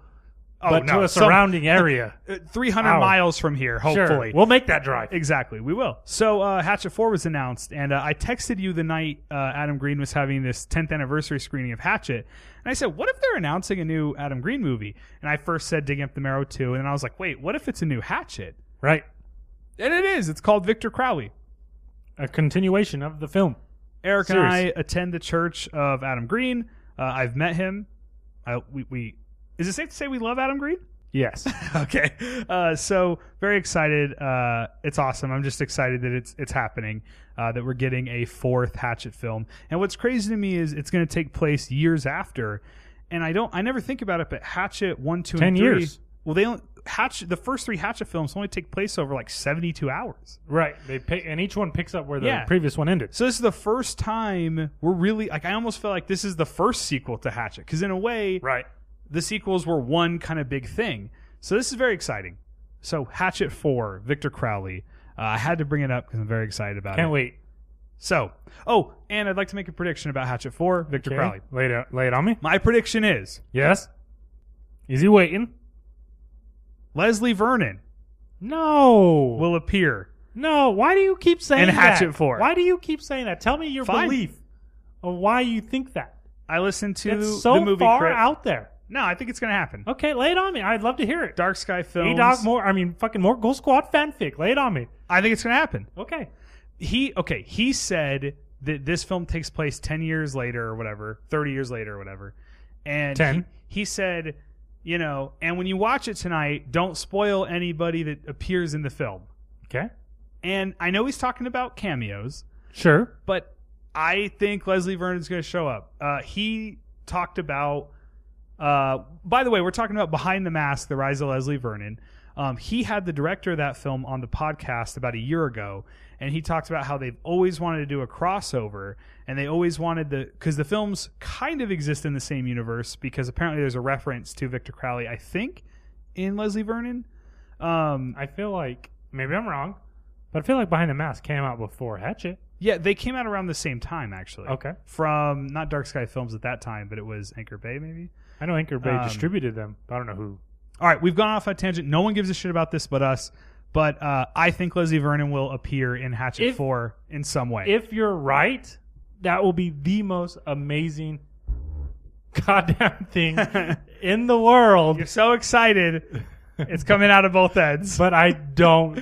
A: oh,
B: but
A: no,
B: to a
A: some-
B: surrounding area.
A: uh, 300
B: hour.
A: miles from here. Hopefully,
B: Sure. We'll make that drive.
A: exactly. We will. So uh, Hatchet Four was announced, and uh, I texted you the night uh, Adam Green was having this 10th anniversary screening of Hatchet, and I said, "What if they're announcing a new Adam Green movie?" And I first said Digging Up the Marrow Two, and then I was like, "Wait, what if it's a new Hatchet?"
B: Right.
A: And it is. It's called Victor Crowley.
B: A continuation of the film.
A: Eric and
B: Serious.
A: I attend the church of Adam Green. Uh, I've met him. I, we, we is it safe to say we love Adam Green?
B: Yes.
A: okay, uh, so very excited. Uh, it's awesome. I'm just excited that it's it's happening. Uh, that we're getting a fourth Hatchet film. And what's crazy to me is it's going to take place years after. And I don't. I never think about it, but Hatchet one, two,
B: 10
A: and three.
B: years.
A: Well, they only, Hatchet. The first three Hatchet films only take place over like 72 hours.
B: right. They pick, and each one picks up where the
A: Yeah.
B: previous one ended.
A: So this is the first time we're really like I almost feel like this is the first sequel to Hatchet because in a way
B: Right.
A: the sequels were one kind of big thing. So this is very exciting. So Hatchet Four, Victor Crowley. Uh, I had to bring it up because I'm very excited about
B: Can't
A: it.
B: wait.
A: So oh, and I'd like to make a prediction about Hatchet Four, Victor
B: Okay.
A: Crowley.
B: Lay it, out- lay it on me.
A: My prediction is
B: Yes. Is he waiting?
A: Leslie Vernon
B: No.
A: will appear.
B: no. Why do you keep saying
A: And Hatchet
B: that?
A: Four.
B: Why do you keep saying that? Tell me your
A: Fine.
B: belief of why you think that.
A: I listened to
B: It's so
A: the movie.
B: far
A: crit-
B: out there.
A: No, I think it's going to happen.
B: Okay, lay it on me. I'd love to hear it.
A: Dark Sky
B: A
A: Films.
B: dog more. I mean, fucking more Gold Squad fanfic. Lay it on me.
A: I think it's going to happen.
B: Okay.
A: he okay he said that this film takes place 10 years later or whatever 30 years later or whatever and
B: 10.
A: He, he said you know and when you watch it tonight don't spoil anybody that appears in the film
B: Okay.
A: and i know he's talking about cameos
B: Sure.
A: but i think leslie vernon's going to show up uh, he talked about uh, by the way we're talking about behind the mask the rise of leslie vernon um, he had the director of that film on the podcast about a year ago, and he talked about how they've always wanted to do a crossover, and they always wanted the because the films kind of exist in the same universe because apparently there's a reference to Victor Crowley, I think, in Leslie Vernon. Um,
B: I feel like maybe I'm wrong, but I feel like Behind the Mask came out before Hatchet.
A: yeah, they came out around the same time actually.
B: Okay.
A: From not Dark Sky Films at that time, but it was Anchor Bay maybe.
B: I know Anchor Bay
A: Um,
B: distributed them, but I don't know who.
A: All right, we've gone off a tangent. No one gives a shit about this but us. But uh, I think Leslie Vernon will appear in Hatchet
B: If-
A: Four in some way.
B: If you're right, that will be the most amazing goddamn thing in the world.
A: You're so excited. It's coming out of both ends.
B: but I don't.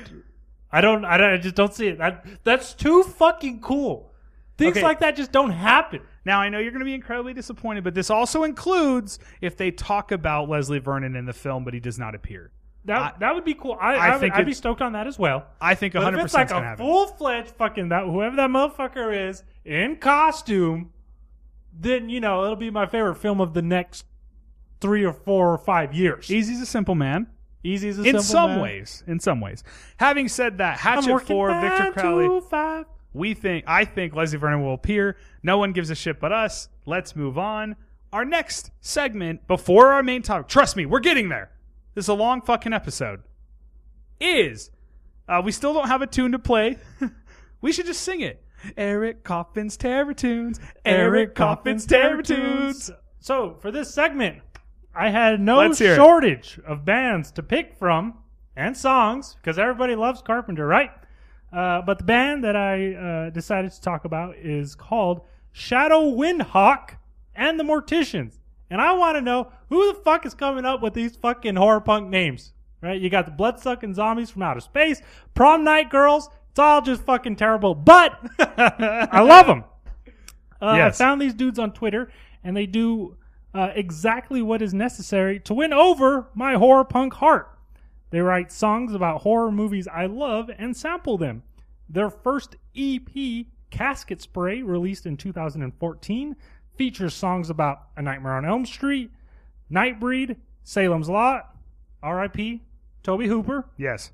B: I don't. I, don't, I just don't see it. That, that's too fucking cool. Things
A: Okay.
B: like that just don't happen.
A: Now, I know you're going to be incredibly disappointed, but this also includes if they talk about Leslie Vernon in the film, but he does not appear.
B: That
A: I-
B: that would be cool. I,
A: I
B: I,
A: think
B: would, I'd be
A: it's-
B: stoked on that as well.
A: I think 100%
B: But if it's
A: is
B: like
A: going to
B: a
A: happen.
B: full fledged fucking that whoever that motherfucker is in costume, then you know it'll be my favorite film of the next three or four or five years.
A: Easy's a simple man.
B: Easy as a
A: E In
B: simple
A: some
B: man.
A: ways. In some ways. Having said that,
B: I'm
A: Hatchet
B: working
A: 4,
B: nine
A: Victor Crowley.
B: to five.
A: We think I think Leslie Vernon will appear. No one gives a shit but us. Let's move on. Our next segment before our main topic. Trust me, we're getting there. This is a long fucking episode. Is uh, we still don't have a tune to play. we should just sing it. Eric Coffin's Terror Tunes. Eric Coffin's Terror Tunes.
B: So for this segment, I had no
A: Let's hear it.
B: shortage of bands to pick from and songs because everybody loves Carpenter, right? Uh, but the band that I uh, decided to talk about is called Shadow Windhawk and the Morticians. And I want to know who the fuck is coming up with these fucking horror punk names, right? You got the bloodsucking zombies from outer space, prom night girls. It's all just fucking terrible, but I love them. Uh,
A: Yes.
B: I found these dudes on Twitter, and they do uh, exactly what is necessary to win over my horror punk heart. They write songs about horror movies I love and sample them. Their first EP, Casket Spray, released in 2014, features songs about A Nightmare on Elm Street, Nightbreed, Salem's Lot, R.I.P., Toby Hooper,
A: Yes.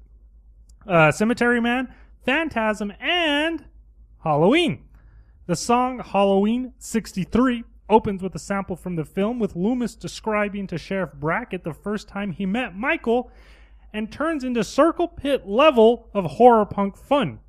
B: uh, Cemetery Man, Phantasm, and Halloween. The song Halloween 63 opens with a sample from the film with Loomis describing to Sheriff Brackett the first time he met Michael and turns into circle pit level of horror punk fun.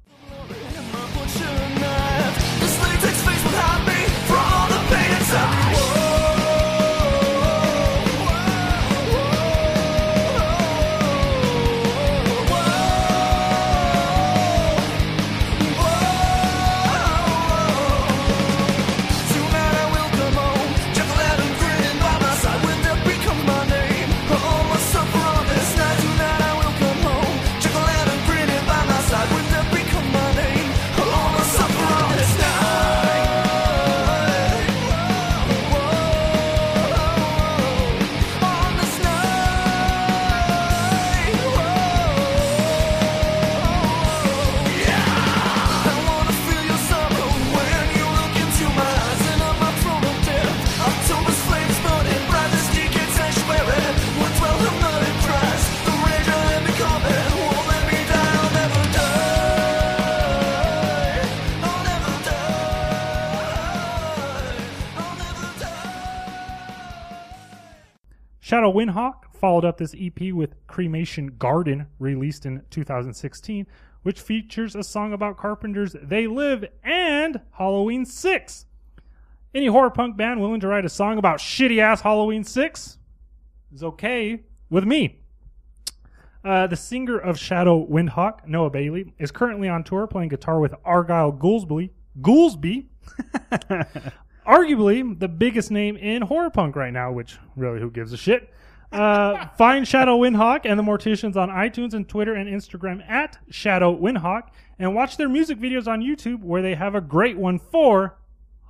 B: Shadow Windhawk followed up this EP with Cremation Garden, released in 2016, which features a song about Carpenter's They Live and Halloween 6. Any horror punk band willing to write a song about shitty ass Halloween 6 is okay with me. Uh, the singer of Shadow Windhawk, Noah Bailey, is currently on tour playing guitar with Argyle Goolsby. Goolsby, arguably the biggest name in horror punk right now, which really who gives a shit. Uh, find Shadow Windhawk and the Morticians on iTunes and Twitter and Instagram at Shadow Windhawk, and watch their music videos on YouTube where they have a great one for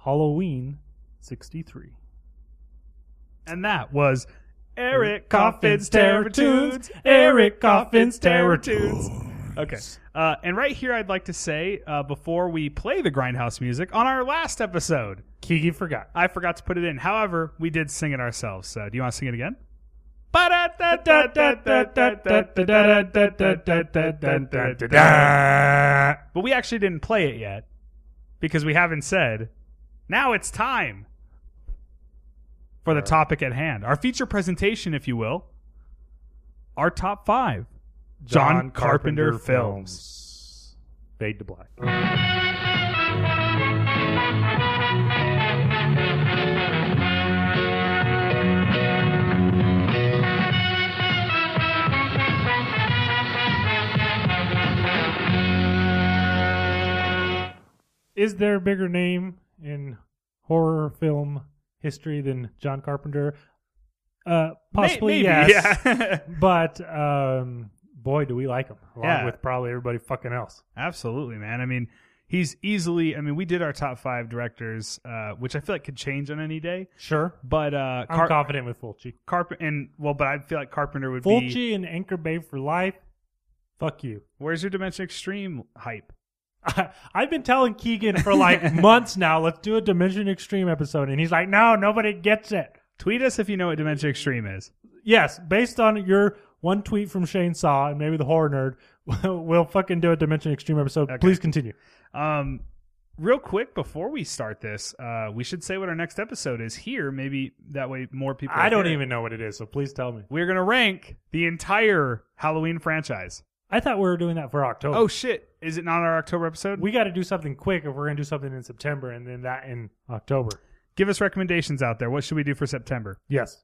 B: Halloween '63.
A: And that was Eric
B: Coffin's
A: Coffin's Terror Tunes.
B: Eric Coffin's Terror
A: Okay. Uh, and right here, I'd like to say uh, before we play the Grindhouse music on our last episode,
B: Kiki forgot.
A: I forgot to put it in. However, we did sing it ourselves. So do you want to sing it again? But we actually didn't play it yet because we haven't said, now it's time for the topic at hand. Our feature presentation, if you will, our top five John, Carpenter, films.
B: Fade to black. Is there a bigger name in horror film history than John Carpenter? Uh,
A: May-
B: possibly,
A: maybe,
B: yes.
A: Yeah.
B: But um, boy, do we like him along
A: Yeah.
B: with probably everybody fucking else.
A: Absolutely, man. I mean, he's easily. I mean, we did our top five directors, uh, which I feel like could change on any day.
B: Sure,
A: But uh,
B: I'm
A: Car-
B: confident with Fulci.
A: Carp- and well, but I feel like Carpenter would be.
B: Fulci and Anchor Bay for life. Fuck you.
A: Where's your Dimension Extreme hype?
B: I've been telling Keegan for like months now. Let's do a Dimension Extreme episode, and he's like, "No, nobody gets it."
A: Tweet us if you know what Dimension Extreme is.
B: Yes, based on your one tweet from Shane Saw and maybe the horror nerd, we'll fucking do a Dimension Extreme episode. Please continue.
A: Um, real quick before we start this, uh, we should say what our next episode is here. Maybe that way more people.
B: I don't
A: hear it.
B: even know what it is, so please tell me.
A: We're gonna rank the entire Halloween franchise.
B: I thought we were doing that for October.
A: Oh shit! Is it not our October episode?
B: we got to do something quick if we're going to do something in September and then that in October.
A: Give us recommendations out there. What should we do for September?
B: Yes.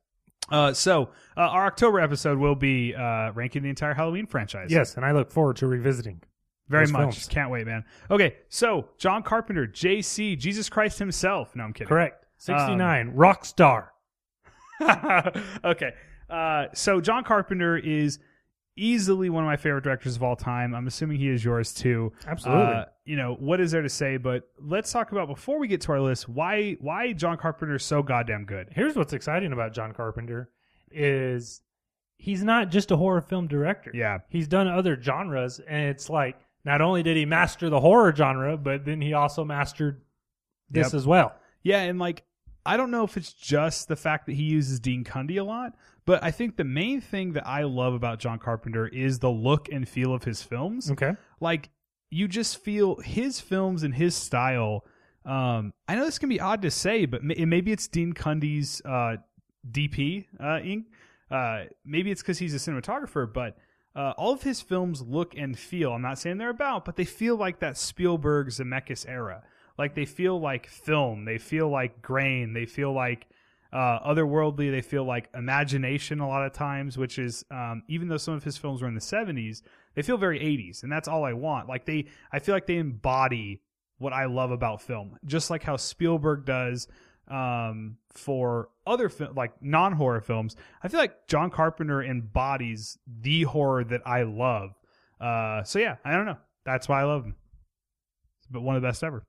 A: Uh, so uh, our October episode will be uh, ranking the entire Halloween franchise.
B: Yes, and I look forward to revisiting.
A: very
B: those
A: much.
B: films.
A: Can't wait, man. Okay, so John Carpenter, JC, Jesus Christ himself. No, I'm kidding.
B: Correct. 69, Rockstar.
A: okay. Uh, so John Carpenter is easily one of my favorite directors of all time. I'm assuming he is yours too.
B: Absolutely.
A: Uh, you know what is there to say? But let's talk about before we get to our list why why John Carpenter is so goddamn good.
B: Here's what's exciting about John Carpenter is he's not just a horror film director.
A: Yeah.
B: He's done other genres and it's like not only did he master the horror genre, but then he also mastered this
A: Yep.
B: as well.
A: Yeah, and like I don't know if it's just the fact that he uses Dean Cundy a lot, but I think the main thing that I love about John Carpenter is the look and feel of his films.
B: Okay.
A: Like you just feel his films and his style. Um, I know this can be odd to say, but ma- maybe it's Dean Cundy's uh, DP uh, ink. Uh, maybe it's because he's a cinematographer, but uh, all of his films look and feel. I'm not saying they're about, but they feel like that Spielberg Zemeckis era. Like they feel like film. They feel like grain. They feel like uh, otherworldly. They feel like imagination a lot of times, which is um, even though some of his films were in the 70s, they feel very 80s, and that's all I want. Like they, I feel like they embody what I love about film, just like how Spielberg does um, for other fil- like non horror films. I feel like John Carpenter embodies the horror that I love. Uh, so yeah, I don't know. That's why I love him. But one of the best ever.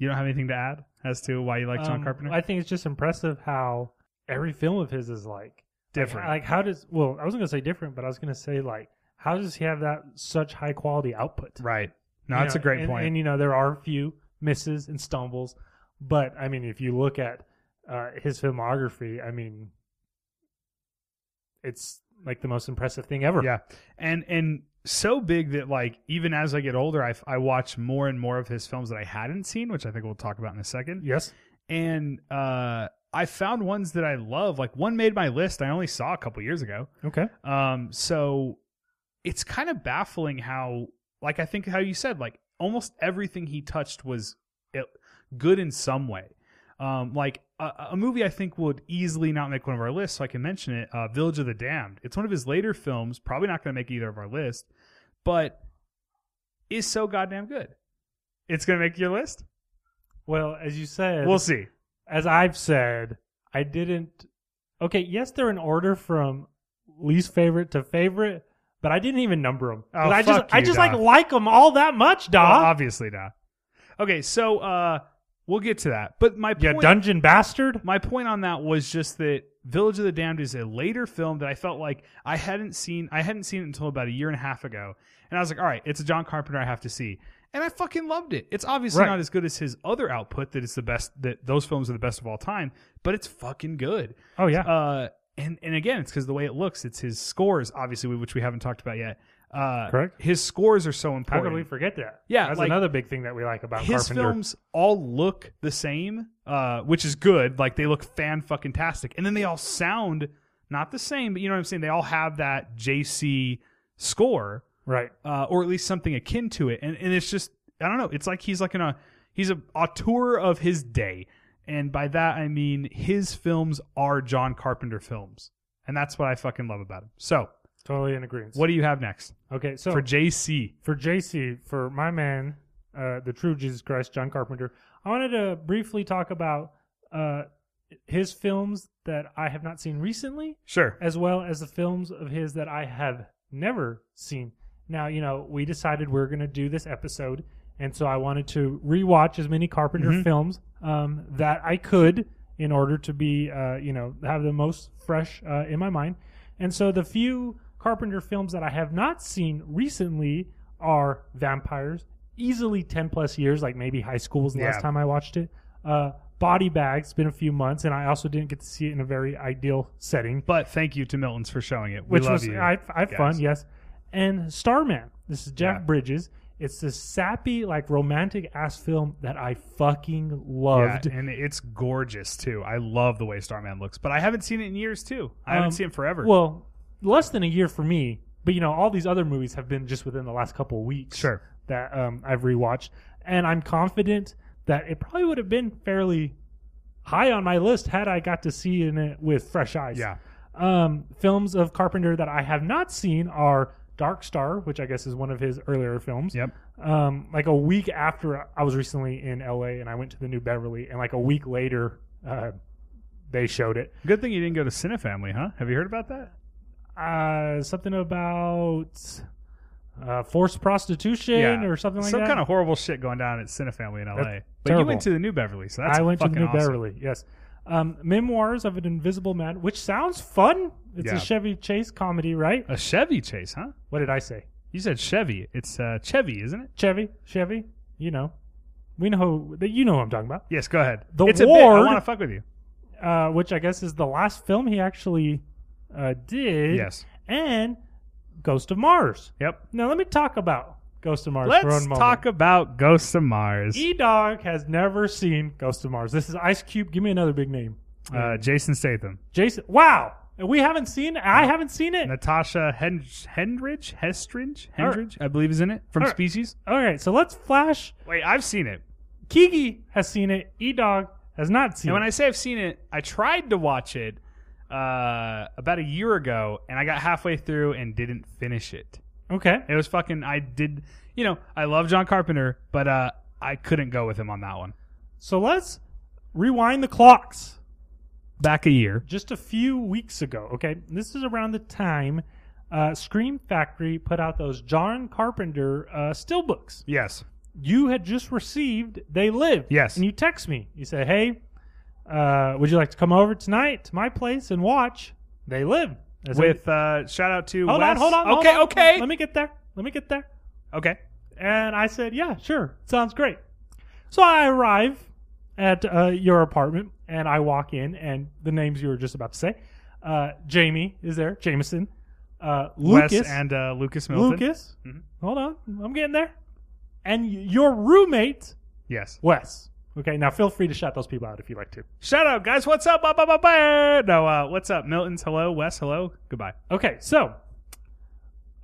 A: You don't have anything to add as to why you like John
B: Um,
A: Carpenter?
B: I think it's just impressive how every film of his is like
A: Different.
B: Like how does well, I was gonna say different, but I was gonna say like how does he have that such high quality output?
A: right. No,
B: You
A: that's
B: know,
A: a great
B: and,
A: point.
B: And you know, there are a few misses and stumbles, but I mean, if you look at uh, his filmography, I mean, it's like the most impressive thing ever.
A: Yeah, and and so big that like even as I get older, I I watch more and more of his films that I hadn't seen, which I think we'll talk about in a second.
B: Yes.
A: And uh, I found ones that I love. Like one made my list. I only saw a couple years ago.
B: Okay.
A: Um, so it's kind of baffling how like I think how you said like almost everything he touched was it, good in some way. Um, like a, a movie I think would easily not make one of our lists, so I can mention it. Uh, Village of the Damned. It's one of his later films. Probably not going to make either of our list, but is so goddamn good. It's going to make your list.
B: Well, as you said,
A: We'll see.
B: as I've said, I didn't. Okay, yes, they're in order from least favorite to favorite, but I didn't even number them.
A: Oh,
B: I just,
A: fuck
B: I
A: you,
B: just
A: Doc. Uh,
B: like like them all that much,
A: Well,
B: dog.
A: obviously not. Okay, so uh, we'll get to that. But my
B: you
A: point
B: dungeon bastard.
A: my point on that was just that Village of the Damned is a later film that I felt like I hadn't seen. I hadn't seen it until about a year and a half ago, and I was like, "All right, it's a John Carpenter I have to see," and I fucking loved it. It's obviously
B: Right.
A: not as good as his other output. That it's the best. That those films are the best of all time, but it's fucking good.
B: Oh yeah.
A: Uh, and and again, it's because the way it looks. It's his scores, obviously, which we haven't talked about yet. Uh,
B: Correct.
A: His scores are so
B: How
A: important
B: could we forget that?
A: Yeah,
B: that's
A: like-
B: another big thing that we like about
A: his
B: Carpenter.
A: films all look the same, uh, which is good. Like they look fan fucking tastic, and then they all sound not the same, but you know what I'm saying. They all have that JC score,
B: Right.
A: uh, or at least something akin to it. And and it's just I don't know. It's like he's like an a he's a auteur of his day, and by that I mean his films are John Carpenter films, and that's what I fucking love about him. So
B: Totally in agreement.
A: what do you have next
B: Okay, so
A: for
B: for,
A: JC?
B: JC, for my man, uh, the true Jesus Christ, John Carpenter, I wanted to briefly talk about uh, his films that I have not seen recently,
A: Sure.
B: as well as the films of his that I have never seen. Now, you know, we decided we are going to do this episode, and so I wanted to rewatch as many Carpenter
A: Mhm.
B: films um, that I could in order to be, uh, you know, have the most fresh uh, in my mind. And so the few Carpenter films that I have not seen recently are Vampires, easily 10 plus years, like maybe high school was the
A: Yeah.
B: last time I watched it. Uh, Body Bags, been a few months, and I also didn't get to see it in a very ideal setting
A: But thank you to Milton's for showing it. We
B: which
A: love
B: was
A: you.
B: I, I had
A: guys.
B: fun, yes. And Starman. This is Jeff
A: Yeah.
B: Bridges. It's this sappy, like romantic ass film that I fucking loved.
A: Yeah, and it's gorgeous too. I love the way Starman looks, but I haven't seen it in years too. I haven't
B: Um,
A: seen it forever.
B: Well, less than a year for me, but you know, all these other movies have been just within the last couple of weeks
A: Sure.
B: that um, I've rewatched, and I'm confident that it probably would have been fairly high on my list had I got to see in it with fresh eyes.
A: Yeah.
B: Um, films of Carpenter that I have not seen are Dark Star, which I guess is one of his earlier films.
A: Yep.
B: Um, like a week after I was recently in LA and I went to the New Beverly, and like a week later, uh, they showed it.
A: Good thing you didn't go to Cinefamily, huh? Have you heard about that?
B: Uh, something about uh, forced prostitution
A: Yeah.
B: or something like
A: Some
B: that.
A: kind of horrible shit going down at Cinefamily in LA. but you
B: terrible.
A: went to the New Beverly, so that's
B: I went to the
A: fucking
B: New
A: awesome.
B: Beverly. Yes. Um, Memoirs of an Invisible Man, which sounds fun. It's
A: Yeah.
B: a Chevy Chase comedy, right?
A: A Chevy chase, huh?
B: What did I say?
A: You said Chevy. It's uh, Chevy, isn't it?
B: Chevy, Chevy. You know, we know who, that you know who I'm talking about.
A: Yes, go ahead.
B: The
A: it's a bit. I
B: Ward-
A: want to fuck with you.
B: Uh, which I guess is the last film he actually uh, did.
A: Yes.
B: And Ghost of Mars.
A: Yep.
B: Now let me talk about Ghost of Mars. for
A: Let's
B: one moment.
A: talk about Ghosts of Mars.
B: E Dog has never seen Ghost of Mars. This is Ice Cube. Give me another big name.
A: Uh, Jason Statham,
B: Jason. Wow. We haven't seen. I haven't seen it.
A: Natasha Hen- Hendridge, Hestridge,
B: All right.
A: Hendridge, I believe is in it from
B: All right.
A: Species.
B: All right. So let's flash.
A: Wait, I've seen it.
B: Kiki has seen it. E Dog has not seen
A: And when I
B: it.
A: say I've seen it, I tried to watch it uh, about a year ago, and I got halfway through and didn't finish it.
B: okay.
A: It was fucking. I did. You know, I love John Carpenter, but uh, I couldn't go with him on that one.
B: So let's rewind the clocks.
A: Back a year.
B: just a few weeks ago. Okay, this is around the time uh, Scream Factory put out those John Carpenter uh, still books.
A: Yes.
B: You had just received They Live.
A: Yes.
B: and you text me. You say, "Hey, uh, would you like to come over tonight to my place and watch They Live?" I said,
A: With uh, shout out to
B: hold
A: Wes.
B: on, hold on, hold
A: Okay,
B: on.
A: okay,
B: Let me get there. Let me get there.
A: okay.
B: And I said, "Yeah, sure, sounds great." So I arrive at uh, your apartment, and I walk in, and the names you were just about to say, uh, Jamie is there, Jameson, uh, Lucas,
A: Wes and uh, Lucas Milton.
B: Lucas.
A: Mhm.
B: Hold on, I'm getting there. And y- your roommate,
A: Yes.
B: Wes. Okay, now feel free to shout those people out if you'd like to.
A: Shout out, guys. What's up? Ba, ba, ba, ba. No, uh, what's up? Milton's hello. Wes, hello. Goodbye.
B: Okay, so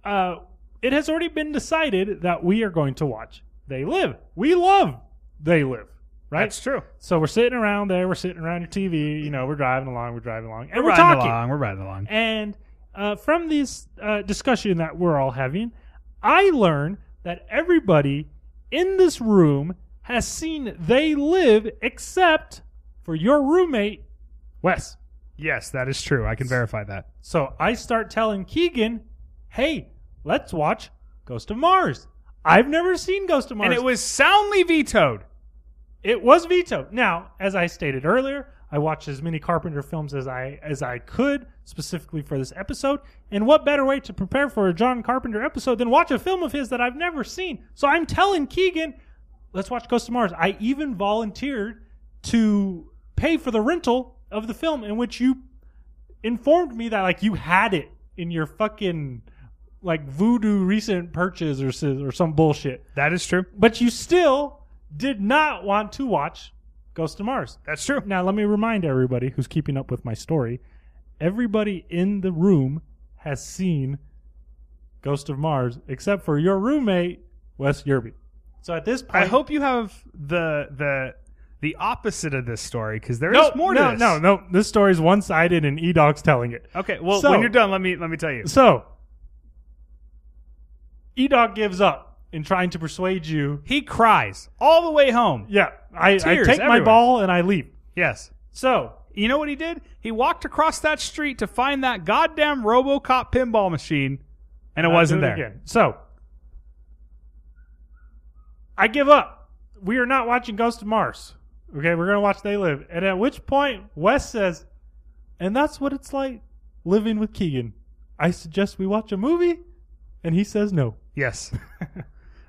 B: uh, it has already been decided that we are going to watch They Live. We love They Live, right?
A: That's true.
B: So we're sitting around there. We're sitting around your TV. You know, we're driving along. We're driving along, and we're,
A: riding
B: talking.
A: along. We're riding along.
B: And uh, from this uh, discussion that we're all having, I learn that everybody in this room has seen They Live, except for your roommate, Wes.
A: Yes, that is true. I can verify that.
B: So I start telling Keegan, "Hey, let's watch Ghost of Mars." I've never seen Ghost of Mars.
A: And it was soundly vetoed.
B: It was vetoed. Now, as I stated earlier, I watched as many Carpenter films as I as I could, specifically for this episode. And what better way to prepare for a John Carpenter episode than watch a film of his that I've never seen? So I'm telling Keegan, let's watch Ghost of Mars. I even volunteered to pay for the rental of the film in which you informed me that like you had it in your fucking like voodoo recent purchase or s- or some bullshit
A: That is true.
B: but you still did not want to watch Ghost of Mars.
A: That's true.
B: Now, let me remind everybody who's keeping up with my story everybody in the room has seen Ghost of Mars except for your roommate, Wes Yerby. So at this point,
A: I hope you have the the the opposite of this story because there is
B: No,
A: more
B: no,
A: to this.
B: no, no. This story is one sided and E Dog's telling it.
A: Okay. Well,
B: So-
A: when you're done, let me let me tell you.
B: So, E Dog gives up in trying to persuade you.
A: He cries all the way home.
B: Yeah, I, I take
A: Tears
B: my
A: everywhere.
B: ball and I leave.
A: Yes.
B: So,
A: You know what he did? He walked across that street to find that goddamn RoboCop pinball machine, and it
B: I'll
A: wasn't
B: do it
A: there.
B: again. So I give up. We are not watching Ghost of Mars. Okay, we're gonna watch They Live. And at which point Wes says, and that's what it's like living with Keegan. I suggest we watch a movie, and he says no.
A: Yes.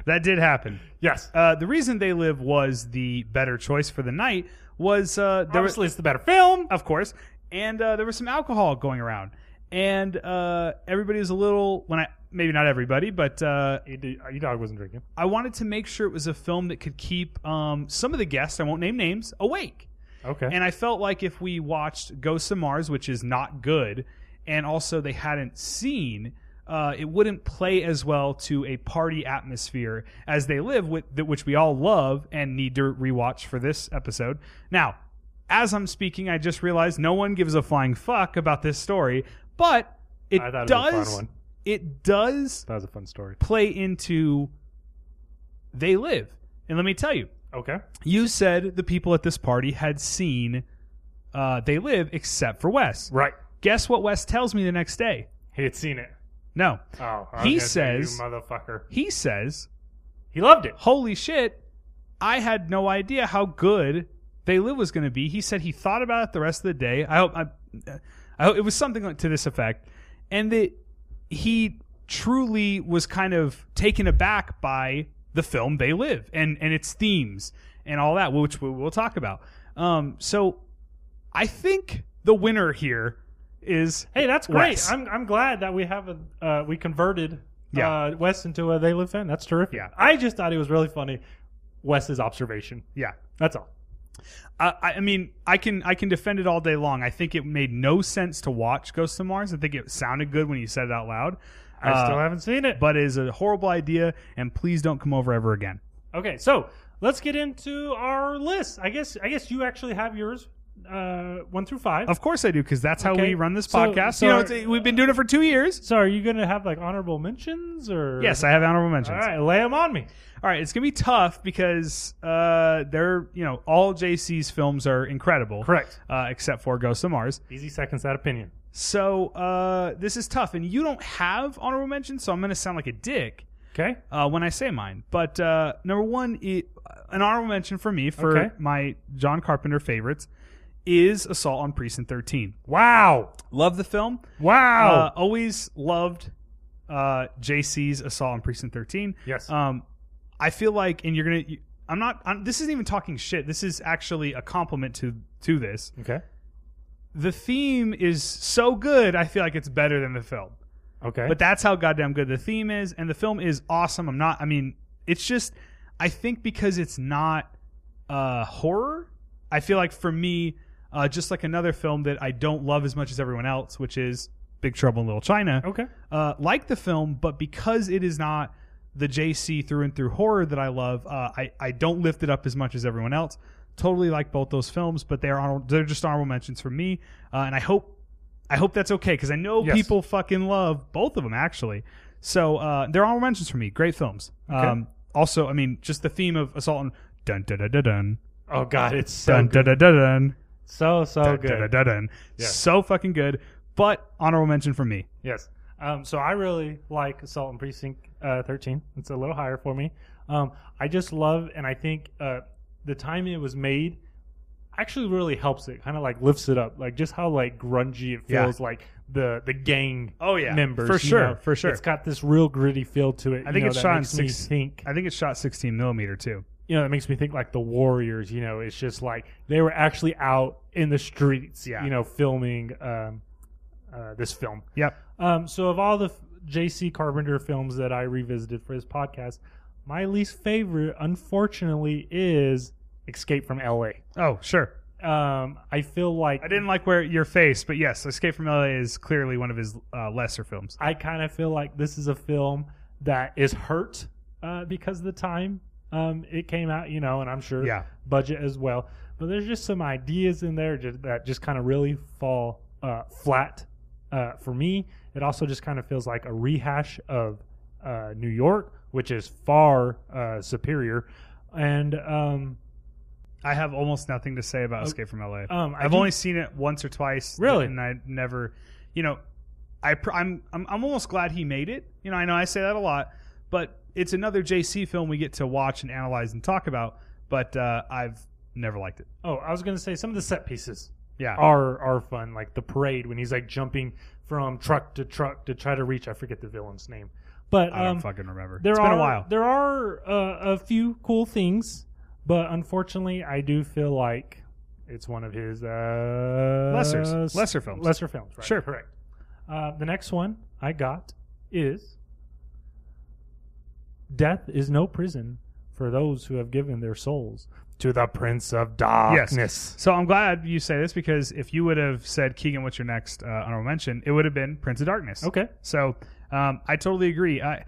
A: that did happen.
B: Yes.
A: Uh, the reason they live was the better choice for the night was uh, there was,
B: Obviously it's the better film.
A: of course, and uh, there was some alcohol going around, and uh, everybody was a little when I maybe not everybody, but uh,
B: Your dog wasn't drinking.
A: I wanted to make sure it was a film that could keep um, some of the guests I won't name names awake.
B: Okay.
A: And I felt like if we watched Ghosts of Mars, which is not good, and also they hadn't seen, uh, it wouldn't play as well to a party atmosphere as they live, with, that- which we all love and need to rewatch for this episode. Now, As I'm speaking, I just realized no one gives a flying fuck about this story, but it
C: I thought it was
A: does.
C: a fun one.
A: It does
C: That was a fun story.
A: play into they live. And let me tell you,
C: Okay.
A: you said the people at this party had seen uh, they live except for Wes.
C: Right.
A: Guess what Wes tells me the next day?
C: He had seen it.
A: No.
C: Oh, I was
A: He
C: gonna say,
A: says-
C: you motherfucker.
A: He says,
C: He loved it.
A: Holy shit, I had no idea how good They Live was going to be. He said he thought about it the rest of the day. I hope I, I hope it was something like to this effect. And that he truly was kind of taken aback by the film They Live and, and its themes and all that, which we will talk about. Um, so I think the winner here is
B: Hey, that's great.
A: Wes.
B: I'm I'm glad that we have a uh, we converted
A: Yeah.
B: uh, Wes into a They Live fan. That's terrific.
A: Yeah.
B: I just thought it was really funny. Wes's observation.
A: yeah.
B: That's all.
A: I, I I mean, I can I can defend it all day long. I think it made no sense to watch Ghosts of Mars. I think it sounded good when you said it out loud.
B: I
A: Uh,
B: still haven't seen it.
A: but it is a horrible idea. And please don't come over ever again.
B: Okay, so let's get into our list. I guess I guess you actually have yours, uh, one through five.
A: Of course I do, because that's how
B: Okay.
A: we run this
B: So-
A: podcast.
B: so
A: you know,
B: are-
A: it's, we've been doing it for two years.
B: so are you going to have like honorable mentions or?
A: Yes, I have honorable mentions.
B: All right, lay them on me.
A: All right, it's gonna be tough because uh, they're you know all JC's films are incredible,
B: Correct.
A: Uh, except for Ghosts of Mars.
B: Easy seconds that opinion.
A: So uh, this is tough, and you don't have honorable mentions, so I'm gonna sound like a dick.
B: Okay.
A: uh, when I say mine. But uh, number one, it, an honorable mention for me for
B: Okay.
A: my John Carpenter favorites is Assault on Precinct 13.
B: Wow.
A: Love the film. Uh,
B: Wow.
A: always loved uh, JC's Assault on Precinct 13.
B: yes.
A: Um, I feel like, and you're gonna. You, I'm not. I'm, this isn't even talking shit. This is actually a compliment to to this.
B: okay.
A: The theme is so good. I feel like it's better than the film.
B: Okay.
A: But that's how goddamn good the theme is, and the film is awesome. I'm not. I mean, it's just. I think because it's not uh, horror, I feel like for me, uh, just like another film that I don't love as much as everyone else, which is Big Trouble in Little China.
B: okay.
A: Uh, like the film, but because it is not the JC through and through horror that I love, uh, I I don't lift it up as much as everyone else. Totally like both those films, but they're honor- they're just honorable mentions for me, uh, and I hope I hope that's okay because I know
B: Yes.
A: people fucking love both of them actually. So uh, they're honorable mentions for me. Great films. Um, also, I mean, just the theme of assault and dun dun dun dun dun
B: Oh God, it's so
A: dun
B: good.
A: dun dun dun dun
B: so so
A: dun
B: good.
A: dun dun dun dun.
B: Yeah.
A: So fucking good. But honorable mention for me.
B: Yes. Um, so I really like Assault and Precinct uh, 13. It's a little higher for me. Um, I just love, and I think uh, the time it was made actually really helps it, kind of like lifts it up, like just how like grungy it
A: Yeah.
B: feels, like the the gang.
A: Oh, yeah.
B: members
A: For
B: you
A: sure,
B: know.
A: for sure.
B: It's got this real gritty feel to it.
A: I think
B: you know,
A: it's
B: that
A: shot in
B: makes me
A: six-
B: think
A: I think it's shot 16 millimeter too.
B: you know, that makes me think like the Warriors, you know, it's just like they were actually out in the streets,
A: Yeah.
B: you know, filming um, uh, this film.
A: Yep.
B: Um, so of all the f- J.C. Carpenter films that I revisited for this podcast, my least favorite, unfortunately, is Escape from L.A.
A: Oh, sure.
B: Um, I feel like
A: I didn't like where your face, but yes, Escape from LA is clearly one of his uh, lesser films.
B: I kind of feel like this is a film that is hurt uh, because of the time um, it came out, you know, and I'm sure
A: Yeah.
B: budget as well. But there's just some ideas in there just, that just kind of really fall uh, flat uh, for me. It also just kind of feels like a rehash of uh, New York, which is far uh, superior. And um,
A: I have almost nothing to say about Escape from LA.
B: um, I
A: I've
B: do-
A: only seen it once or twice.
B: Really?
A: and I never, you know, I pr- I'm, I'm I'm almost glad he made it. You know, I know I say that a lot, but it's another JC film we get to watch and analyze and talk about. But uh, I've never liked it.
B: oh, I was gonna say some of the set pieces
A: Yeah,
B: are are fun, like the parade when he's like jumping from truck to truck to try to reach. I forget the villain's name, but
A: I don't
B: um,
A: fucking remember.
B: there
A: it's
B: are
A: been a while.
B: there are uh, a few cool things, but unfortunately, I do feel like it's one of his uh,
A: Lessers.
B: s-
A: Lesser films.
B: lesser films. Right?
A: Sure.
B: correct. Uh, the next one I got is Death is no prison for those who have given their souls to the Prince of Darkness.
A: So I'm glad you say this because if you would have said Keegan, what's your next uh, honorable mention? It would have been Prince of Darkness.
B: Okay.
A: So um, I totally agree. I,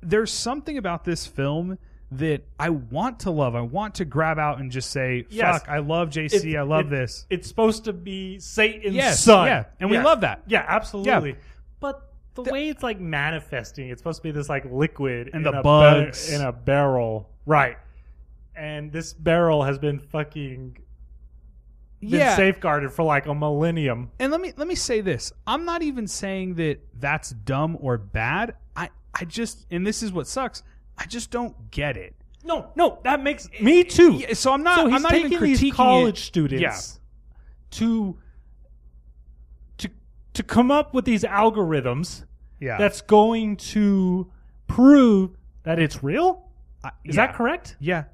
A: there's something about this film that I want to love. I want to grab out and just say,
B: Yes.
A: "Fuck, I love JC.
B: It-
A: I love
B: it-
A: this."
B: It's supposed to be Satan's
A: Yes,
B: son.
A: yeah, and we
B: Yeah.
A: love that.
B: Yeah, absolutely.
A: Yeah.
B: But the, way it's like manifesting, it's supposed to be this like liquid
A: And
B: in
A: the
B: a
A: bugs.
B: in a barrel, right? And this barrel has been fucking been
A: yeah,
B: safeguarded for like a millennium.
A: and let me let me say this i'm not even saying that that's dumb or bad i i just and this is what sucks i just don't get it
B: No, no, that makes me too.
A: Yeah, so i'm not
B: so he's
A: i'm not
B: taking
A: even critiquing
B: these college
A: it.
B: students
A: Yeah.
B: to to to come up with these algorithms
A: yeah
B: that's going to prove that it's real.
A: I-
B: Is
A: yeah.
B: that correct?
A: yeah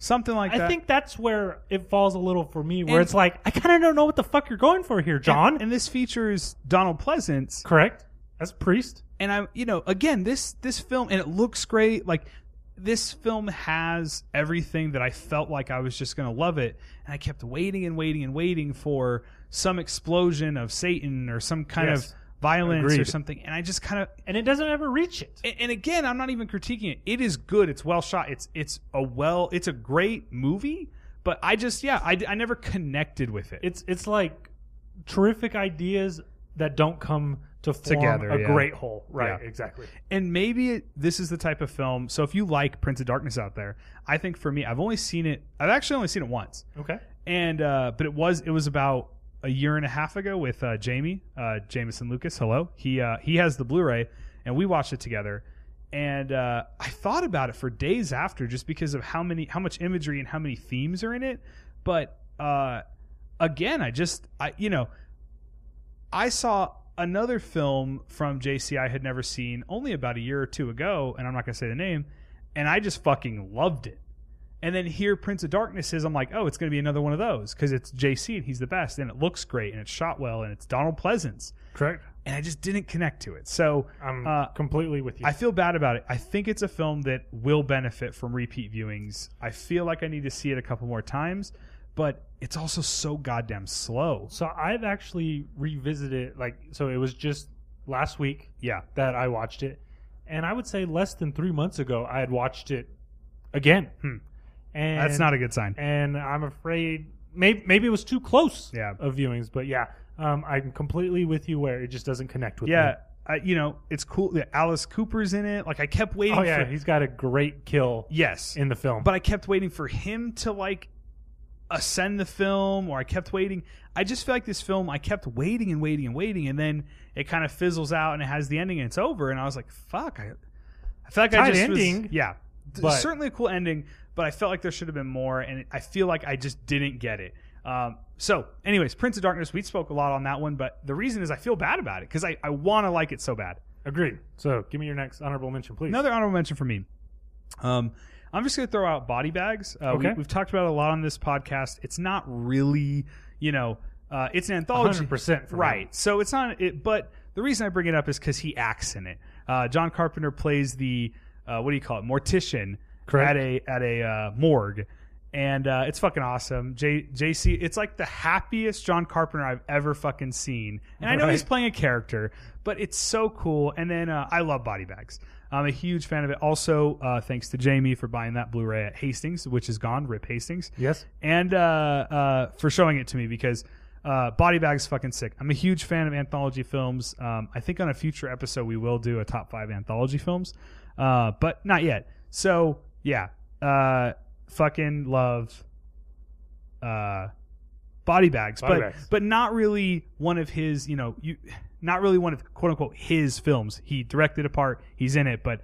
A: something like
B: I
A: that
B: think that's where it falls a little for me, where
A: And-
B: it's like I kind of don't know what the fuck you're going for here, John.
A: and, and this features donald pleasance
B: correct? As priest,
A: and i'm you know again this this film and it looks great like this film has everything that i felt like i was just going to love it and i kept waiting and waiting and waiting for some explosion of satan or some kind
B: Yes.
A: of violence or
B: Agreed.
A: something and i just kind of
B: and it doesn't ever reach it.
A: and, and again, I'm not even critiquing it. It is good. It's well shot. It's it's a well. It's a great movie. But I just yeah, I, I never connected with it.
B: It's it's like terrific ideas that don't come to form
A: Together,
B: a
A: yeah.
B: great whole. Right?
A: Yeah.
B: Exactly.
A: and maybe it, this is the type of film. So if you like Prince of Darkness out there, I think for me, I've only seen it. I've actually only seen it once.
B: Okay.
A: And uh, but it was it was about a year and a half ago with uh, Jamie uh, Jameson Lucas. Hello, he uh, he has the Blu-ray, and we watched it together. And uh, I thought about it for days after, just because of how many how much imagery and how many themes are in it. But uh, again, I just I you know I saw another film from JC I had never seen only about a year or two ago, and I'm not gonna say the name, and I just fucking loved it. And then here Prince of Darkness is, I'm like, oh, it's gonna be another one of those because it's JC and he's the best, and it looks great, and it's shot well, and it's Donald Pleasance,
B: Correct.
A: and I just didn't connect to it. So
B: I'm
A: Uh,
B: completely with you.
A: I feel bad about it. I think it's a film that will benefit from repeat viewings. I feel like I need to see it a couple more times, but it's also so goddamn slow.
B: so I've actually revisited like so it was just last week
A: Yeah,
B: that I watched it. And I would say less than three months ago, I had watched it again.
A: Hmm.
B: And
A: that's not a good sign.
B: And I'm afraid maybe maybe it was too close
A: Yeah.
B: of viewings, but yeah, um, I'm completely with you where it just doesn't connect with me.
A: Yeah, I, you know, it's cool. that Alice Cooper's in it. Like I kept waiting.
B: Oh yeah,
A: for,
B: he's got a great kill
A: yes,
B: in the film.
A: but I kept waiting for him to like ascend the film, or I kept waiting. I just feel like this film, I kept waiting and waiting and waiting, and then it kind of fizzles out and it has the ending and it's over. And I was like, fuck, I, I feel like I
B: Tight
A: just was-
B: ending,
A: yeah, D-
B: but-
A: certainly a cool ending, but I felt like there should have been more, and I feel like I just didn't get it. Um, so, anyways, Prince of Darkness, we spoke a lot on that one, but the reason is I feel bad about it because I, I want to like it so bad.
B: Agreed. So give me your next honorable mention, please.
A: Another honorable mention for me. Um, I'm just going to throw out body bags. Uh,
B: Okay.
A: we, have talked about it a lot on this podcast. It's not really, you know, uh, it's an anthology,
B: 100% for me.
A: right? So it's not. It, but the reason I bring it up is because he acts in it. Uh, John Carpenter plays the uh, what do you call it, mortician
B: Correct.
A: at a at a uh, morgue, and uh, it's fucking awesome. J JC, it's like the happiest John Carpenter I've ever fucking seen, and I know
B: Right.
A: he's playing a character, but it's so cool. And then uh, I love body bags. I'm a huge fan of it. Also, uh, thanks to Jamie for buying that Blu-ray at Hastings, which is gone. Rip Hastings
B: Yes.
A: and uh, uh, for showing it to me because uh, Body Bag's fucking sick. I'm a huge fan of anthology films. Um, I think on a future episode we will do a top five anthology films, uh, but not yet. So yeah, uh, fucking love uh, Body Bags,
B: Body
A: but
B: Bags.
A: but not really one of his. You know, you not really one of quote unquote his films. He directed a part. He's in it, but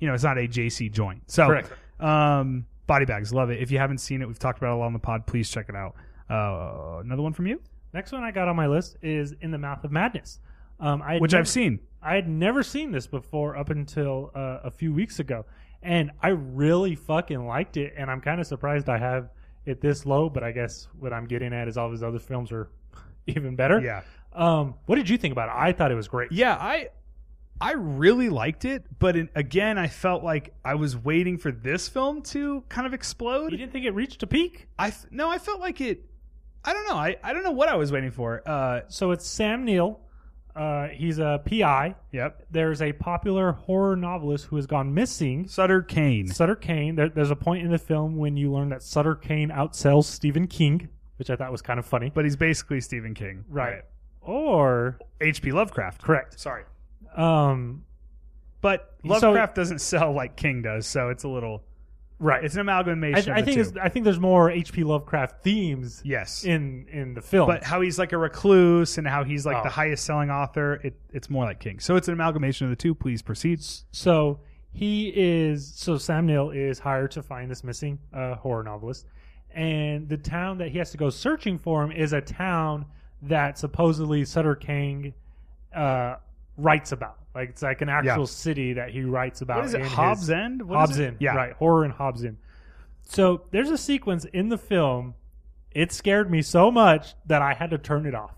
A: you know it's not a JC joint. So.
B: Correct.
A: Um, body bags, love it. If you haven't seen it, we've talked about it a lot on the pod. Please check it out. Uh, another one from you,
B: Next one I got on my list is In the Mouth of Madness. Um, I had
A: which
B: never-
A: I've seen.
B: I had never seen this before up until uh, a few weeks ago, and I really fucking liked it. And I'm kind of surprised I have it this low, but I guess what I'm getting at is all his other films are even better.
A: Yeah,
B: Um, what did you think about it? I thought it was great.
A: yeah. I I really liked it, but in, again, I felt like I was waiting for this film to kind of
B: You
A: explode.
B: didn't think it reached a peak?
A: I f- no, I felt like it. I don't know. I, I don't know what I was waiting for. Uh,
B: So it's Sam Neill, Uh, he's a PI.
A: Yep.
B: There's a popular horror novelist who has gone missing.
A: Sutter Kane.
B: Sutter Kane. There, there's a point in the film when you learn that Sutter Kane outsells Stephen King, which I thought was kind of funny.
A: But he's basically Stephen King.
B: Right. Or
A: H.P. Lovecraft.
B: correct.
A: Sorry.
B: Um,
A: But
B: So-
A: Lovecraft doesn't sell like King does, so it's a little.
B: right.
A: It's an
B: I,
A: amalgamation.
B: I
A: of the
B: think
A: two.
B: it's, I think there's more H.P. Lovecraft themes
A: yes.
B: in in the film.
A: but how he's like a recluse and how he's like
B: Oh.
A: the highest selling author, it, it's more like King. So it's an amalgamation of the two. Please proceed.
B: so he is so Sam Neill is hired to find this missing uh, horror novelist, and the town that he has to go searching for him is a town that supposedly Sutter Kang uh, writes about. Like it's like an actual city that he writes about.
A: What is it?
B: in his-
A: Hobbs End? What is
B: Hobbs
A: it?
B: in,
A: Yeah.
B: right? Horror and Hobbs in. So there's a sequence in the film. It scared me so much that I had to turn it off.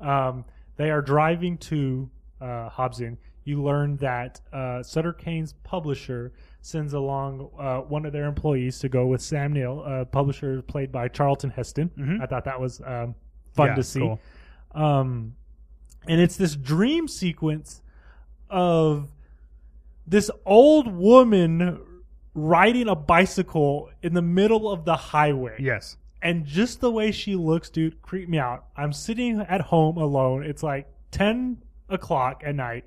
B: Um, they are driving to uh, Hobbs Inn. You learn that uh, Sutter Kane's publisher sends along uh, one of their employees to go with Sam Neill, a publisher played by Charlton Heston.
A: Mhm.
B: I thought that was um, fun
A: Yeah,
B: to see.
A: cool.
B: Um, and it's this dream sequence of this old woman riding a bicycle in the middle of the highway.
A: Yes.
B: And just the way she looks, dude, creep me out. I'm sitting at home alone. It's like 10 o'clock at night.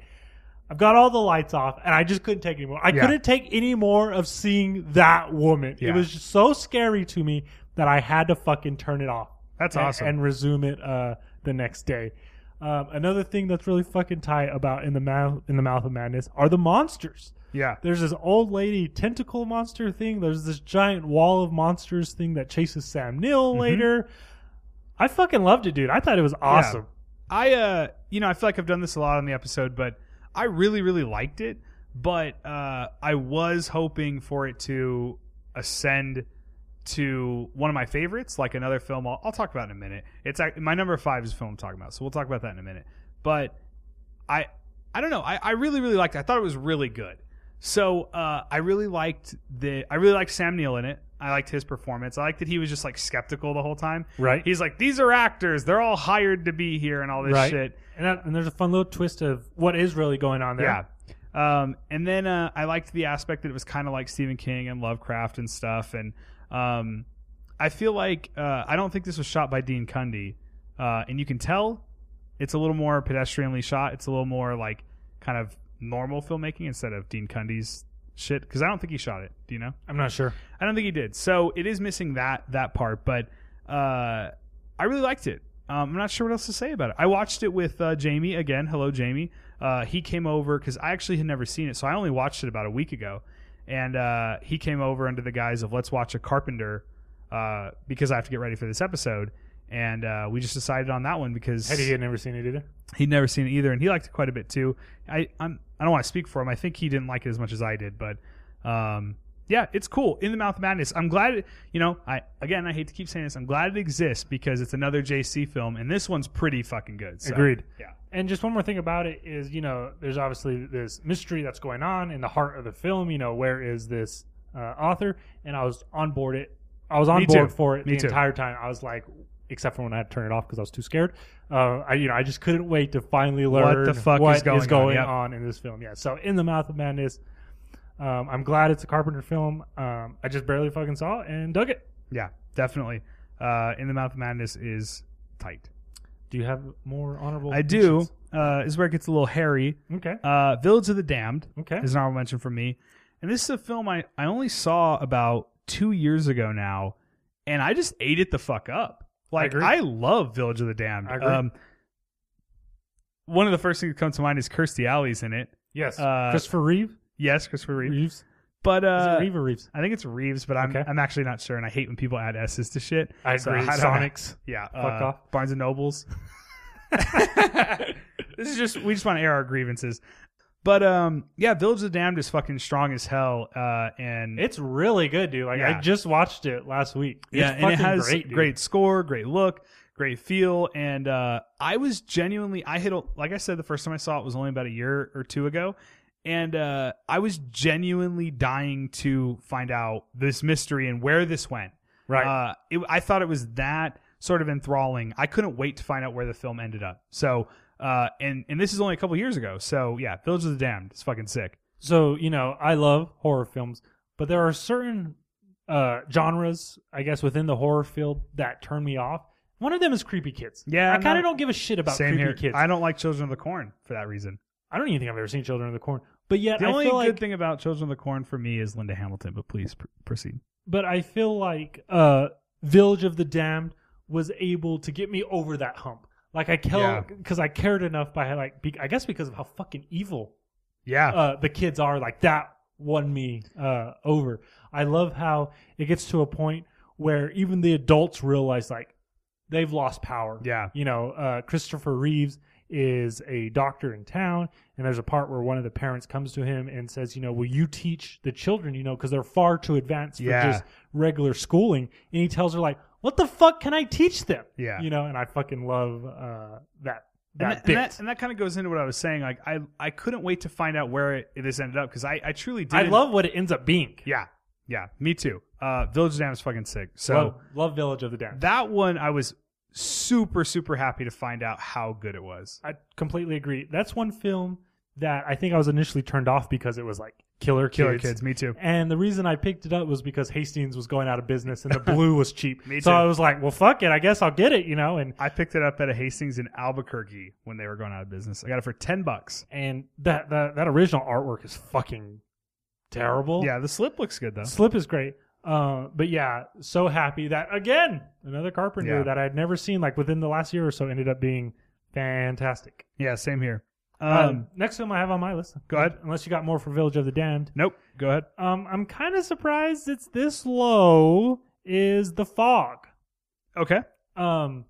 B: I've got all the lights off, and I just couldn't take anymore. I
A: Yeah.
B: couldn't take any more of seeing that woman.
A: Yeah.
B: It was just so scary to me that I had to fucking turn it off
A: That's
B: and,
A: awesome.
B: and resume it uh, the next day. Um, another thing that's really fucking tight about in the mouth in the mouth of madness are the monsters.
A: yeah.
B: There's this old lady tentacle monster thing. There's this giant wall of monsters thing that chases Sam Neill later. I fucking loved it, dude. I thought it was awesome.
A: I uh you know, I feel like I've done this a lot on the episode, but I really, really liked it. But uh I was hoping for it to ascend to one of my favorites, like another film I'll, I'll talk about in a minute. It's ac- my number five is a film I'm talking about, so we'll talk about that in a minute. But I I don't know. I, I really, really liked it. I thought it was really good. So uh, I really liked the I really liked Sam Neill in it. I liked his performance. I liked that he was just like skeptical the whole time.
B: Right.
A: He's like, these are actors. They're all hired to be here and all this
B: Right.
A: shit.
B: And, that, and there's a fun little twist of what is really going on
A: Yeah.
B: there.
A: Um, and then uh, I liked the aspect that it was kind of like Stephen King and Lovecraft and stuff. And um, I feel like uh, I don't think this was shot by Dean Cundy, uh, and you can tell it's a little more pedestrianly shot. It's a little more like kind of normal filmmaking instead of Dean Cundy's shit because I don't think he shot it. Do you know?
B: I'm not sure.
A: I don't think he did. So it is missing that that part, but uh, I really liked it. Um, I'm not sure what else to say about it. I watched it with uh, Jamie again. Hello, Jamie. Uh, he came over because I actually had never seen it, so I only watched it about a week ago, and uh, he came over under the guise of let's watch a Carpenter uh, because I have to get ready for this episode, and uh, we just decided on that one because
B: Eddie had never seen it either.
A: he'd never seen it either, and he liked it quite a bit too. I I'm, I don't want to speak for him. I think he didn't like it as much as I did, but um, yeah, it's cool. In the Mouth of Madness. I'm glad. It, you know, I again, I hate to keep saying this. I'm glad it exists because it's another JC film, and this one's pretty fucking good. So,
B: Agreed.
A: Yeah.
B: And just one more thing about it is, you know, there's obviously this mystery that's going on in the heart of the film. You know, where is this uh, author? And I was on board it. I was on
A: Me
B: board
A: too.
B: for it
A: Me
B: the
A: too.
B: entire time. I was like, except for when I had to turn it off because I was too scared. Uh, I, you know, I just couldn't wait to finally learn
A: the fuck
B: what
A: is going on, yep.
B: on in this film. Yeah. So, in the mouth of madness. Um, I'm glad it's a Carpenter film. Um, I just barely fucking saw it and dug it.
A: Yeah. Definitely. Uh, In the Mouth of Madness is tight.
B: Do you have more honorable?
A: I do. Uh, is where it gets a little hairy.
B: mentions? Okay.
A: Uh, Village of the Damned.
B: Okay.
A: is an honorable mention for me. And this is a film I, I only saw about two years ago now, and I just ate it the fuck up. Like
B: agree.
A: I, love Village of the Damned. Um,
B: I agree.
A: one of the first things that comes to mind is Kirstie Alley's in it.
B: Yes.
A: uh,
B: Christopher Reeve.
A: Yes, Christopher Reeve.
B: Reeves.
A: But
B: Is it
A: uh,
B: Reeve or Reeves?
A: I think it's Reeves, but I'm
B: Okay.
A: I'm actually not sure, and I hate when people add s's to shit.
B: I
A: So
B: agree.
A: I don't-
B: Sonics.
A: Yeah,
B: Fuck
A: uh,
B: off.
A: Barnes and Nobles. this is just we just want to air our grievances. But um, yeah, Village of the Damned is fucking strong as hell, uh, and
B: It's really good, dude. Like
A: Yeah.
B: I just watched it last week.
A: yeah,
B: it's
A: and it
B: fucking
A: has
B: great,
A: great,
B: dude.
A: score, great look, great feel, and uh, I was genuinely I had like I said the first time I saw it was only about a year or two ago, and uh, I was genuinely dying to find out this mystery and where this went.
B: right.
A: Uh, it, I thought it was that sort of enthralling. I couldn't wait to find out where the film ended up. So Uh, and and this is only a couple years ago. So yeah, Village of the Damned is fucking sick.
B: So, you know, I love horror films, but there are certain uh, genres, I guess, within the horror field that turn me off. One of them is creepy kids.
A: Yeah,
B: I kind
A: no.
B: of don't give a shit about
A: Same
B: creepy
A: here.
B: kids. I
A: I
B: don't,
A: don't like Children of the Corn for that reason.
B: even think I've ever seen Children of the Corn. But yet,
A: The
B: I
A: only
B: feel
A: good
B: like,
A: thing about Children of the Corn for me is Linda Hamilton. But please pr- proceed.
B: but I feel like uh, Village of the Damned was able to get me over that hump. Like I
A: Yeah.
B: cared because I cared enough by like be, I guess because of how fucking evil
A: Yeah,
B: uh, the kids are like that won me uh, over. I love how it gets to a point where even the adults realize like they've lost power.
A: yeah,
B: You know, uh, Christopher Reeves is a doctor in town, and there's a part where one of the parents comes to him and says, "You know, will you teach the children? You know, because they're far too advanced for
A: Yeah.
B: just regular schooling." And he tells her like, "What the fuck can I teach them?"
A: yeah.
B: You know, and I fucking love uh, that
A: and that,
B: that bit.
A: and that, and that kind of goes into what I was saying. Like I, I couldn't wait to find out where it, this ended up because I, I truly did.
B: I love what it ends up being.
A: Yeah, yeah, me too. Uh, Village of Damned is fucking sick. So
B: love, love Village of the Damned.
A: that one, I was super, super happy to find out how good it was.
B: I completely agree. That's one film that I think I was initially turned off because it was like killer kids.
A: Killer kids, me too.
B: And the reason I picked it up was because Hastings was going out of business and the blue was cheap.
A: Me
B: so
A: too.
B: I was like, well, fuck it. I guess I'll get it, you know? And,
A: I picked it up at a Hastings in Albuquerque when they were going out of business. I got it for ten bucks.
B: and that, that, that original artwork is fucking terrible.
A: Yeah, the slip looks good though.
B: Slip is great. Uh, but yeah, so happy that again, another Carpenter
A: Yeah.
B: that I'd never seen like within the last year or so ended up being fantastic.
A: Yeah, same here. Um,
B: Um, next film I have on my list.
A: go ahead.
B: Unless you got more for Village of the Damned.
A: nope, go ahead.
B: Um, I'm kind of surprised it's this low. Is the fog?
A: Okay,
B: Um,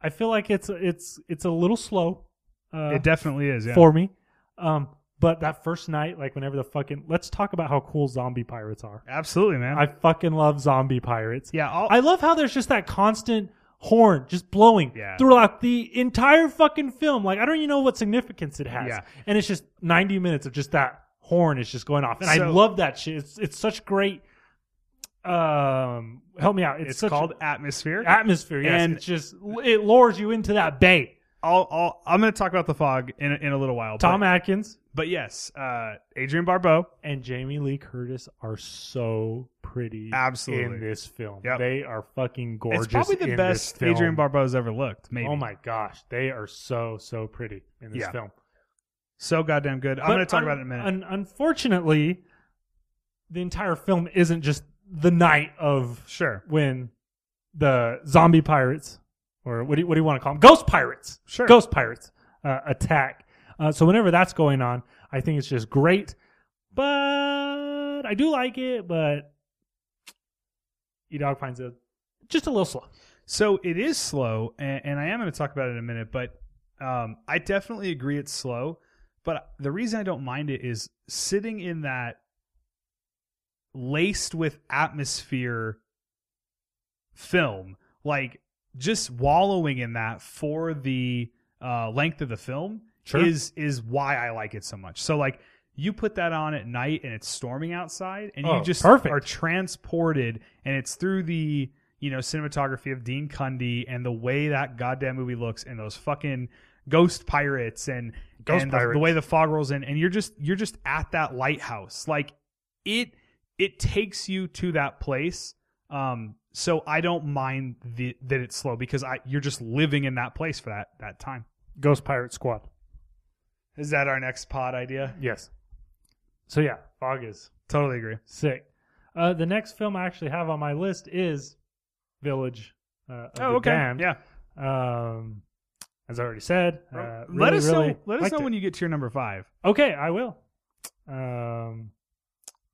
B: I feel like it's it's it's a little slow. Uh,
A: it definitely is. Yeah,
B: for me. Um, but that first night, like whenever the fucking let's talk about how cool zombie pirates are.
A: absolutely, man.
B: I fucking love zombie pirates.
A: yeah, I'll,
B: I love how there's just that constant horn just blowing
A: Yeah.
B: throughout the entire fucking film. Like I don't even know what significance it has.
A: Yeah.
B: And it's just 90 minutes of just that horn is just going off. And I
A: So-
B: love that shit. It's it's such great um help me out. It's,
A: it's
B: such
A: called Atmosphere.
B: atmosphere. Yes.
A: And-
B: it's just it lures you into that bay.
A: I'll, I'll, I'm going to talk about the fog in a- in a little while.
B: Tom
A: but,
B: Atkins
A: but yes, uh, Adrian Barbeau.
B: and Jamie Lee Curtis are so pretty
A: Absolutely.
B: in this film.
A: Yep.
B: They are fucking gorgeous.
A: it's probably the
B: in this
A: best
B: film.
A: Adrian Barbeau's ever looked. Maybe.
B: Oh my gosh, they are so so pretty in this
A: Yeah.
B: film.
A: So goddamn good. I'm
B: But
A: going to talk
B: un-
A: about it in a minute.
B: un- unfortunately, the entire film isn't just the night of
A: sure.
B: when the zombie pirates, or what do you, what do you want to call them? Ghost pirates.
A: Sure.
B: Ghost pirates uh, attack. Uh, so whenever that's going on, I think it's just great. But I do like it, but E Dog finds it just a little slow.
A: So it is slow, and, and I am going to talk about it in a minute. But um, I definitely agree it's slow. But the reason I don't mind it is sitting in that laced with atmosphere film, like just wallowing in that for the uh, length of the film is is why I like it so much. So like you put that on at night and it's storming outside and
B: Oh,
A: you just
B: perfect.
A: are transported and it's through the you know cinematography of Dean Cundy and the way that goddamn movie looks and those fucking ghost pirates and
B: Ghost
A: and the- the
B: pirates.
A: way the fog rolls in and you're just you're just at that lighthouse like it it takes you to that place um so i don't mind the, that it's slow because i you're just living in that place for that that time
B: Ghost pirate squad.
A: is that our next pod idea
B: Yes. So yeah, fog is
A: totally agree
B: sick. Uh, the next film I actually have on my list is Village. Uh, of the Damned.
A: Oh, yeah
B: Um, as I already said, uh,
A: let
B: really,
A: us
B: really
A: know let us
B: liked
A: know
B: it.
A: when you get to your number five
B: Okay, I will. Um,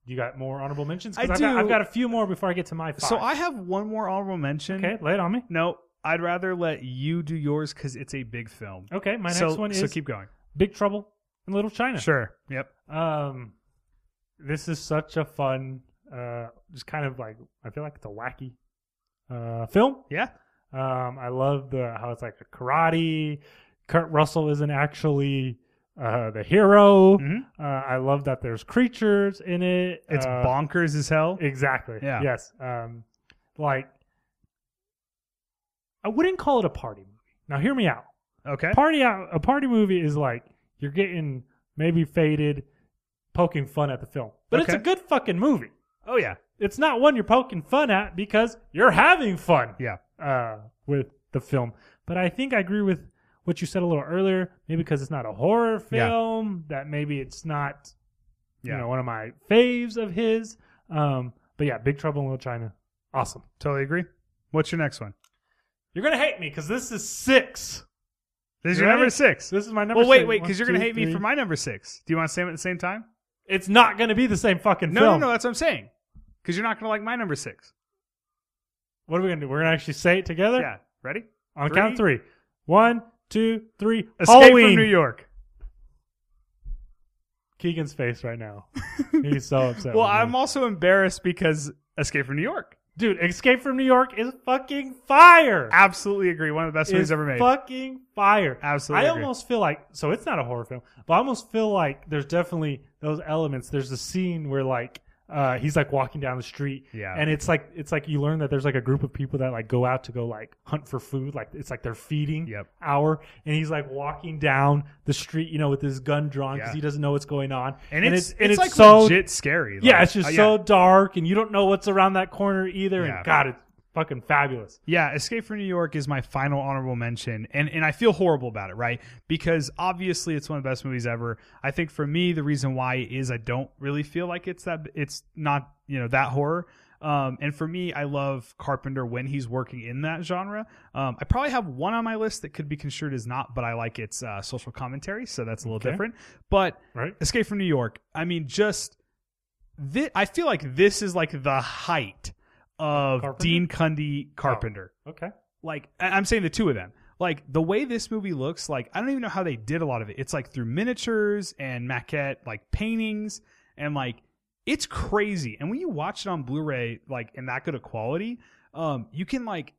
B: you got more honorable mentions? 'Cause
A: I
B: I've Got,
A: do.
B: I've got a few more before I get to my five.
A: so i have one more honorable mention
B: okay, lay it on me.
A: no i'd rather let you do yours because it's a big film
B: Okay, my
A: so,
B: next one is
A: so keep going
B: Big Trouble in Little China.
A: sure yep
B: Um, this is such a fun, uh, just kind of like I feel like it's a wacky uh, film.
A: yeah
B: Um, I love the how it's like a karate. Kurt Russell isn't actually uh, the hero.
A: hmm
B: Uh, I love that there's creatures in it.
A: it's
B: uh,
A: bonkers as hell
B: Exactly.
A: Yeah.
B: Yes. Um, like, I wouldn't call it a party movie. Now, hear me out.
A: Okay.
B: Party out a party movie is like you're getting maybe faded, poking fun at the film. But it's a
A: Okay.
B: good fucking movie.
A: Oh yeah.
B: It's not one you're poking fun at because you're having fun.
A: Yeah.
B: Uh, with the film. But I think I agree with what you said a little earlier. Maybe because it's not a horror
A: Yeah.
B: film. That maybe it's not.
A: Yeah.
B: You know, one of my faves of his. Um, but yeah, Big Trouble in Little China, awesome.
A: Totally agree. What's your next one?
B: You're gonna hate me because this is six.
A: This is
B: You
A: your number
B: ready?
A: six.
B: This is my number.
A: Well, wait,
B: six.
A: wait,
B: One,
A: because you're gonna
B: two,
A: hate me
B: three.
A: for my number six. Do you want to say them at the same time?
B: It's not gonna be the same fucking
A: No, no,
B: film.
A: no. That's what I'm saying. Because you're not gonna like my number six.
B: What are we gonna do? We're gonna actually say it together
A: Yeah. Ready?
B: on
A: Three.
B: count three. One, two, three.
A: Escape
B: Halloween.
A: from New York.
B: Keegan's face right now. He's so upset.
A: Well,
B: with me.
A: I'm also embarrassed because Escape from New York.
B: dude. Escape from New York is fucking fire.
A: Absolutely agree. One of the best movies
B: Is
A: ever made.
B: Fucking fire.
A: Absolutely
B: I
A: agree.
B: almost feel like so it's not a horror film, but I almost feel like there's definitely those elements. There's a scene where like uh, he's like walking down the street,
A: Yeah.
B: and it's like it's like you learn that there's like a group of people that like go out to go like hunt for food, like it's like their feeding
A: Yep.
B: hour, and he's like walking down the street, you know, with his gun drawn because
A: Yeah.
B: he doesn't know what's going on,
A: and, it's, it's,
B: and it's
A: like
B: so
A: legit scary. Like,
B: yeah, it's just
A: uh,
B: so dark, and you don't know what's around that corner either,
A: Yeah.
B: and God, it's fucking fabulous.
A: Yeah, Escape from New York is my final honorable mention, and and I feel horrible about it, right? Because obviously it's one of the best movies ever. I think for me the reason why is I don't really feel like it's that it's not you know that horror. Um, and for me, I love Carpenter when he's working in that genre. Um, I probably have one on my list that could be construed as not, but I like its uh, social commentary, so that's a little
B: Okay.
A: different. But
B: Right.
A: Escape from New York, I mean, just thi I feel like this is like the height of
B: Carpenter? Oh.
A: Dean Cundy Carpenter
B: Okay.
A: like I- I'm saying the two of them. Like the way this movie looks, like I don't even know how they did a lot of it. It's like through miniatures and maquette like paintings and like it's crazy. And when you watch it on Blu-ray, like in that good of quality, um, you can like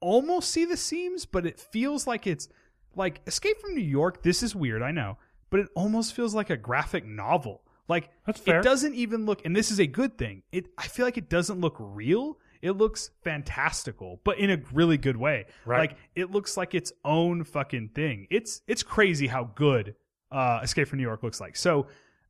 A: almost see the seams, but it feels like it's like Escape from New York. This is weird, I know, but it almost feels like a graphic novel. Like
B: That's fair.
A: it doesn't even look, and this is a good thing. It I feel like it doesn't look real. It looks fantastical, but in a really good way.
B: Right.
A: Like it looks like its own fucking thing. It's it's crazy how good uh, Escape from New York looks like. So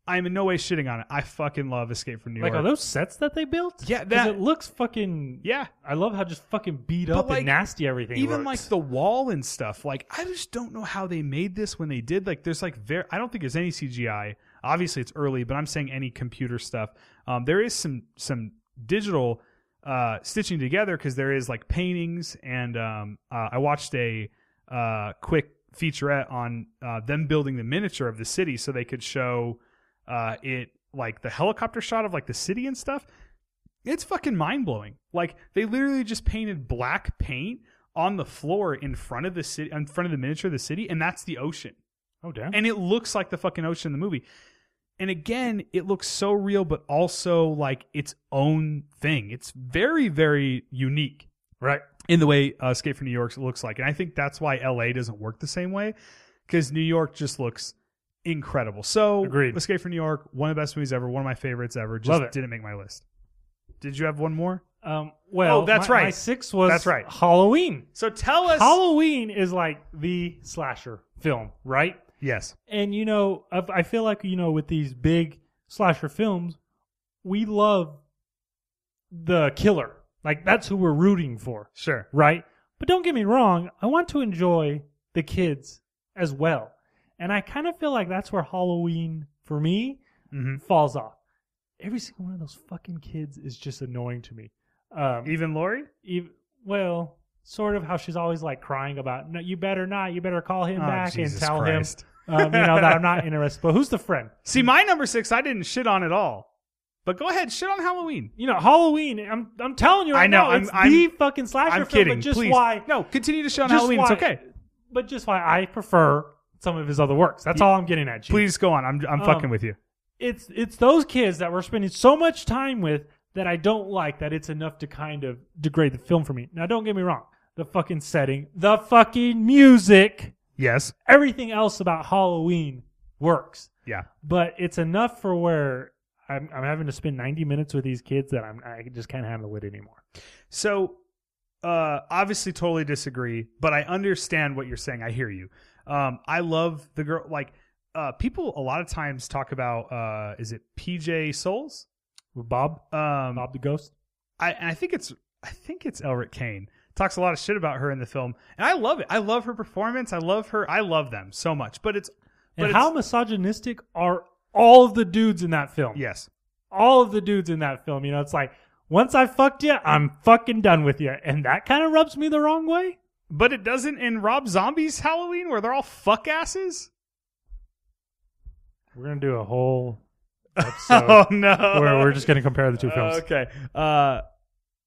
A: I'm in no way shitting on it. I fucking love Escape from New
B: Like,
A: York.
B: are those sets that they built?
A: Yeah,
B: 'Cause
A: that-
B: it looks fucking.
A: yeah,
B: I love how just fucking beat
A: But,
B: up
A: like,
B: and nasty everything.
A: even
B: looks.
A: like the wall and stuff like i just don't know how they made this when they did like there's like very i don't think there's any cgi obviously it's early but i'm saying any computer stuff um, there is some some digital uh, stitching together because there is like paintings and um, uh, i watched a uh, quick featurette on uh, them building the miniature of the city so they could show uh, it like the helicopter shot of like the city and stuff it's fucking mind blowing. Like they literally just painted black paint on the floor in front of the city, in front of the miniature of the city, and that's the ocean.
B: oh damn.
A: And it looks like the fucking ocean in the movie. And again, it looks so real, but also like its own thing. It's very, very unique
B: right.
A: in the way uh, Escape from New York looks like. And I think that's why LA doesn't work the same way because New York just looks incredible. So,
B: Agreed.
A: Escape from New York, one of the best movies ever, one of my favorites ever. Just
B: Love it.
A: didn't make my list. Did you have one more?
B: Um. Well,
A: Oh, that's
B: my-
A: right.
B: My six was
A: That's right.
B: Halloween.
A: So tell us.
B: Halloween is like the slasher film, right?
A: yes.
B: And you know, I I feel like you know with these big slasher films, we love the killer. Like that's who we're rooting for.
A: Sure.
B: right? But don't get me wrong, I want to enjoy the kids as well. And I kind of feel like that's where Halloween, for me,
A: hmm
B: falls off. Every single one of those fucking kids is just annoying to me. Um,
A: Even Lori?
B: ev- well, sort of how she's always like crying about, no, you better not, you better call him
A: Oh,
B: back
A: Jesus
B: and tell
A: Christ.
B: him, um, you know, that I'm not interested. But who's the friend?
A: See, my number six, I didn't shit on at all. But go ahead, shit on Halloween.
B: You know, Halloween, I'm, I'm telling you
A: I
B: right
A: know,
B: now,
A: I'm-
B: it's
A: I'm-
B: the fucking slasher
A: I'm
B: film,
A: kidding.
B: but just
A: Please.
B: why?
A: No, continue to shit on
B: Just
A: Halloween.
B: why-
A: It's okay.
B: But just why I prefer some of his other works. That's all I'm getting at. Gene.
A: Please go on. I'm, I'm
B: Um,
A: fucking with you.
B: It's it's those kids that we're spending so much time with that I don't like that it's enough to kind of degrade the film for me. Now don't get me wrong. The fucking setting, the fucking music,
A: Yes.
B: everything else about Halloween works.
A: Yeah.
B: But it's enough for where I'm, I'm having to spend 90 minutes with these kids that I'm I just can't handle it anymore.
A: So uh, obviously totally disagree, but I understand what you're saying. I hear you. Um, I love the girl. Like uh, people, a lot of times talk about uh, is it PJ Souls?
B: With Bob,
A: Um,
B: Bob the Ghost.
A: I and I think it's I think it's Elric Kane talks a lot of shit about her in the film, and I love it. I love her performance. I love her. I love them so much. But it's but
B: And
A: it's-
B: how misogynistic are all of the dudes in that film?
A: yes,
B: all of the dudes in that film. You know, it's like once I fucked you, I'm fucking done with you, and that kind of rubs me the wrong way.
A: but it doesn't in Rob Zombie's Halloween where they're all fuck asses.
B: We're gonna do a whole
A: oh
B: episode
A: no,
B: where we're just gonna compare the two films.
A: Okay. Uh,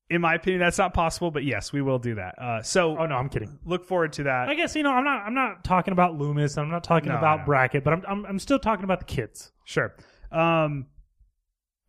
A: in my opinion, that's not possible, but yes, we will do that. Uh, so
B: Oh no, I'm kidding.
A: look forward to that.
B: I guess you know I'm not I'm not talking about Loomis. I'm not talking
A: No,
B: about
A: no.
B: Brackett, but I'm, I'm I'm still talking about the kids.
A: Sure. Um,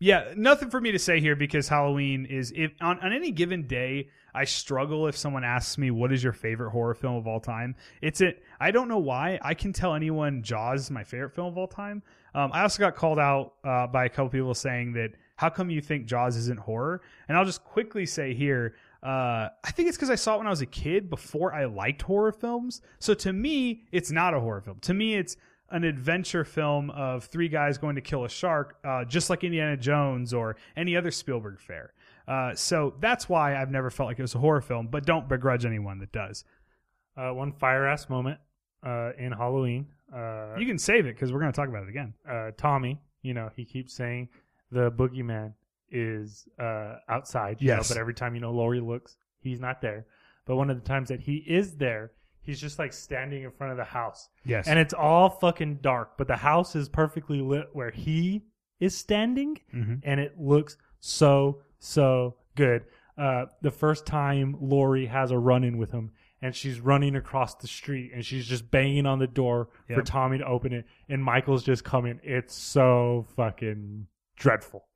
A: yeah, nothing for me to say here because Halloween is if on, on any given day I struggle if someone asks me what is your favorite horror film of all time. It's it. I don't know why. I can tell anyone Jaws is my favorite film of all time. Um, I also got called out uh, by a couple people saying that how come you think Jaws isn't horror? And I'll just quickly say here. Uh, I think it's because I saw it when I was a kid before I liked horror films. So to me, it's not a horror film. To me, it's an adventure film of three guys going to kill a shark, uh, just like Indiana Jones or any other Spielberg fair. Uh, so that's why I've never felt like it was a horror film, but don't begrudge anyone that does.
B: Uh, one fire ass moment uh, in Halloween. Uh,
A: You can save it because we're going to talk about it again.
B: uh, Tommy, you know, he keeps saying the boogeyman is uh, outside. you know,
A: Yes.
B: but every time, you know, Lori looks, he's not there. But one of the times that he is there, he's just like standing in front of the house.
A: Yes.
B: And it's all fucking dark, but the house is perfectly lit where he is standing
A: Mhm.
B: and it looks so so good. Uh, the first time Lori has a run in with him, and she's running across the street, and she's just banging on the door for
A: Yep.
B: Tommy to open it, and Michael's just coming. It's so fucking dreadful.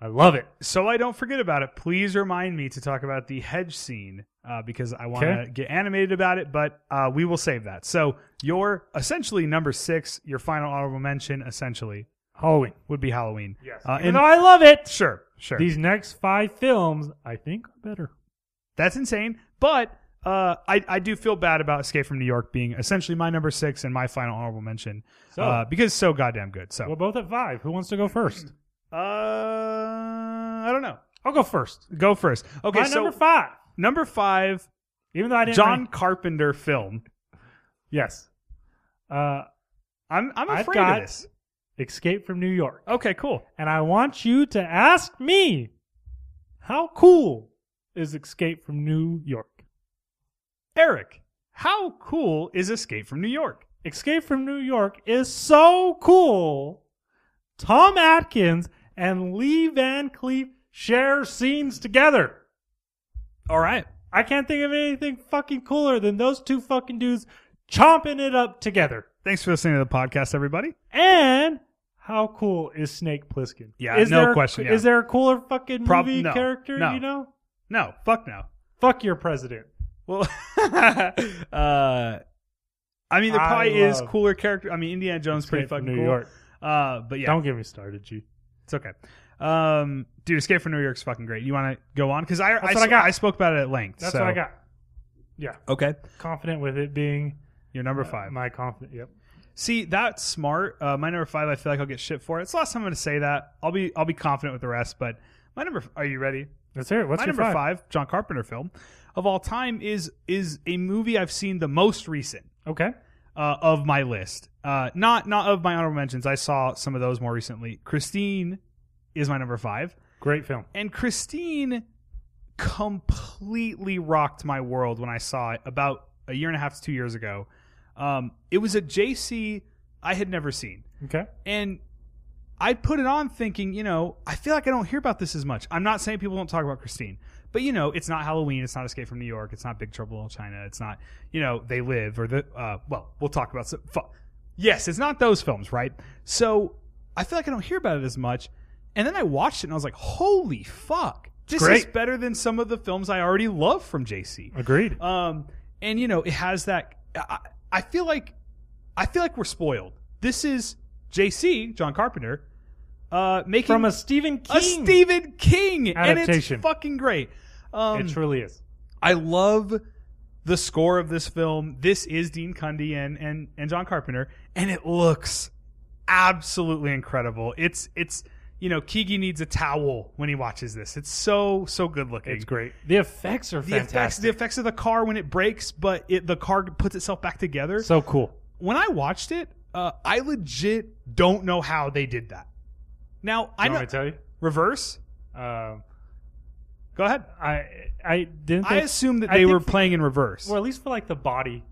B: I love it.
A: so I don't forget about it. Please remind me to talk about the hedge scene uh, because I want to
B: Okay.
A: get animated about it, but uh, we will save that. So your essentially number six, your final honorable mention, essentially
B: Halloween.
A: would be Halloween.
B: Yes.
A: Uh,
B: Even
A: and
B: though I love it.
A: sure, sure.
B: These next five films, I think, are better.
A: That's insane. But uh, I, I do feel bad about Escape from New York being essentially my number six and my final honorable mention
B: So-
A: uh, because it's so goddamn good.
B: We're
A: So
B: both at five. Who wants to go first?
A: uh, I don't know.
B: I'll go first.
A: Go first. Okay,
B: My
A: so
B: number five.
A: number five,
B: Even though I didn't.
A: John
B: rank-
A: Carpenter film.
B: yes. Uh,
A: I'm I'm
B: I've
A: afraid
B: got-
A: of this.
B: Escape from New York.
A: Okay, cool.
B: And I want you to ask me how cool is Escape from New York?
A: Eric, how cool is Escape from New York?
B: Escape from New York is so cool. Tom Atkins and Lee Van Cleef share scenes together.
A: All right.
B: I can't think of anything fucking cooler than those two fucking dudes chomping it up together.
A: Thanks for listening to the podcast, everybody.
B: And how cool is Snake Plissken?
A: Yeah,
B: is
A: no
B: there a-
A: question, yeah.
B: Is there a cooler fucking
A: Prob-
B: movie
A: no,
B: character?
A: no.
B: You know,
A: No, fuck no.
B: fuck your president.
A: Well, uh, I mean, there
B: I
A: probably is
B: love
A: cooler character. I mean, Indiana Jones pretty
B: Escape from
A: fucking
B: New
A: cool.
B: York.
A: Uh, but yeah,
B: Don't get me started, G.
A: it's okay. Um, dude, Escape from New York's fucking great. You want to go on? Because I I,
B: what I got.
A: I spoke about it at length.
B: That's
A: so-
B: what I got.
A: Okay,
B: Confident with it being
A: you're number five.
B: my confident. Yep.
A: See, that's smart. Uh, my number five. I feel like I'll get shit for it. It's the last time I'm going to say that. I'll be I'll be confident with the rest. But my number. Are you ready?
B: Let's hear it. What's
A: my
B: your
A: number
B: five?
A: John Carpenter film of all time is is a movie I've seen the most recent.
B: Okay.
A: uh, of my list. Uh, not not of my honorable mentions. I saw some of those more recently. Christine is my number five,
B: Great film.
A: and Christine completely rocked my world when I saw it about a year and a half to two years ago. Um, it was a JC I had never seen,
B: Okay.
A: and I put it on thinking, you know, I feel like I don't hear about this as much. I'm not saying people don't talk about Christine, but you know, it's not Halloween, it's not Escape from New York, it's not Big Trouble in Little China, it's not, you know, They Live or the uh, well, we'll talk about some, fu- yes, it's not those films, right? So I feel like I don't hear about it as much, and then I watched it and I was like, holy fuck, this is
B: great.
A: better than some of the films I already love from JC.
B: Agreed.
A: Um, and you know, it has that. I, I feel like, I feel like we're spoiled. This is JC John Carpenter, uh, making
B: From a Stephen King.
A: a Stephen King and
B: adaptation.
A: it's fucking great. Um,
B: It truly is.
A: I love the score of this film. This is Dean Cundy and and and John Carpenter, and it looks absolutely incredible. It's it's you know Keegi needs a towel when he watches this. It's so so good looking.
B: It's great. The effects are
A: The effects, the
B: fantastic.
A: effects of the car when it breaks, but it the car puts itself back together
B: so cool.
A: when I watched it, uh, I legit don't know how they did that. Now I
B: You
A: know
B: want me to tell you?
A: reverse.
B: Um,
A: Go ahead.
B: I I didn't.
A: I
B: Think,
A: assume that
B: I
A: they
B: think
A: were
B: for-
A: playing in reverse.
B: well, at least for like the body,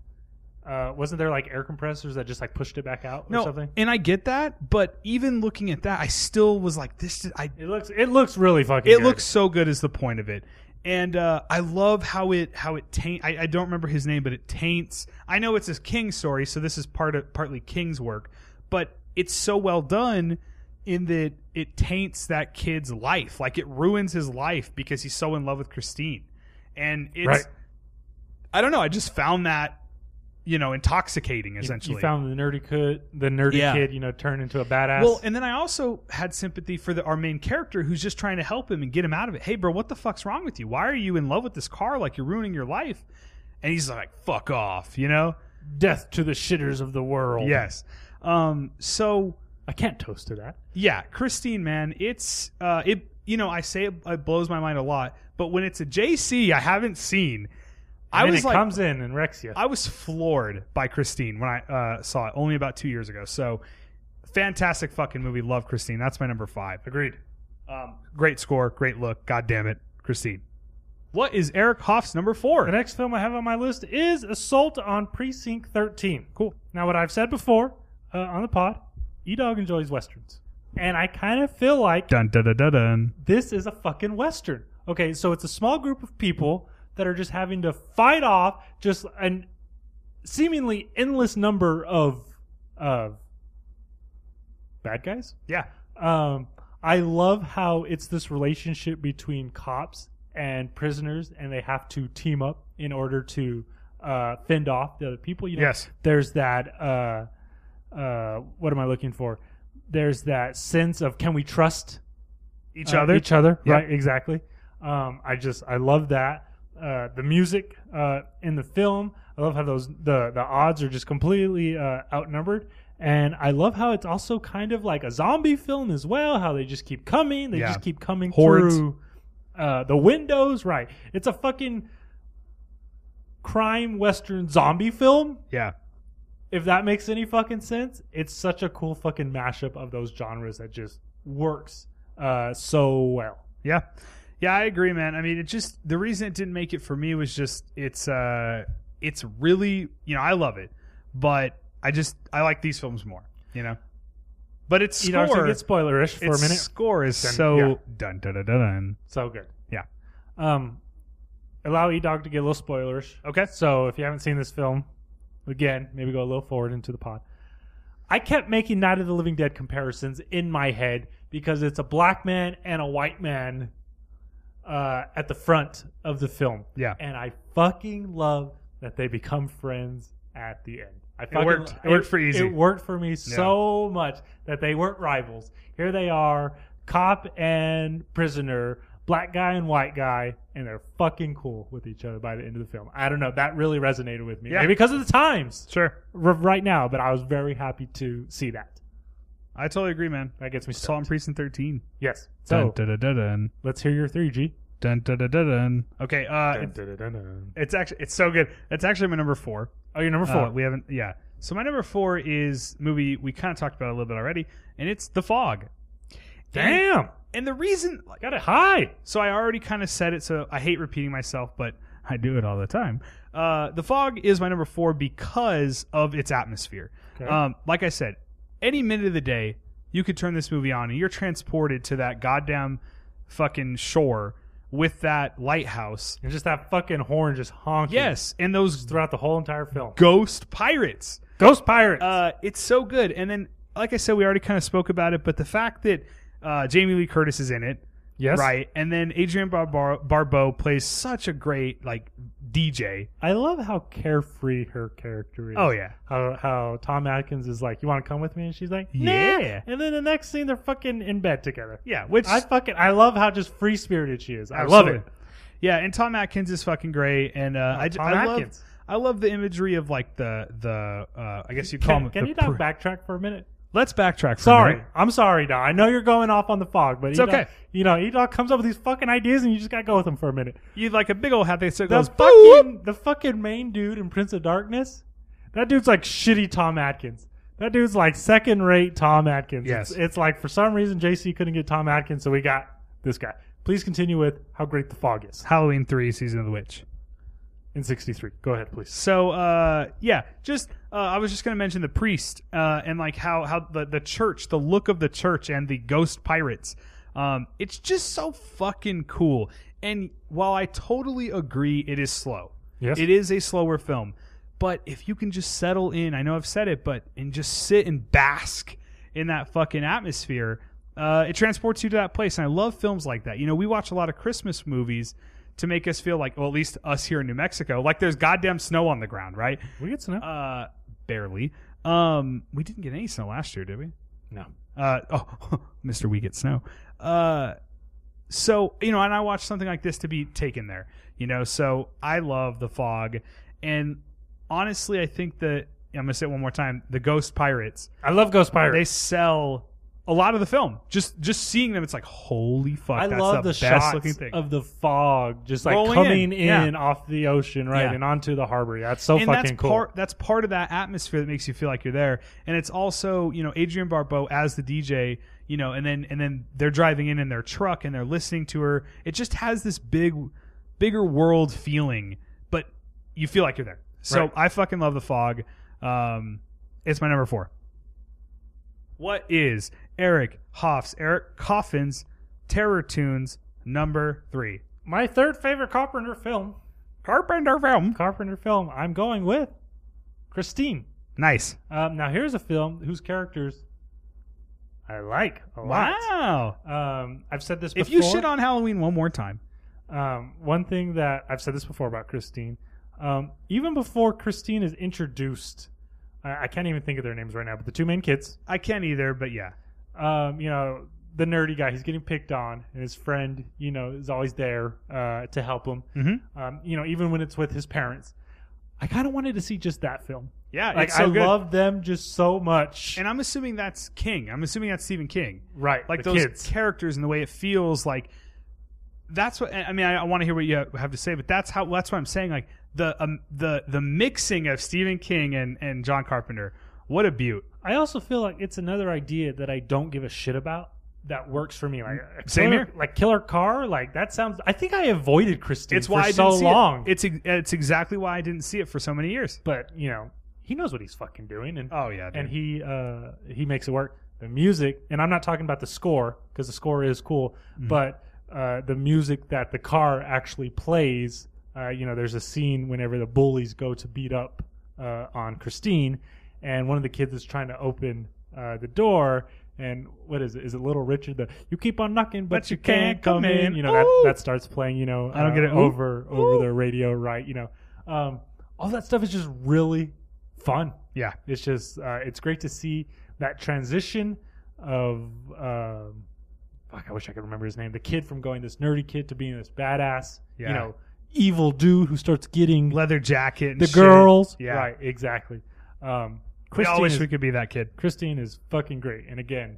B: uh, wasn't there like air compressors that just like pushed it back out or
A: no,
B: something?
A: and I get that, but even looking at that, I still was like, "This." Did, I
B: It looks it looks really fucking.
A: it
B: good.
A: looks so good is the point of it and uh, i love how it how it taint I, I don't remember his name but it taints i know it's a king story so this is part of partly king's work but it's so well done in that it taints that kid's life like it ruins his life because he's so in love with christine and it's
B: Right.
A: i don't know i just found that you know intoxicating
B: You-
A: essentially
B: You found the nerdy kid, the nerdy
A: Yeah.
B: kid, you know, turn into a badass.
A: well, and then I also had sympathy for the, our main character who's just trying to help him and get him out of it. Hey, bro, what the fuck's wrong with you? Why are you in love with this car? Like you're ruining your life. And he's like, fuck off, you know?
B: death to the shitters of the world.
A: Yes. Um, so
B: I can't toast to that.
A: yeah, Christine, man, it's uh, it. You know, I say it, it blows my mind a lot, but when it's a JC I haven't seen, I
B: And then
A: was
B: it
A: like,
B: comes in and wrecks you.
A: I was floored by Christine when I uh, saw it only about two years ago. So fantastic fucking movie. Love Christine. That's my number five.
B: Agreed.
A: Um, great score, great look. God damn it, Christine. What is Eric Hoff's number four?
B: The next film I have on my list is Assault on Precinct 13. Cool. Now, what I've said before uh, on the pod, E Dog enjoys westerns. And I kind of feel like
A: Dun dun dun dun. dun.
B: this is a fucking western. Okay, so it's a small group of people that are just having to fight off just an seemingly endless number of of bad guys.
A: Yeah,
B: Um, I love how it's this relationship between cops and prisoners, and they have to team up in order to uh, fend off the other people. You know,
A: Yes.
B: there's that. Uh, uh, what am I looking for? There's that sense of can we trust
A: each
B: uh,
A: other.
B: each other
A: Yeah.
B: right exactly um, i just i love that uh, the music uh, in the film i love how those the the odds are just completely uh, outnumbered and i love how it's also kind of like a zombie film as well how they just keep coming they
A: Yeah.
B: just keep coming
A: Hordes.
B: through uh, the windows right it's a fucking crime western zombie film
A: yeah,
B: if that makes any fucking sense, it's such a cool fucking mashup of those genres that just works uh, so well.
A: yeah, yeah. I agree, man. I mean, it just the reason it didn't make it for me was just it's uh it's really you know I love it, but I just I like these films more, you know. But its
B: You know,
A: score,
B: it's spoilerish for
A: its
B: a minute.
A: score is
B: Then,
A: so
B: yeah.
A: dun dun dun dun. dun.
B: So good.
A: Yeah.
B: Um, allow E Dog to get a little spoilerish.
A: Okay.
B: So if you haven't seen this film, again, maybe go a little forward into the pod. I kept making Night of the Living Dead comparisons in my head because it's a black man and a white man uh, at the front of the film.
A: Yeah.
B: And I fucking love that they become friends at the end. I fucking,
A: worked. It worked for Easy.
B: It worked for me so much that they weren't rivals. Here they are, cop and prisoner, black guy and white guy, and they're fucking cool with each other by the end of the film. I don't know. That really resonated with me.
A: Yeah.
B: Maybe because of the times
A: Sure,
B: r- right now, but I was very happy to see that.
A: I totally agree, man.
B: That gets me
A: Saw in
B: stoked.
A: Precinct Thirteen.
B: Yes.
A: Dun
B: So
A: dun dun dun dun.
B: let's hear your three G.
A: Dun, dun, dun, dun, dun. Okay, uh, it's, it's actually it's so good. It's actually my number four.
B: Oh, you're number four.
A: Uh, we haven't, yeah. So my number four is movie we kind of talked about a little bit already, and it's The Fog. And,
B: Damn,
A: and the reason,
B: got it high.
A: so I already kind of said it, so I hate repeating myself, but I do it all the time. Uh, the Fog is my number four because of its atmosphere.
B: Okay.
A: Um, like I said, any minute of the day, you could turn this movie on and you're transported to that goddamn fucking shore with that lighthouse.
B: And just that fucking horn just honking.
A: Yes, and those
B: Throughout the whole entire film.
A: ghost pirates.
B: Ghost Pirates.
A: Uh, it's so good. And then, like I said, we already kind of spoke about it, but the fact that uh, Jamie Lee Curtis is in it,
B: yes.
A: right? And then Adrian Barbar- Barbeau plays such a great like DJ.
B: I love how carefree her character is.
A: Oh yeah,
B: How how Tom Atkins is like, you want to come with me? And she's like, nah.
A: Yeah.
B: And then the next scene, they're fucking in bed together.
A: yeah. Which
B: I fucking I love how just free spirited she is.
A: I love it.
B: Absolutely.
A: Yeah, and Tom Atkins is fucking great, and uh, I, j-
B: Tom
A: I love
B: Atkins.
A: I love the imagery of like the the uh, I guess you call
B: Can,
A: them.
B: can
A: the
B: you not
A: pr-
B: backtrack for a minute?
A: Let's backtrack. For a
B: Sorry,
A: minute.
B: I'm sorry, Don. I know you're going off on the fog, but
A: It's
B: E-Dog-
A: okay.
B: You know, E-Dog comes up with these fucking ideas, and you just gotta go with them for a minute.
A: you like a big old hat. They still
B: The
A: goes "Boo-whoop."
B: fucking the fucking main dude in Prince of Darkness, that dude's like shitty Tom Atkins. That dude's like second rate Tom Atkins.
A: Yes.
B: It's, it's like for some reason JC couldn't get Tom Atkins, so we got this guy. Please continue with how great the fog is
A: Halloween three, season of the witch.
B: in '63. Go ahead, please.
A: So uh, yeah, just uh, I was just gonna mention the priest uh, and like how how the the church, the look of the church, and the ghost pirates. Um, it's just so fucking cool. And while I totally agree, it is slow.
B: Yes.
A: it is a slower film. But if you can just settle in, I know I've said it, but and just sit and bask in that fucking atmosphere, uh, it transports you to that place. And I love films like that. You know, we watch a lot of Christmas movies to make us feel like, well, at least us here in New Mexico, like there's goddamn snow on the ground, right?
B: We get to know.
A: Uh, barely. Um, we didn't get any snow last year, did we?
B: no.
A: Uh, oh, Mr. We Get Snow. Uh, so, you know, and I watched something like this to be taken there, you know, so I love The Fog. And honestly, I think that, I'm going to say it one more time The Ghost Pirates,
B: I love Ghost
A: they
B: Pirates.
A: sell a lot of the film. Just just seeing them, it's like, holy fuck,
B: I
A: that's
B: love
A: the, best
B: the, shots
A: looking thing.
B: of the fog just like
A: Rolling
B: coming
A: in,
B: in,
A: yeah.
B: off the ocean, right,
A: Yeah.
B: and onto the harbor. That's so
A: and
B: fucking
A: that's
B: cool.
A: part that's part of that atmosphere that makes you feel like you're there. And it's also you know Adrian Barbeau as the DJ, you know, and then and then they're driving in in their truck and they're listening to her. It just has this big, bigger world feeling, but you feel like you're there. So
B: Right.
A: I fucking love the fog. Um, it's my number four. What is Eric Hoff's Eric Coffin's Terror Tunes number three?
B: My third favorite Carpenter film,
A: Carpenter film.
B: Carpenter film, I'm going with Christine.
A: Nice.
B: Um, now here's a film whose characters I like a lot.
A: Wow.
B: Um, I've said this before.
A: If you shit on Halloween one more time.
B: um, one thing that I've said this before about Christine, um, even before Christine is introduced, I, I can't even think of their names right now, but the two main kids,
A: I can't either, but yeah.
B: um, you know, the nerdy guy, he's getting picked on, and his friend, you know, is always there uh, to help him.
A: Mm-hmm.
B: Um, you know, even when it's with his parents. I kind of wanted to see just that film.
A: Yeah,
B: Like
A: it's so
B: I
A: good.
B: love them just so much.
A: and I'm assuming that's King. I'm assuming that's Stephen King.
B: right,
A: Like
B: the
A: those
B: kids.
A: characters and the way it feels like that's what I mean. I, I want to hear what you ha- have to say, but that's how that's what I'm saying. Like the um, the the mixing of Stephen King and and John Carpenter. What a beaut!
B: I also feel like it's another idea that I don't give a shit about that works for me. Like a
A: Same
B: killer,
A: here.
B: Like killer car. Like that sounds. I think I avoided Christine
A: It's
B: for
A: why I
B: so
A: didn't see
B: long.
A: It. It's ex- it's exactly why I didn't see it for so many years.
B: but you know he knows what he's fucking doing, and
A: Oh yeah, dude.
B: and he uh he makes it work. The music, and I'm not talking about the score because the score is cool,
A: Mm-hmm.
B: but uh, the music that the car actually plays. Uh, you know, there's a scene whenever the bullies go to beat up uh, on Christine, and one of the kids is trying to open uh, the door. And what is it? Is it Little Richard? The you keep on knocking, but, you can't, come in. You know that
A: Ooh.
B: that starts playing. You know,
A: I don't
B: uh,
A: get it. Ooh.
B: over over
A: Ooh.
B: the radio, right? You know, um, all that stuff is just really fun.
A: yeah,
B: It's just uh, it's great to see that transition of um, fuck. I wish I could remember his name. The kid from going this nerdy kid to being this badass,
A: Yeah.
B: you know, evil dude who starts getting
A: leather jacket. And
B: the
A: shit.
B: girls.
A: Yeah.
B: right, exactly. Um,
A: We all
B: Christine,
A: wish
B: is,
A: we could be that kid.
B: Christine is fucking great. And again,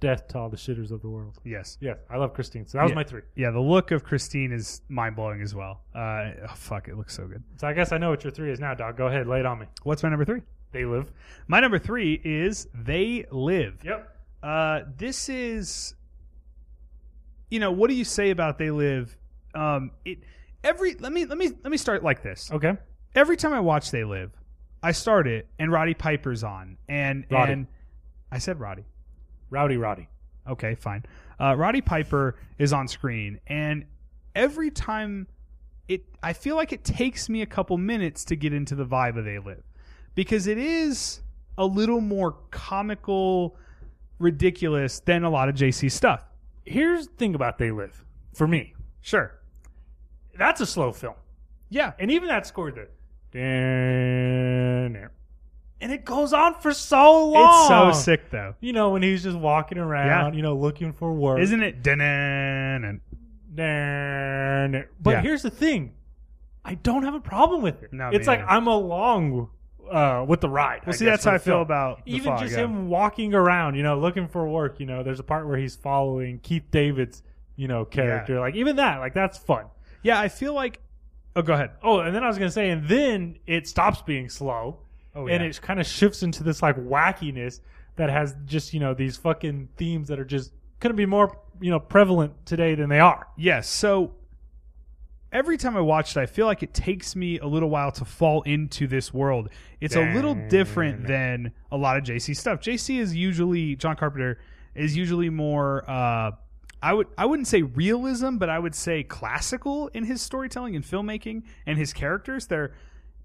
B: death to all the shitters of the world.
A: Yes.
B: Yes, I love Christine. So that was
A: Yeah.
B: my three.
A: Yeah, the look of Christine is mind blowing as well. Uh, oh, fuck, it looks so good.
B: So I guess I know what your three is now, dog. Go ahead, lay it on me.
A: What's my number three?
B: They live.
A: My number three is They Live.
B: Yep.
A: Uh, this is, you know, what do you say about They Live? Um, it every let me let me let me start like this.
B: Okay.
A: Every time I watch They Live, I start it and Roddy Piper's on, and
B: Roddy.
A: and I said Roddy.
B: Rowdy Roddy.
A: Okay, fine. Uh, Roddy Piper is on screen, and every time it, I feel like it takes me a couple minutes to get into the vibe of They Live, because it is a little more comical, ridiculous than a lot of JC stuff.
B: Here's the thing about They Live for me.
A: Sure.
B: That's a slow film.
A: Yeah.
B: And even that score there. And it goes on for so
A: It's so
B: long.
A: sick though,
B: You know, when he's just walking around,
A: Yeah.
B: you know, looking for work.
A: isn't it? Dun-dun-dun.
B: Nah, But
A: Yeah.
B: here's the thing, I don't have a problem with it.
A: No, me
B: it's like
A: neither.
B: I'm along uh, with the ride.
A: Well,
B: I
A: see, that's
B: guess, with
A: how I
B: the film.
A: feel about the
B: even
A: fog,
B: just
A: yeah.
B: him walking around, you know, looking for work. You know, there's a part where he's following Keith David's, you know, character. Like even that, like that's fun.
A: Yeah, I feel like. Oh, go ahead.
B: Oh, and then I was gonna say, and then it stops being slow,
A: Oh,
B: and
A: yeah.
B: it kind of shifts into this like wackiness that has just you know these fucking themes that are just couldn't be more you know prevalent today than they are.
A: Yes. So every time I watch it, I feel like it takes me a little while to fall into this world. It's a little different than a lot of JC stuff. JC is usually John Carpenter is usually more. Uh, I would I wouldn't say realism, but I would say classical in his storytelling and filmmaking and his characters. They're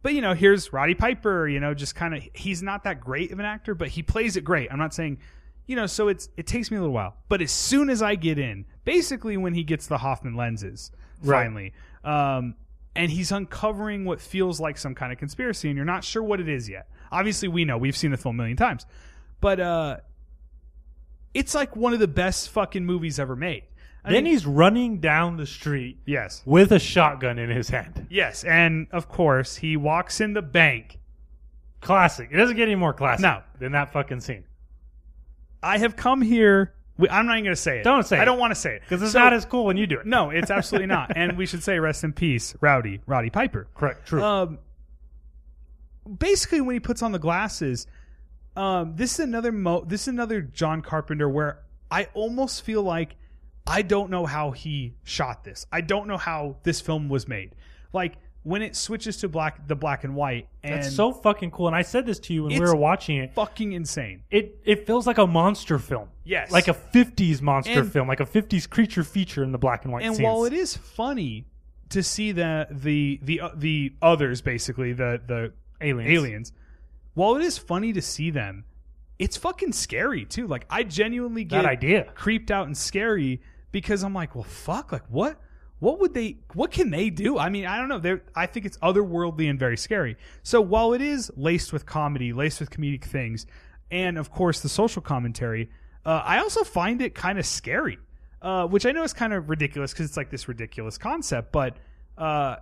A: but you know, here's Roddy Piper, you know, just kind of he's not that great of an actor, but he plays it great. I'm not saying, you know, so it's it takes me a little while. But as soon as I get in, basically when he gets the Hoffman lenses
B: Right.
A: finally. Um and he's uncovering what feels like some kind of conspiracy and you're not sure what it is yet. Obviously we know, we've seen the film a million times. But uh it's like one of the best fucking movies ever made. I
B: then
A: mean-
B: he's running down the street
A: yes.
B: with a shotgun in his hand.
A: Yes, and of course he walks in the bank
B: Classic. It doesn't get any more classic
A: No.
B: than that fucking scene
A: I have come here. We, I'm not even going to say it.
B: Don't say
A: I
B: it.
A: don't want to say it
B: because it's
A: So-
B: not as cool when you do it.
A: No, it's absolutely not. And we should say rest in peace, Rowdy, Roddy Piper.
B: correct. True.
A: Um, basically, when he puts on the glasses, um, this is another mo. This is another John Carpenter where I almost feel like I don't know how he shot this. I don't know how this film was made. Like when it switches to black, the black and white, and
B: That's so fucking cool. And I said this to you when we
A: It's-
B: were watching it.
A: fucking insane.
B: It it feels like a monster film.
A: Yes.
B: Like a 50s monster
A: And-
B: film, like a 50s creature feature in the black and white
A: and
B: scenes.
A: while it is funny to see the the the uh, the others basically the the
B: aliens.
A: aliens while it is funny to see them it's fucking scary too like i genuinely
B: That
A: get
B: idea.
A: creeped out and scary because i'm like well fuck like what what would they what can they do i mean i don't know they i think it's otherworldly and very scary so while it is laced with comedy laced with comedic things and of course the social commentary uh, i also find it kind of scary uh, which i know is kind of ridiculous because it's like this ridiculous concept but uh,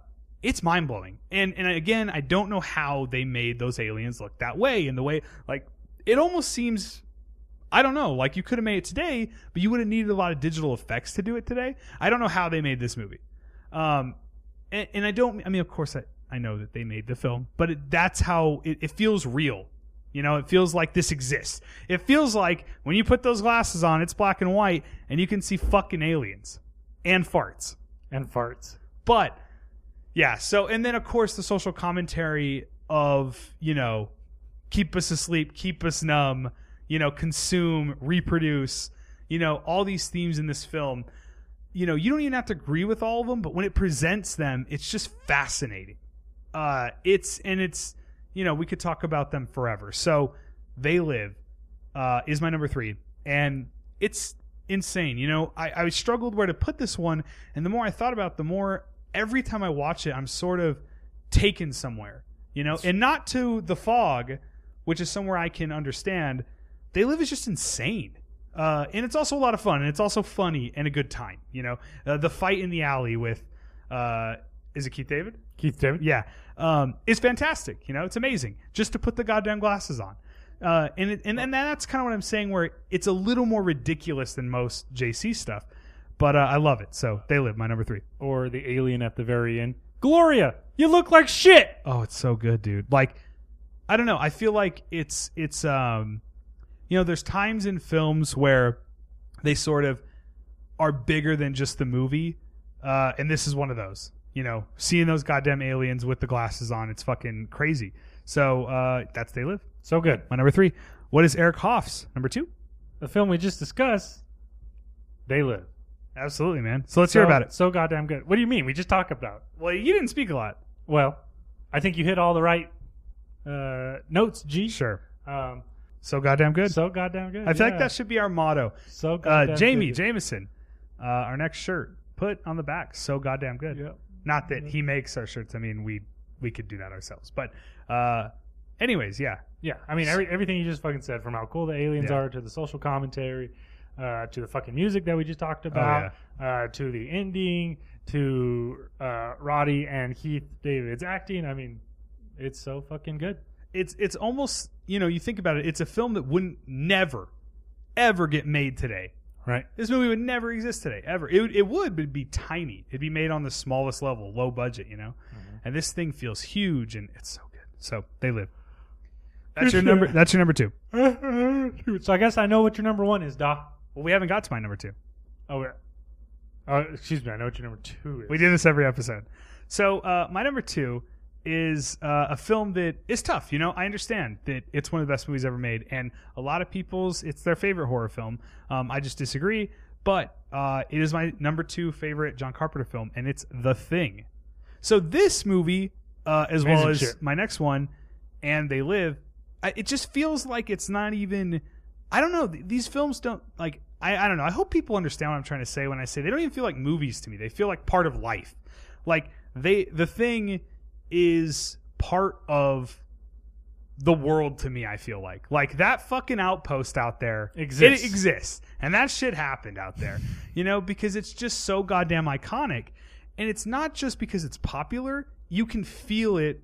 A: it's mind blowing. And and again, I don't know how they made those aliens look that way. And the way like it almost seems I don't know, like you could have made it today, but you would have needed a lot of digital effects to do it today. I don't know how they made this movie. Um and, and I don't I mean of course I, I know that they made the film, but it, that's how it, it feels real. You know, it feels like this exists. It feels like when you put those glasses on, it's black and white and you can see fucking aliens and farts.
B: And farts.
A: But yeah, so and then of course the social commentary of, you know, keep us asleep, keep us numb, you know, consume, reproduce, you know, all these themes in this film. You know, you don't even have to agree with all of them, but when it presents them, it's just fascinating. Uh it's and it's you know, we could talk about them forever. So they live uh, is my number three, and it's insane. You know, I, I struggled where to put this one, and the more I thought about, it, the more every time I watch it, I'm sort of taken somewhere. You know, and not to the fog, which is somewhere I can understand. They live is just insane. Uh, and it's also a lot of fun, and it's also funny and a good time. You know, uh, the fight in the alley with uh, is it Keith David?
B: Keith David.
A: yeah, um, it's fantastic. You know, it's amazing just to put the goddamn glasses on. Uh, and, it, and and that's kind of what I'm saying, where it's a little more ridiculous than most JC stuff, but uh, I love it. So they live my number three.
B: Or the alien at the very end. Gloria, you look like shit.
A: Oh, it's so good, dude. Like, I don't know. I feel like it's it's um, you know, there's times in films where they sort of are bigger than just the movie, uh, and this is one of those. You know, seeing those goddamn aliens with the glasses on, it's fucking crazy. So uh, that's they live.
B: So good.
A: My number three. What is Eric Hoff's number two?
B: The film we just discussed, They Live.
A: Absolutely, man. So let's
B: so,
A: hear about it.
B: So goddamn good. What do you mean? We just talked about. it.
A: Well, you didn't speak a lot.
B: Well, I think you hit all the right uh, notes, G.
A: Sure.
B: Um,
A: So goddamn good.
B: so goddamn good.
A: I feel
B: yeah.
A: like that should be our motto.
B: so
A: Uh,
B: goddamn
A: Jamie
B: good.
A: Jameson, uh, our next shirt put on the back. So goddamn good.
B: Yep.
A: Not that he makes our shirts. I mean, we we could do that ourselves. But, uh, anyways, yeah,
B: Yeah, I mean every, everything you just fucking said, from how cool the aliens
A: Yeah.
B: are to the social commentary, uh, to the fucking music that we just talked
A: Oh, yeah.
B: about, uh, to the ending, to uh, Roddy and Keith David's acting. I mean, it's so fucking good.
A: It's it's almost you know you think about it. It's a film that wouldn't never, ever get made today.
B: Right.
A: This movie would never exist today, ever. It, would- it would, but it'd be tiny. It'd be made on the smallest level, low budget, you know.
B: Mm-hmm.
A: And this thing feels huge, and it's so good. So they live. That's your number. That's your number two.
B: so I guess I know what your number one is, Doc.
A: Well, we haven't got to my number two.
B: Oh, wait. oh, excuse me. I know what your number two is.
A: We do this every episode. So uh, my number two is uh, a film that is tough. You know, I understand that it's one of the best movies ever made, and a lot of people's it's their favorite horror film. Um, I just disagree, but uh, it is my number two favorite John Carpenter film, and it's The Thing. So this movie, uh, as well
B: Amazing
A: as
B: shit.
A: my next one, and They Live, I, it just feels like it's not even. I don't know. Th- These films don't like. I, I don't know. I hope people understand what I'm trying to say when I say they don't even feel like movies to me. They feel like part of life. Like they, the thing is part of the world to me. I feel like like that fucking outpost out there
B: Exists.
A: It exists, and that shit happened out there. You know, because it's just so goddamn iconic, and it's not just because it's popular. You can feel it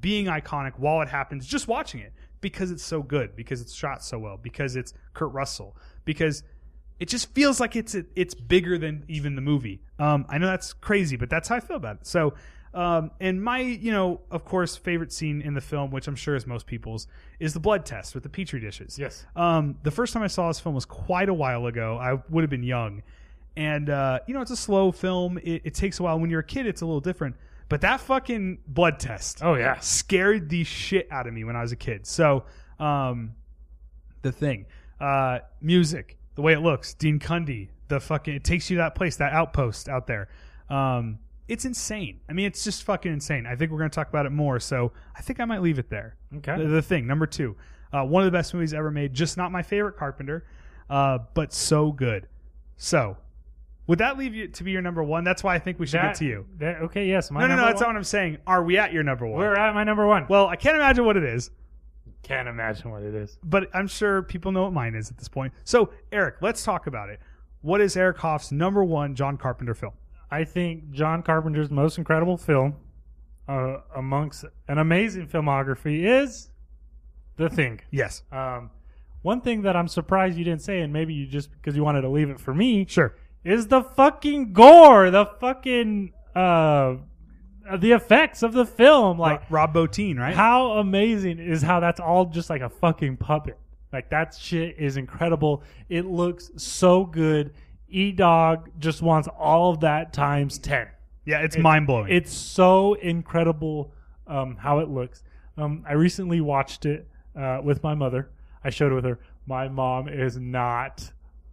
A: being iconic while it happens, just watching it because it's so good, because it's shot so well, because it's Kurt Russell, because it just feels like it's it's bigger than even the movie. Um, I know that's crazy, but that's how I feel about it. So, um, and my you know of course favorite scene in the film, which I'm sure is most people's, is the blood test with the petri dishes.
B: Yes.
A: Um, the first time I saw this film was quite a while ago. I would have been young, and uh, you know it's a slow film. It, it takes a while. When you're a kid, it's a little different. But that fucking blood test
B: Oh, yeah.
A: scared the shit out of me when I was a kid. So, um, the thing, uh, music, the way it looks, Dean Cundy, the fucking, it takes you to that place, that outpost out there. Um, it's insane. I mean, it's just fucking insane. I think we're going to talk about it more. So I think I might leave it there.
B: Okay.
A: The, the thing, number two, uh, one of the best movies ever made. Just not my favorite Carpenter, uh, but so good. So would that leave you to be your number one? That's why I think we should get
B: That-
A: to you.
B: that- okay, yes. My
A: no, no, no.
B: number
A: That's not
B: one,
A: what I'm saying. Are we at your number one?
B: We're at my number one.
A: Well, I can't imagine what it is,
B: Can't imagine what it is.
A: but I'm sure people know what mine is at this point. So, Eric, let's talk about it. What is Eric Hoff's number one John Carpenter film?
B: I think John Carpenter's most incredible film, uh, amongst an amazing filmography, is The Thing.
A: Yes.
B: Um, one thing that I'm surprised you didn't say, and maybe you just because you wanted to leave it for me,
A: Sure.
B: is the fucking gore, the fucking uh, the effects of the film. Like,
A: Like Rob Bottin, right?
B: how amazing is how that's all just like a fucking puppet. Like that shit is incredible. It looks so good. E Dog just wants all of that times ten.
A: yeah, it's mind blowing.
B: It's so incredible um, how it looks. Um, I recently watched it uh, with my mother. I showed it with her. My mom is not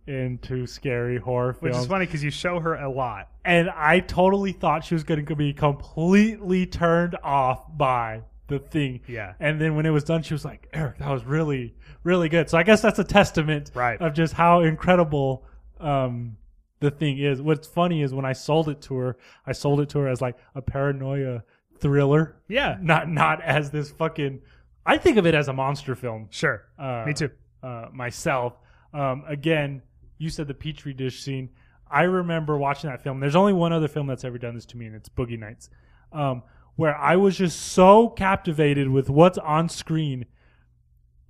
B: into scary horror
A: which
B: films,
A: is funny because you show her a lot.
B: and I totally thought she was going to be completely turned off by the thing.
A: Yeah.
B: And then when it was done, she was like, "Eric, that was really, really good." So I guess that's a testament
A: Right.
B: of just how incredible um, the thing is. What's funny is when I sold it to her, I sold it to her as like a paranoia thriller,
A: Yeah.
B: not not as this fucking. I think of it as a monster film
A: Sure.
B: uh,
A: Me too.
B: uh, myself. Um, again, you said the petri dish scene. I remember watching that film. There's only one other film that's ever done this to me, and it's Boogie Nights, um, where I was just so captivated with what's on screen.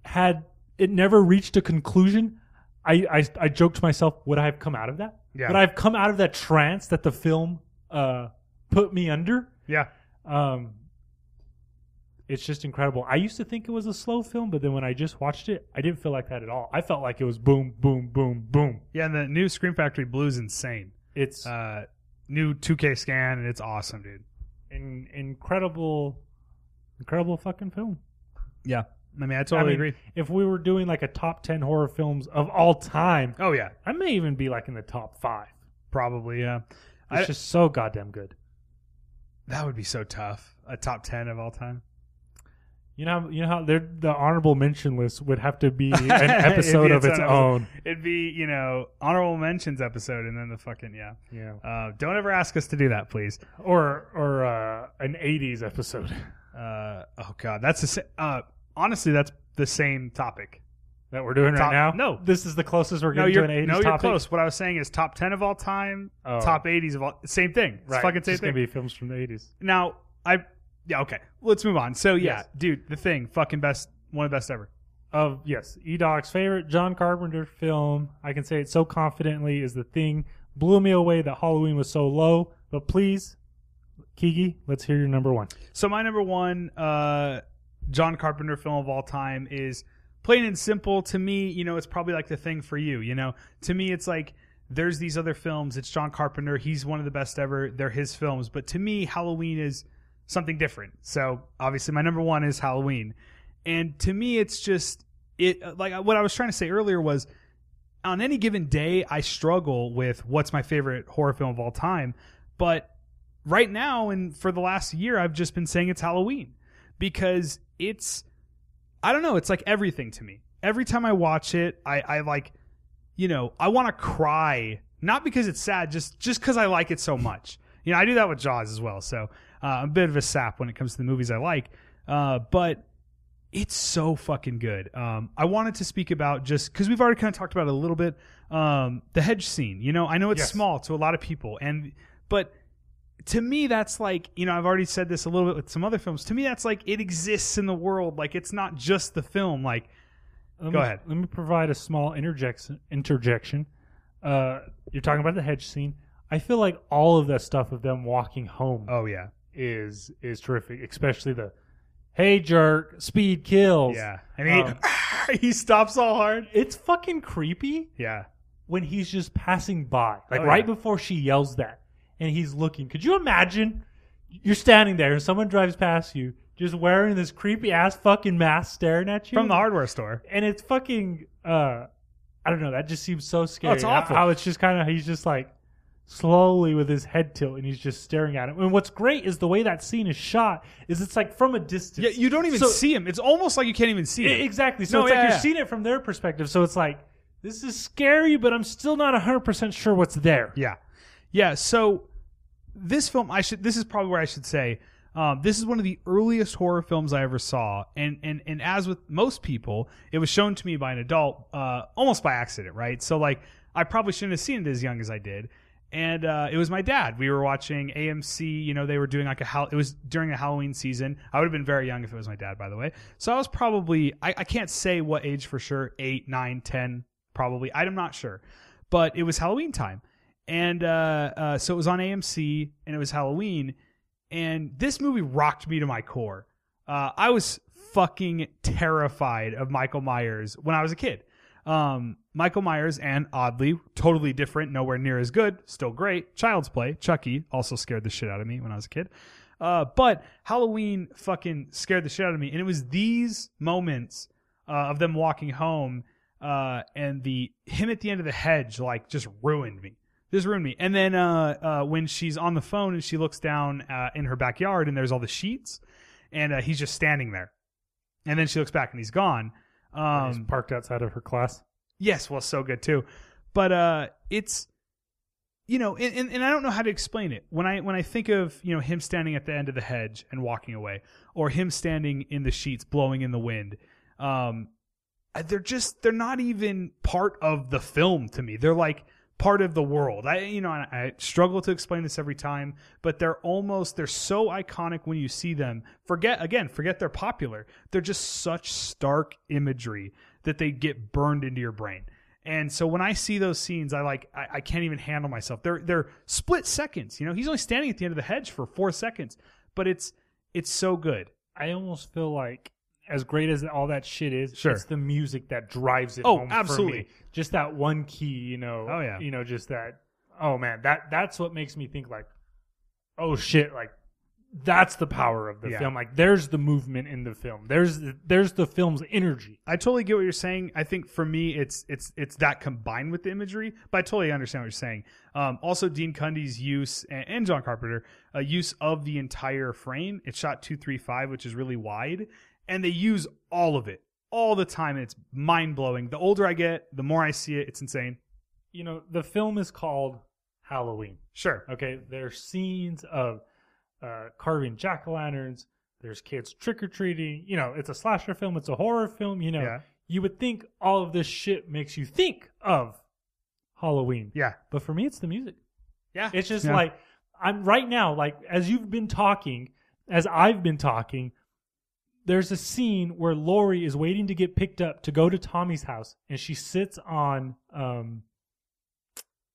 B: Had it never reached a conclusion, I, I, I joked to myself, would I have come out of that?
A: Yeah.
B: Would I have come out of that trance that the film uh, put me under?
A: Yeah.
B: Um, it's just incredible. I used to think it was a slow film, but then when I just watched it, I didn't feel like that at all. I felt like it was boom, boom, boom, boom.
A: Yeah. And the new Scream Factory Blues insane.
B: It's
A: Uh, new 2K scan, and it's awesome, dude.
B: an incredible, incredible fucking film.
A: Yeah. I mean, I totally
B: I mean,
A: agree.
B: If we were doing like a top ten horror films of all time,
A: Oh, yeah.
B: I may even be like in the top five.
A: Probably. Yeah.
B: It's
A: I-
B: just so goddamn good.
A: That would be so tough. A top 10 of all time.
B: You know, you know how they're- the honorable mention list would have to be an episode of its own.
A: It'd be, you know, honorable mentions episode and then the fucking, yeah.
B: Yeah,
A: Uh, don't ever ask us to do that, please.
B: or or uh, an '80s episode.
A: Uh, oh, God. That's the sa- uh, honestly, that's the same topic.
B: that we're doing
A: Top-
B: right now?
A: no.
B: This is the closest we're
A: No,
B: getting to
A: you're
B: an 80s
A: no,
B: topic.
A: you're close. What I was saying is top ten of all time,
B: Oh.
A: top eighties of all. Same thing. It's
B: Right.
A: fucking
B: It's
A: same
B: just
A: thing.
B: gonna be films from the 80s.
A: now I, yeah, okay. Let's move on. So yeah,
B: Yes.
A: dude, the thing, fucking best, one of the best ever.
B: Of yes,
D: Edoc's favorite John Carpenter film, I can say it so confidently, is The Thing. Blew me away that Halloween was so low, but please, Kiki, let's hear your number one.
A: So my number one uh, John Carpenter film of all time is plain and simple. To me, you know, it's probably like the thing for you. You know, to me, it's like there's these other films. It's John Carpenter. He's one of the best ever. They're his films. But to me, Halloween is something different. So obviously, my number one is Halloween. And to me, it's just it. uh, Like what I was trying to say earlier was on any given day, I struggle with what's my favorite horror film of all time. But right now, and for the last year, I've just been saying it's Halloween because it's, I don't know, it's like everything to me. Every time I watch it, I, I like, you know, I want to cry, not because it's sad, just just because I like it so much. You know, I do that with Jaws as well. So uh, I'm a bit of a sap when it comes to the movies I like. Uh, but it's so fucking good. Um, I wanted to speak about just because we've already kind of talked about it a little bit. Um, the hedge scene, you know, I know it's
B: Yes.
A: small to a lot of people, and but to me, that's like you know, I've already said this a little bit with some other films. To me, that's like it exists in the world. Like it's not just the film. Like
B: Let
A: Go
B: me,
A: ahead.
B: Let me provide a small interjection. Interjection. Uh, you're talking about the hedge scene. I feel like all of the stuff of them walking home
A: oh yeah,
B: is is terrific, especially the "Hey jerk, speed kills."
A: yeah. I mean, he stops all hard.
B: it's fucking creepy
A: Yeah,
B: when he's just passing by, like
A: Oh, yeah.
B: right before she yells that, and he's looking. Could you imagine? You're standing there, and someone drives past you, just wearing this creepy ass fucking mask, staring at you
A: from the hardware store.
B: and it's fucking uh I don't know, that just seems so scary.
A: Oh, it's awful.
B: How it's just kind of he's just like slowly with his head tilt and he's just staring at him. And what's great is the way that scene is shot is it's like from a distance.
A: Yeah, you don't even
B: So-
A: see him. It's almost like you can't even see
B: I-
A: him.
B: E, exactly. So
A: No,
B: it's
A: yeah,
B: like
A: yeah.
B: you're seeing it from their perspective. So it's like this is scary, but I'm still not 100% sure what's there.
A: Yeah. Yeah. So this film, I should, this is probably where I should say, um, this is one of the earliest horror films I ever saw. And, and, and as with most people, it was shown to me by an adult, uh, almost by accident, right? So like, I probably shouldn't have seen it as young as I did. And uh, it was my dad. We were watching AMC. You know, they were doing like a hal- it was during the Halloween season. I would have been very young if it was my dad, by the way. So I was probably I, I can't say what age for sure eight, nine, ten, probably. I'm not sure, but it was Halloween time and uh, uh, so it was on AMC, and it was Halloween, and this movie rocked me to my core. Uh, I was fucking terrified of Michael Myers when I was a kid. Um, Michael Myers and oddly, totally different, nowhere near as good, still great. Child's Play, Chucky also scared the shit out of me when I was a kid. Uh, but Halloween fucking scared the shit out of me, and it was these moments uh, of them walking home uh, and the him at the end of the hedge like just ruined me just ruined me. And then uh, uh, when she's on the phone and she looks down uh, in her backyard and there's all the sheets, and uh, he's just standing there. And then she looks back and he's gone. Um,
B: He's parked outside of her class.
A: Yes, well, so good too. But uh, it's you know, and, and, and I don't know how to explain it. When I when I think of you know him standing at the end of the hedge and walking away, or him standing in the sheets blowing in the wind, um, I- they're just they're not even part of the film to me. They're like part of the world. I you know and I struggle to explain this every time, but they're almost they're so iconic when you see them. Forget again, forget they're popular. They're just such stark imagery that they get burned into your brain. And so when I see those scenes, I like I, I can't even handle myself. They're they're split seconds. You know, he's only standing at the end of the hedge for four seconds, but it's it's so good.
B: I almost feel like as great as all that shit is,
A: Sure.
B: it's the music that drives it.
A: Oh,
B: home
A: absolutely.
B: For me. Just that one key, you know.
A: Oh, yeah.
B: You know, just that. Oh man, that that's what makes me think like, oh shit, like that's the power of the
A: Yeah.
B: film. Like there's the movement in the film. There's the, there's the film's energy.
A: I totally get what you're saying. I think for me, it's it's it's that combined with the imagery, but I totally understand what you're saying. Um, also, Dean Cundy's use and, and John Carpenter uh, use of the entire frame. It's shot two three five, which is really wide, and they use all of it all the time. And it's mind blowing. The older I get, the more I see it. It's insane.
B: You know, the film is called Halloween.
A: Sure.
B: Okay, there's scenes of uh, carving jack o' lanterns. There's kids trick or treating. You know, it's a slasher film. It's a horror film. You know,
A: Yeah.
B: you would think all of this shit makes you think of Halloween.
A: Yeah.
B: But for me, it's the music.
A: Yeah.
B: It's just
A: Yeah.
B: like, I'm right now, like, as you've been talking, as I've been talking, there's a scene where Lori is waiting to get picked up to go to Tommy's house, and she sits on, um,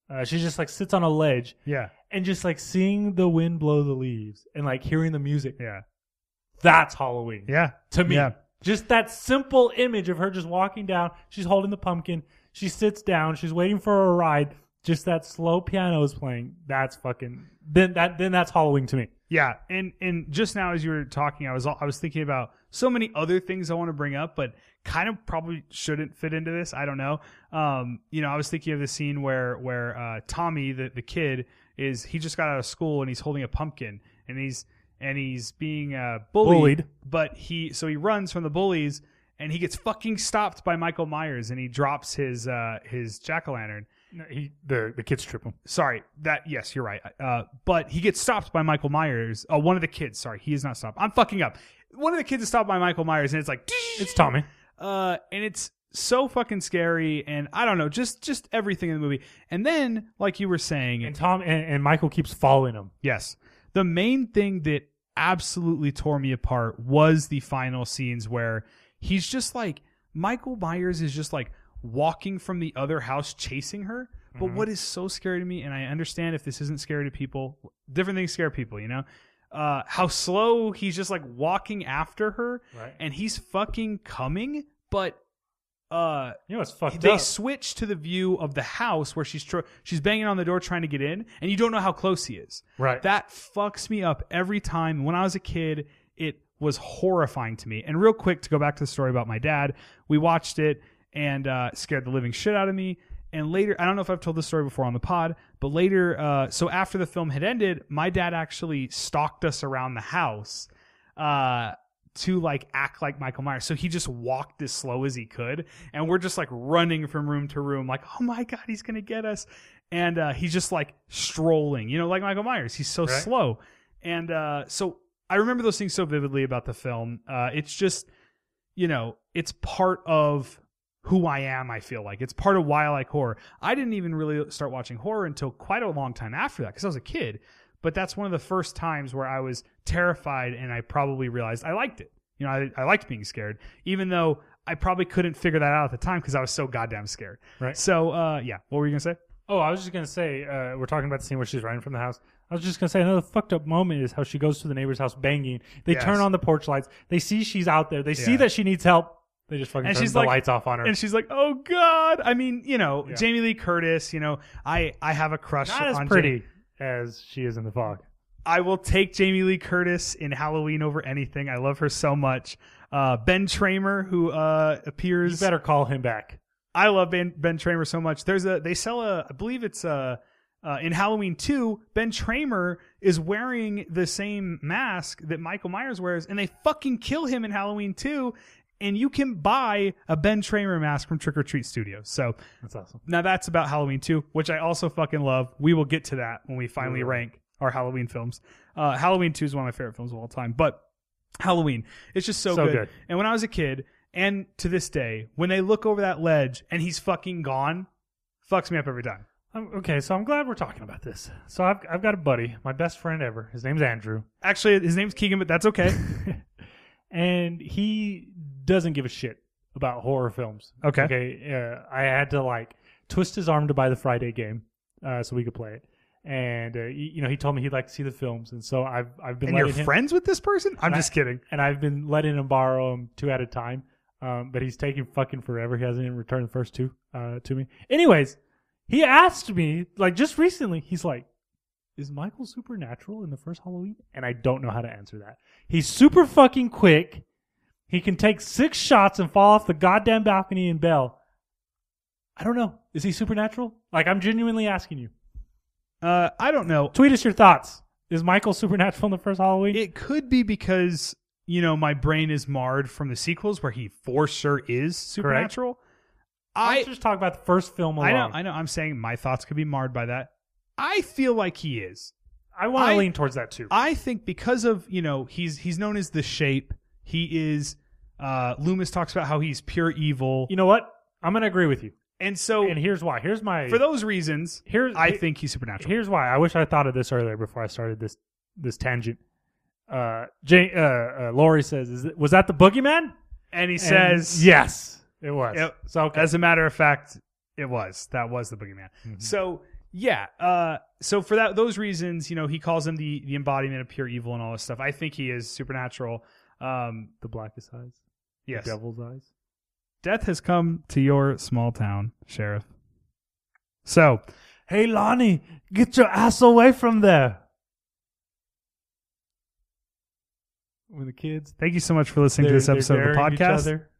B: uh, she just like sits on a ledge
A: Yeah.
B: and just like seeing the wind blow the leaves and like hearing the music.
A: Yeah.
B: That's Halloween
A: Yeah.
B: to me.
A: Yeah.
B: Just that simple image of her just walking down. She's holding the pumpkin. She sits down. She's waiting for a ride. Just that slow piano is playing. That's fucking then that then that's Halloween to me.
A: Yeah, and and just now as you were talking, I was I was thinking about so many other things I want to bring up, but kind of probably shouldn't fit into this. I don't know. Um, you know, I was thinking of the scene where where uh, Tommy, the the kid, is he just got out of school and he's holding a pumpkin and he's and he's being uh, bullied,
B: Bullied.
A: but he so he runs from the bullies and he gets fucking stopped by Michael Myers and he drops his uh, his jack o' lantern
E: He, the the kids trip him.
A: sorry that yes you're right uh, but he gets stopped by michael myers uh, one of the kids sorry he is not stopped i'm fucking up one of the kids is stopped by michael myers and it's like
E: It's Tommy.
A: uh, and it's so fucking scary and i don't know just just everything in the movie and then like you were saying
B: And Tom and, and Michael keeps following him.
A: Yes. The main thing that absolutely tore me apart was the final scenes where he's just like Michael Myers is just like walking from the other house chasing her. But
B: Mm-hmm.
A: what is so scary to me, and I understand if this isn't scary to people, different things scare people, you know? Uh, how slow he's just like walking after her
B: Right.
A: and he's fucking coming, but uh
B: You know it's fucked
A: they
B: up.
A: switch to the view of the house where she's tr- she's banging on the door trying to get in, and you don't know how close he is.
B: Right.
A: That fucks me up every time. When I was a kid, it was horrifying to me. And real quick to go back to the story about my dad, we watched it and uh, scared the living shit out of me. And later, I don't know if I've told this story before on the pod, but later, uh, so after the film had ended, my dad actually stalked us around the house uh to like act like Michael Myers. So he just walked as slow as he could and we're just like running from room to room like oh my god, he's going to get us. And uh he's just like strolling, you know, like Michael Myers. He's so
B: Right.
A: slow. And uh so I remember those things so vividly about the film. Uh it's just you know, it's part of who I am, I feel like. It's part of why I like horror. I didn't even really start watching horror until quite a long time after that because I was a kid. But that's one of the first times where I was terrified and I probably realized I liked it. You know, I, I liked being scared, even though I probably couldn't figure that out at the time because I was so goddamn scared.
B: Right.
A: So, uh, yeah. What were you going to say?
B: Oh, I was just gonna say, uh, we're talking about the scene where she's running from the house. I was just gonna say another fucked up moment is how she goes to the neighbor's house banging. They
A: Yes.
B: turn on the porch lights. They see she's out there. They see
A: Yeah.
B: that she needs help. They just fucking
A: And
B: turn
A: she's
B: the
A: like-
B: lights off on her.
A: And she's like, "Oh God!" I mean, you know,
B: Yeah.
A: Jamie Lee Curtis. You know, I I have a crush
B: Not as
A: on
B: pretty as she is in the fog.
A: I will take Jamie Lee Curtis in Halloween over anything. I love her so much. Uh, ben Tramer, who uh,
B: You
A: appears,
B: better call him back.
A: I love Ben, ben Tramer so much. There's a they sell a I believe it's uh uh, in Halloween 2, Ben Tramer is wearing the same mask that Michael Myers wears, and they fucking kill him in Halloween 2. And you can buy a Ben Tramer mask from Trick or Treat Studios. So
B: That's awesome.
A: now that's about Halloween 2, which I also fucking love. We will get to that when we finally
B: Yeah.
A: rank our Halloween films. Uh, Halloween 2 is one of my favorite films of all time, but Halloween, it's just so,
B: So
A: good.
B: good.
A: And when I was a kid, and to this day, when they look over that ledge and he's fucking gone, fucks me up every time.
B: I'm, Um, okay, so I'm glad we're talking about this. So I've I've got a buddy, my best friend ever. His name's Andrew,
A: Actually, his name's Keegan, but that's okay.
B: and he doesn't give a shit about horror films.
A: Okay.
B: Okay. Uh, I had to like twist his arm to buy the Friday game, uh, so we could play it. And uh, y- you know, he told me he'd like to see the films, and so I've I've been
A: and
B: letting
A: you're
B: him,
A: friends with this person? I'm
B: I-
A: just kidding.
B: and I've been letting him borrow them two at a time. Um, but he's taking fucking forever. He hasn't even returned the first two uh, to me. Anyways, he asked me like just recently. He's like, "Is Michael supernatural in the first Halloween?" And I don't know how to answer that. He's super fucking quick. He can take six shots and fall off the goddamn balcony and bell. I don't know. Is he supernatural? Like I'm genuinely asking you.
A: Uh, I don't know.
B: Tweet us your thoughts. Is Michael supernatural in the first Halloween?
A: It could be because you know my brain is marred from the sequels where he for sure is supernatural. I
B: Let's just talk about the first film alone.
A: I know, I know. I'm saying my thoughts could be marred by that. I feel like he is.
B: I want
A: I-
B: to lean towards that too.
A: I think because of you know he's he's known as the shape. He is Uh, Loomis talks about how he's pure evil,
B: You know what? I'm gonna agree with you.
A: and so
B: And here's why. Here's my
A: for those reasons,
B: here's
A: I think he's supernatural.
B: here's why. I wish I thought of this earlier before I started this this tangent. Uh, Jay, uh, uh Lori says, Is it, "Was that the boogeyman?"
A: And he
B: And
A: says,
B: "Yes, it was."
A: Yep.
B: So okay. Mm-hmm.
A: As a matter of fact, it was that was the boogeyman. So yeah, uh, so for that those reasons, you know, he calls him the the embodiment of pure evil and all this stuff. I think he is supernatural. Um,
B: the blackest eyes,
A: yes,
B: the devil's eyes.
A: death has come to your small town, sheriff. So
B: Hey Lonnie, get your ass away from there. When the kids
A: thank you so much for listening to
B: they're-
A: this
B: they're
A: episode of the
B: daring each
A: podcast.
B: other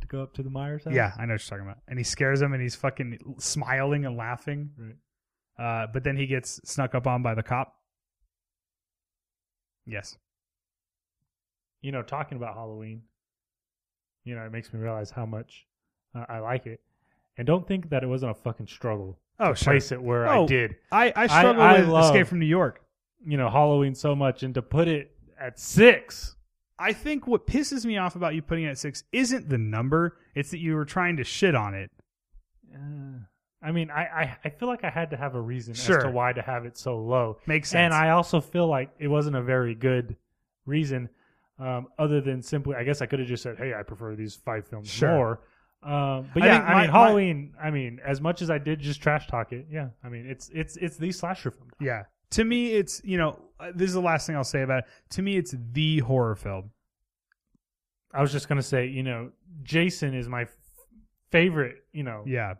B: to go up to the Myers house.
A: Yeah, I know what you're talking about. And he scares him, and he's fucking smiling and laughing.
B: Right.
A: Uh, but then he gets snuck up on by the cop. Yes.
B: you know, talking about Halloween, you know, it makes me realize how much uh, I like it, and don't think that it wasn't a fucking struggle.
A: Oh,
B: to
A: sure.
B: place it where
A: Oh.
B: I did,
A: I, I struggle
B: I
A: with
B: love-
A: Escape from New York.
B: you know, Halloween so much, and to put it at six.
A: I think what pisses me off about you putting it at six isn't the number; it's that you were trying to shit on it.
B: Uh, I mean, I, I I feel like I had to have a reason
A: Sure.
B: as to why to have it so low.
A: Makes sense.
B: And I also feel like it wasn't a very good reason, um, other than simply, I guess I could have just said, "Hey, I prefer these five films
A: Sure.
B: more." Um, but
A: I
B: yeah,
A: think
B: I,
A: my-
B: mean,
A: my-
B: Halloween. I mean, as much as I did just trash talk it, yeah. I mean, it's it's it's the slasher film.
A: yeah, to me, it's you know uh, this is the last thing I'll say about it. To me, it's the horror film.
B: I was just gonna say, you know, Jason is my f- favorite, you know,
A: Yeah,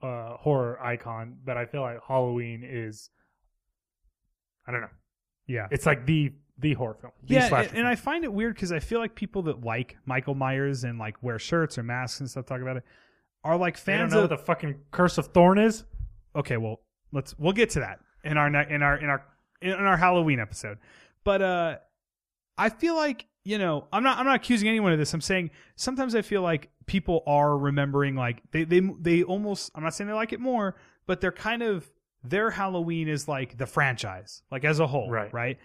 B: uh, horror icon, but I feel like Halloween is, I don't know,
A: yeah,
B: it's like the the horror film. The
A: yeah.
B: slasher
A: And, and I find it weird because I feel like people that like Michael Myers and like wear shirts or masks and stuff talk about it are like
B: film. They don't
A: fans
B: know
A: of
B: what the fucking Curse of Thorn is.
A: okay well let's we'll get to that in our ne- in our in our in our halloween episode but uh i feel like you know i'm not i'm not accusing anyone of this i'm saying sometimes i feel like people are remembering like they they they almost i'm not saying they like it more but they're kind of their halloween is like the franchise like as a whole
B: Right.
A: right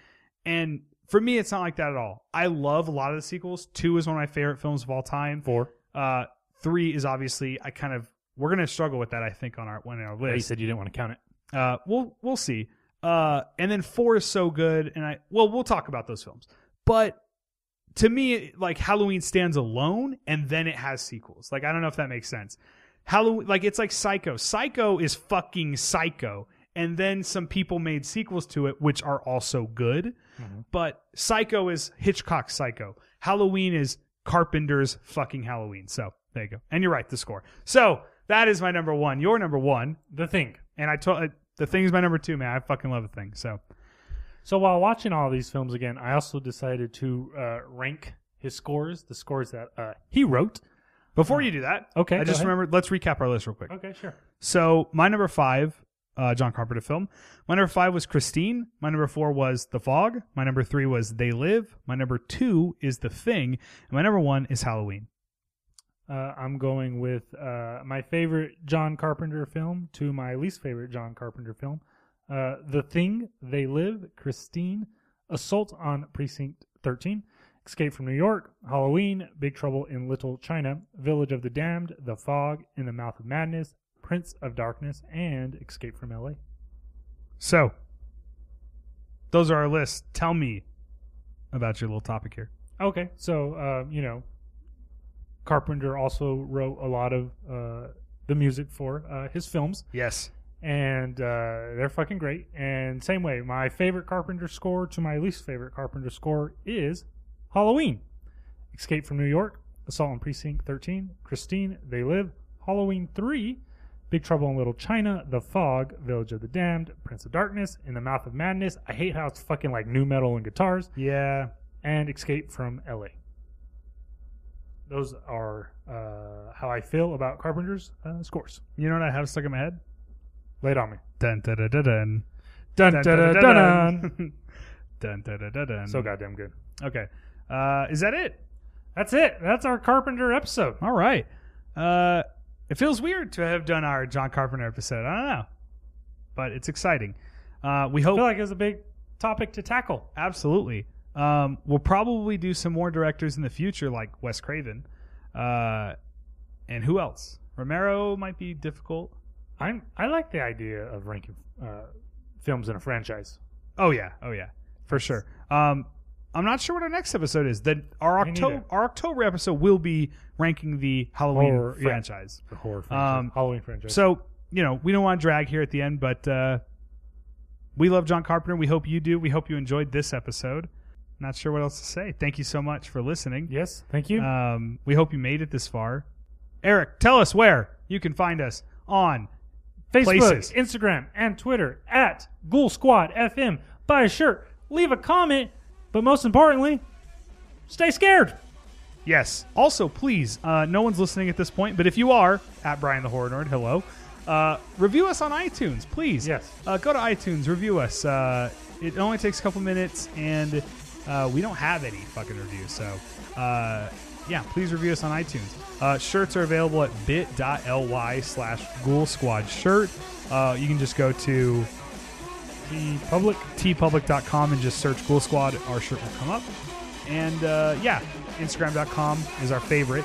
A: and for me it's not like that at all i love a lot of the sequels two is one of my favorite films of all time
B: Four.
A: uh three is obviously i kind of we're gonna struggle with that i think on our when our
B: But
A: list
B: you said you didn't want to count it.
A: uh, we'll we'll see. Uh, and then four is so good, and I well we'll talk about those films. But to me, it- like Halloween stands alone, and then it has sequels. Like I don't know if that makes sense. Halloween, like it's like Psycho. Psycho is fucking Psycho, and then some people made sequels to it, which are also good. But Psycho is Hitchcock's Psycho. Halloween is Carpenter's fucking Halloween. So there you go. And you're right, the score. So that is my number one. Your number one
B: The thing.
A: and I told the thing's my number two, man. I fucking love the thing. So
B: So while watching all these films again, I also decided to uh, rank his scores, the scores that uh, he wrote.
A: before you do that,
B: Oh. Okay,
A: I
B: go
A: just
B: ahead.
A: remembered. Let's recap our list real quick.
B: Okay, sure.
A: So my number five, uh, John Carpenter film. My number five was Christine. My number four was The Fog. My number three was They Live. My number two is The Thing. And my number one is Halloween.
B: Uh, I'm going with uh, my favorite John Carpenter film to my least favorite John Carpenter film, uh, The Thing, They Live, Christine, Assault on Precinct 13, Escape from New York, Halloween, Big Trouble in Little China, Village of the Damned, The Fog, In the Mouth of Madness, Prince of Darkness, and Escape from L.A.
A: So those are our lists. Tell me about your little topic here.
B: Okay, so uh, you know, Carpenter also wrote a lot of uh, the music for uh, his films,
A: Yes.
B: and uh, they're fucking great. And same way, my favorite Carpenter score to my least favorite Carpenter score is Halloween, Escape from New York, Assault on Precinct 13, Christine, They Live, Halloween 3, Big Trouble in Little China, The Fog, Village of the Damned, Prince of Darkness, In the Mouth of Madness. I hate how it's fucking like new metal and guitars
A: Yeah.
B: and Escape from LA. Those are uh, how I feel about Carpenter's uh, scores.
A: You know what I have stuck in my head?
B: Lay it on me.
A: Dun dun dun dun dun.
B: Dun,
A: Dun
B: dun,
A: dun dun
B: dun, dun,
A: dun. Dun dun dun dun dun.
B: So goddamn good.
A: Okay. Uh, is that it?
B: That's it. That's our Carpenter episode.
A: All right. Uh, it feels weird to have done our John Carpenter episode. I don't know, but it's exciting. Uh, we
B: I
A: hope
B: feel like it was a big topic to tackle.
A: absolutely. Uh, Um, we'll probably do some more directors in the future, like Wes Craven, uh, and who else? Romero might be difficult.
B: I'm I like the idea of ranking uh, films in a franchise.
A: Oh yeah, oh yeah, for sure. Um, I'm not sure what our next episode is. That our
B: Me
A: October
B: neither.
A: our October episode will be ranking the Halloween
B: Horror, Oh, yeah.
A: franchise.
B: The horror franchise,
A: Um,
B: Halloween franchise.
A: So you know we don't want to drag here at the end, but uh, we love John Carpenter. We hope you do. We hope you enjoyed this episode. Not sure what else to say. Thank you so much for listening.
B: yes, thank you.
A: Um, we hope you made it this far. Eric, tell us where you can find us on.
B: Facebook,
A: places.
B: Instagram, and Twitter at Ghoul Squad FM. Buy a shirt, leave a comment, but most importantly, stay scared.
A: Yes. Also, please, uh, no one's listening at this point, but if you are at Brian the Horror Nerd, hello. Uh, review us on iTunes, please.
B: Yes.
A: Uh, go to iTunes, review us. Uh, it only takes a couple minutes, and uh, we don't have any fucking reviews. So, uh, yeah, please review us on iTunes. Uh, shirts are available at bit.ly slash ghoul squad shirt. Uh, you can just go to the public tpublic.com and just search ghoul squad our shirt will come up and uh, yeah instagram.com is our favorite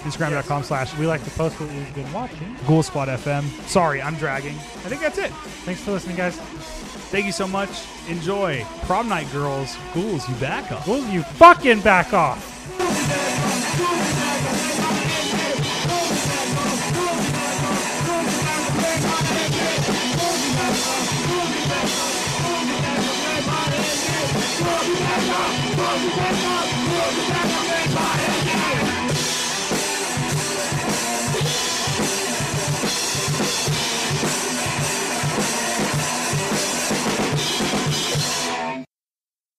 A: instagram.com slash
B: We like to post what we've been watching.
A: ghoul squad fm sorry i'm dragging i think that's it
B: Thanks for listening, guys.
A: thank you so much enjoy prom night girls ghouls you back up
B: Will you fucking back off?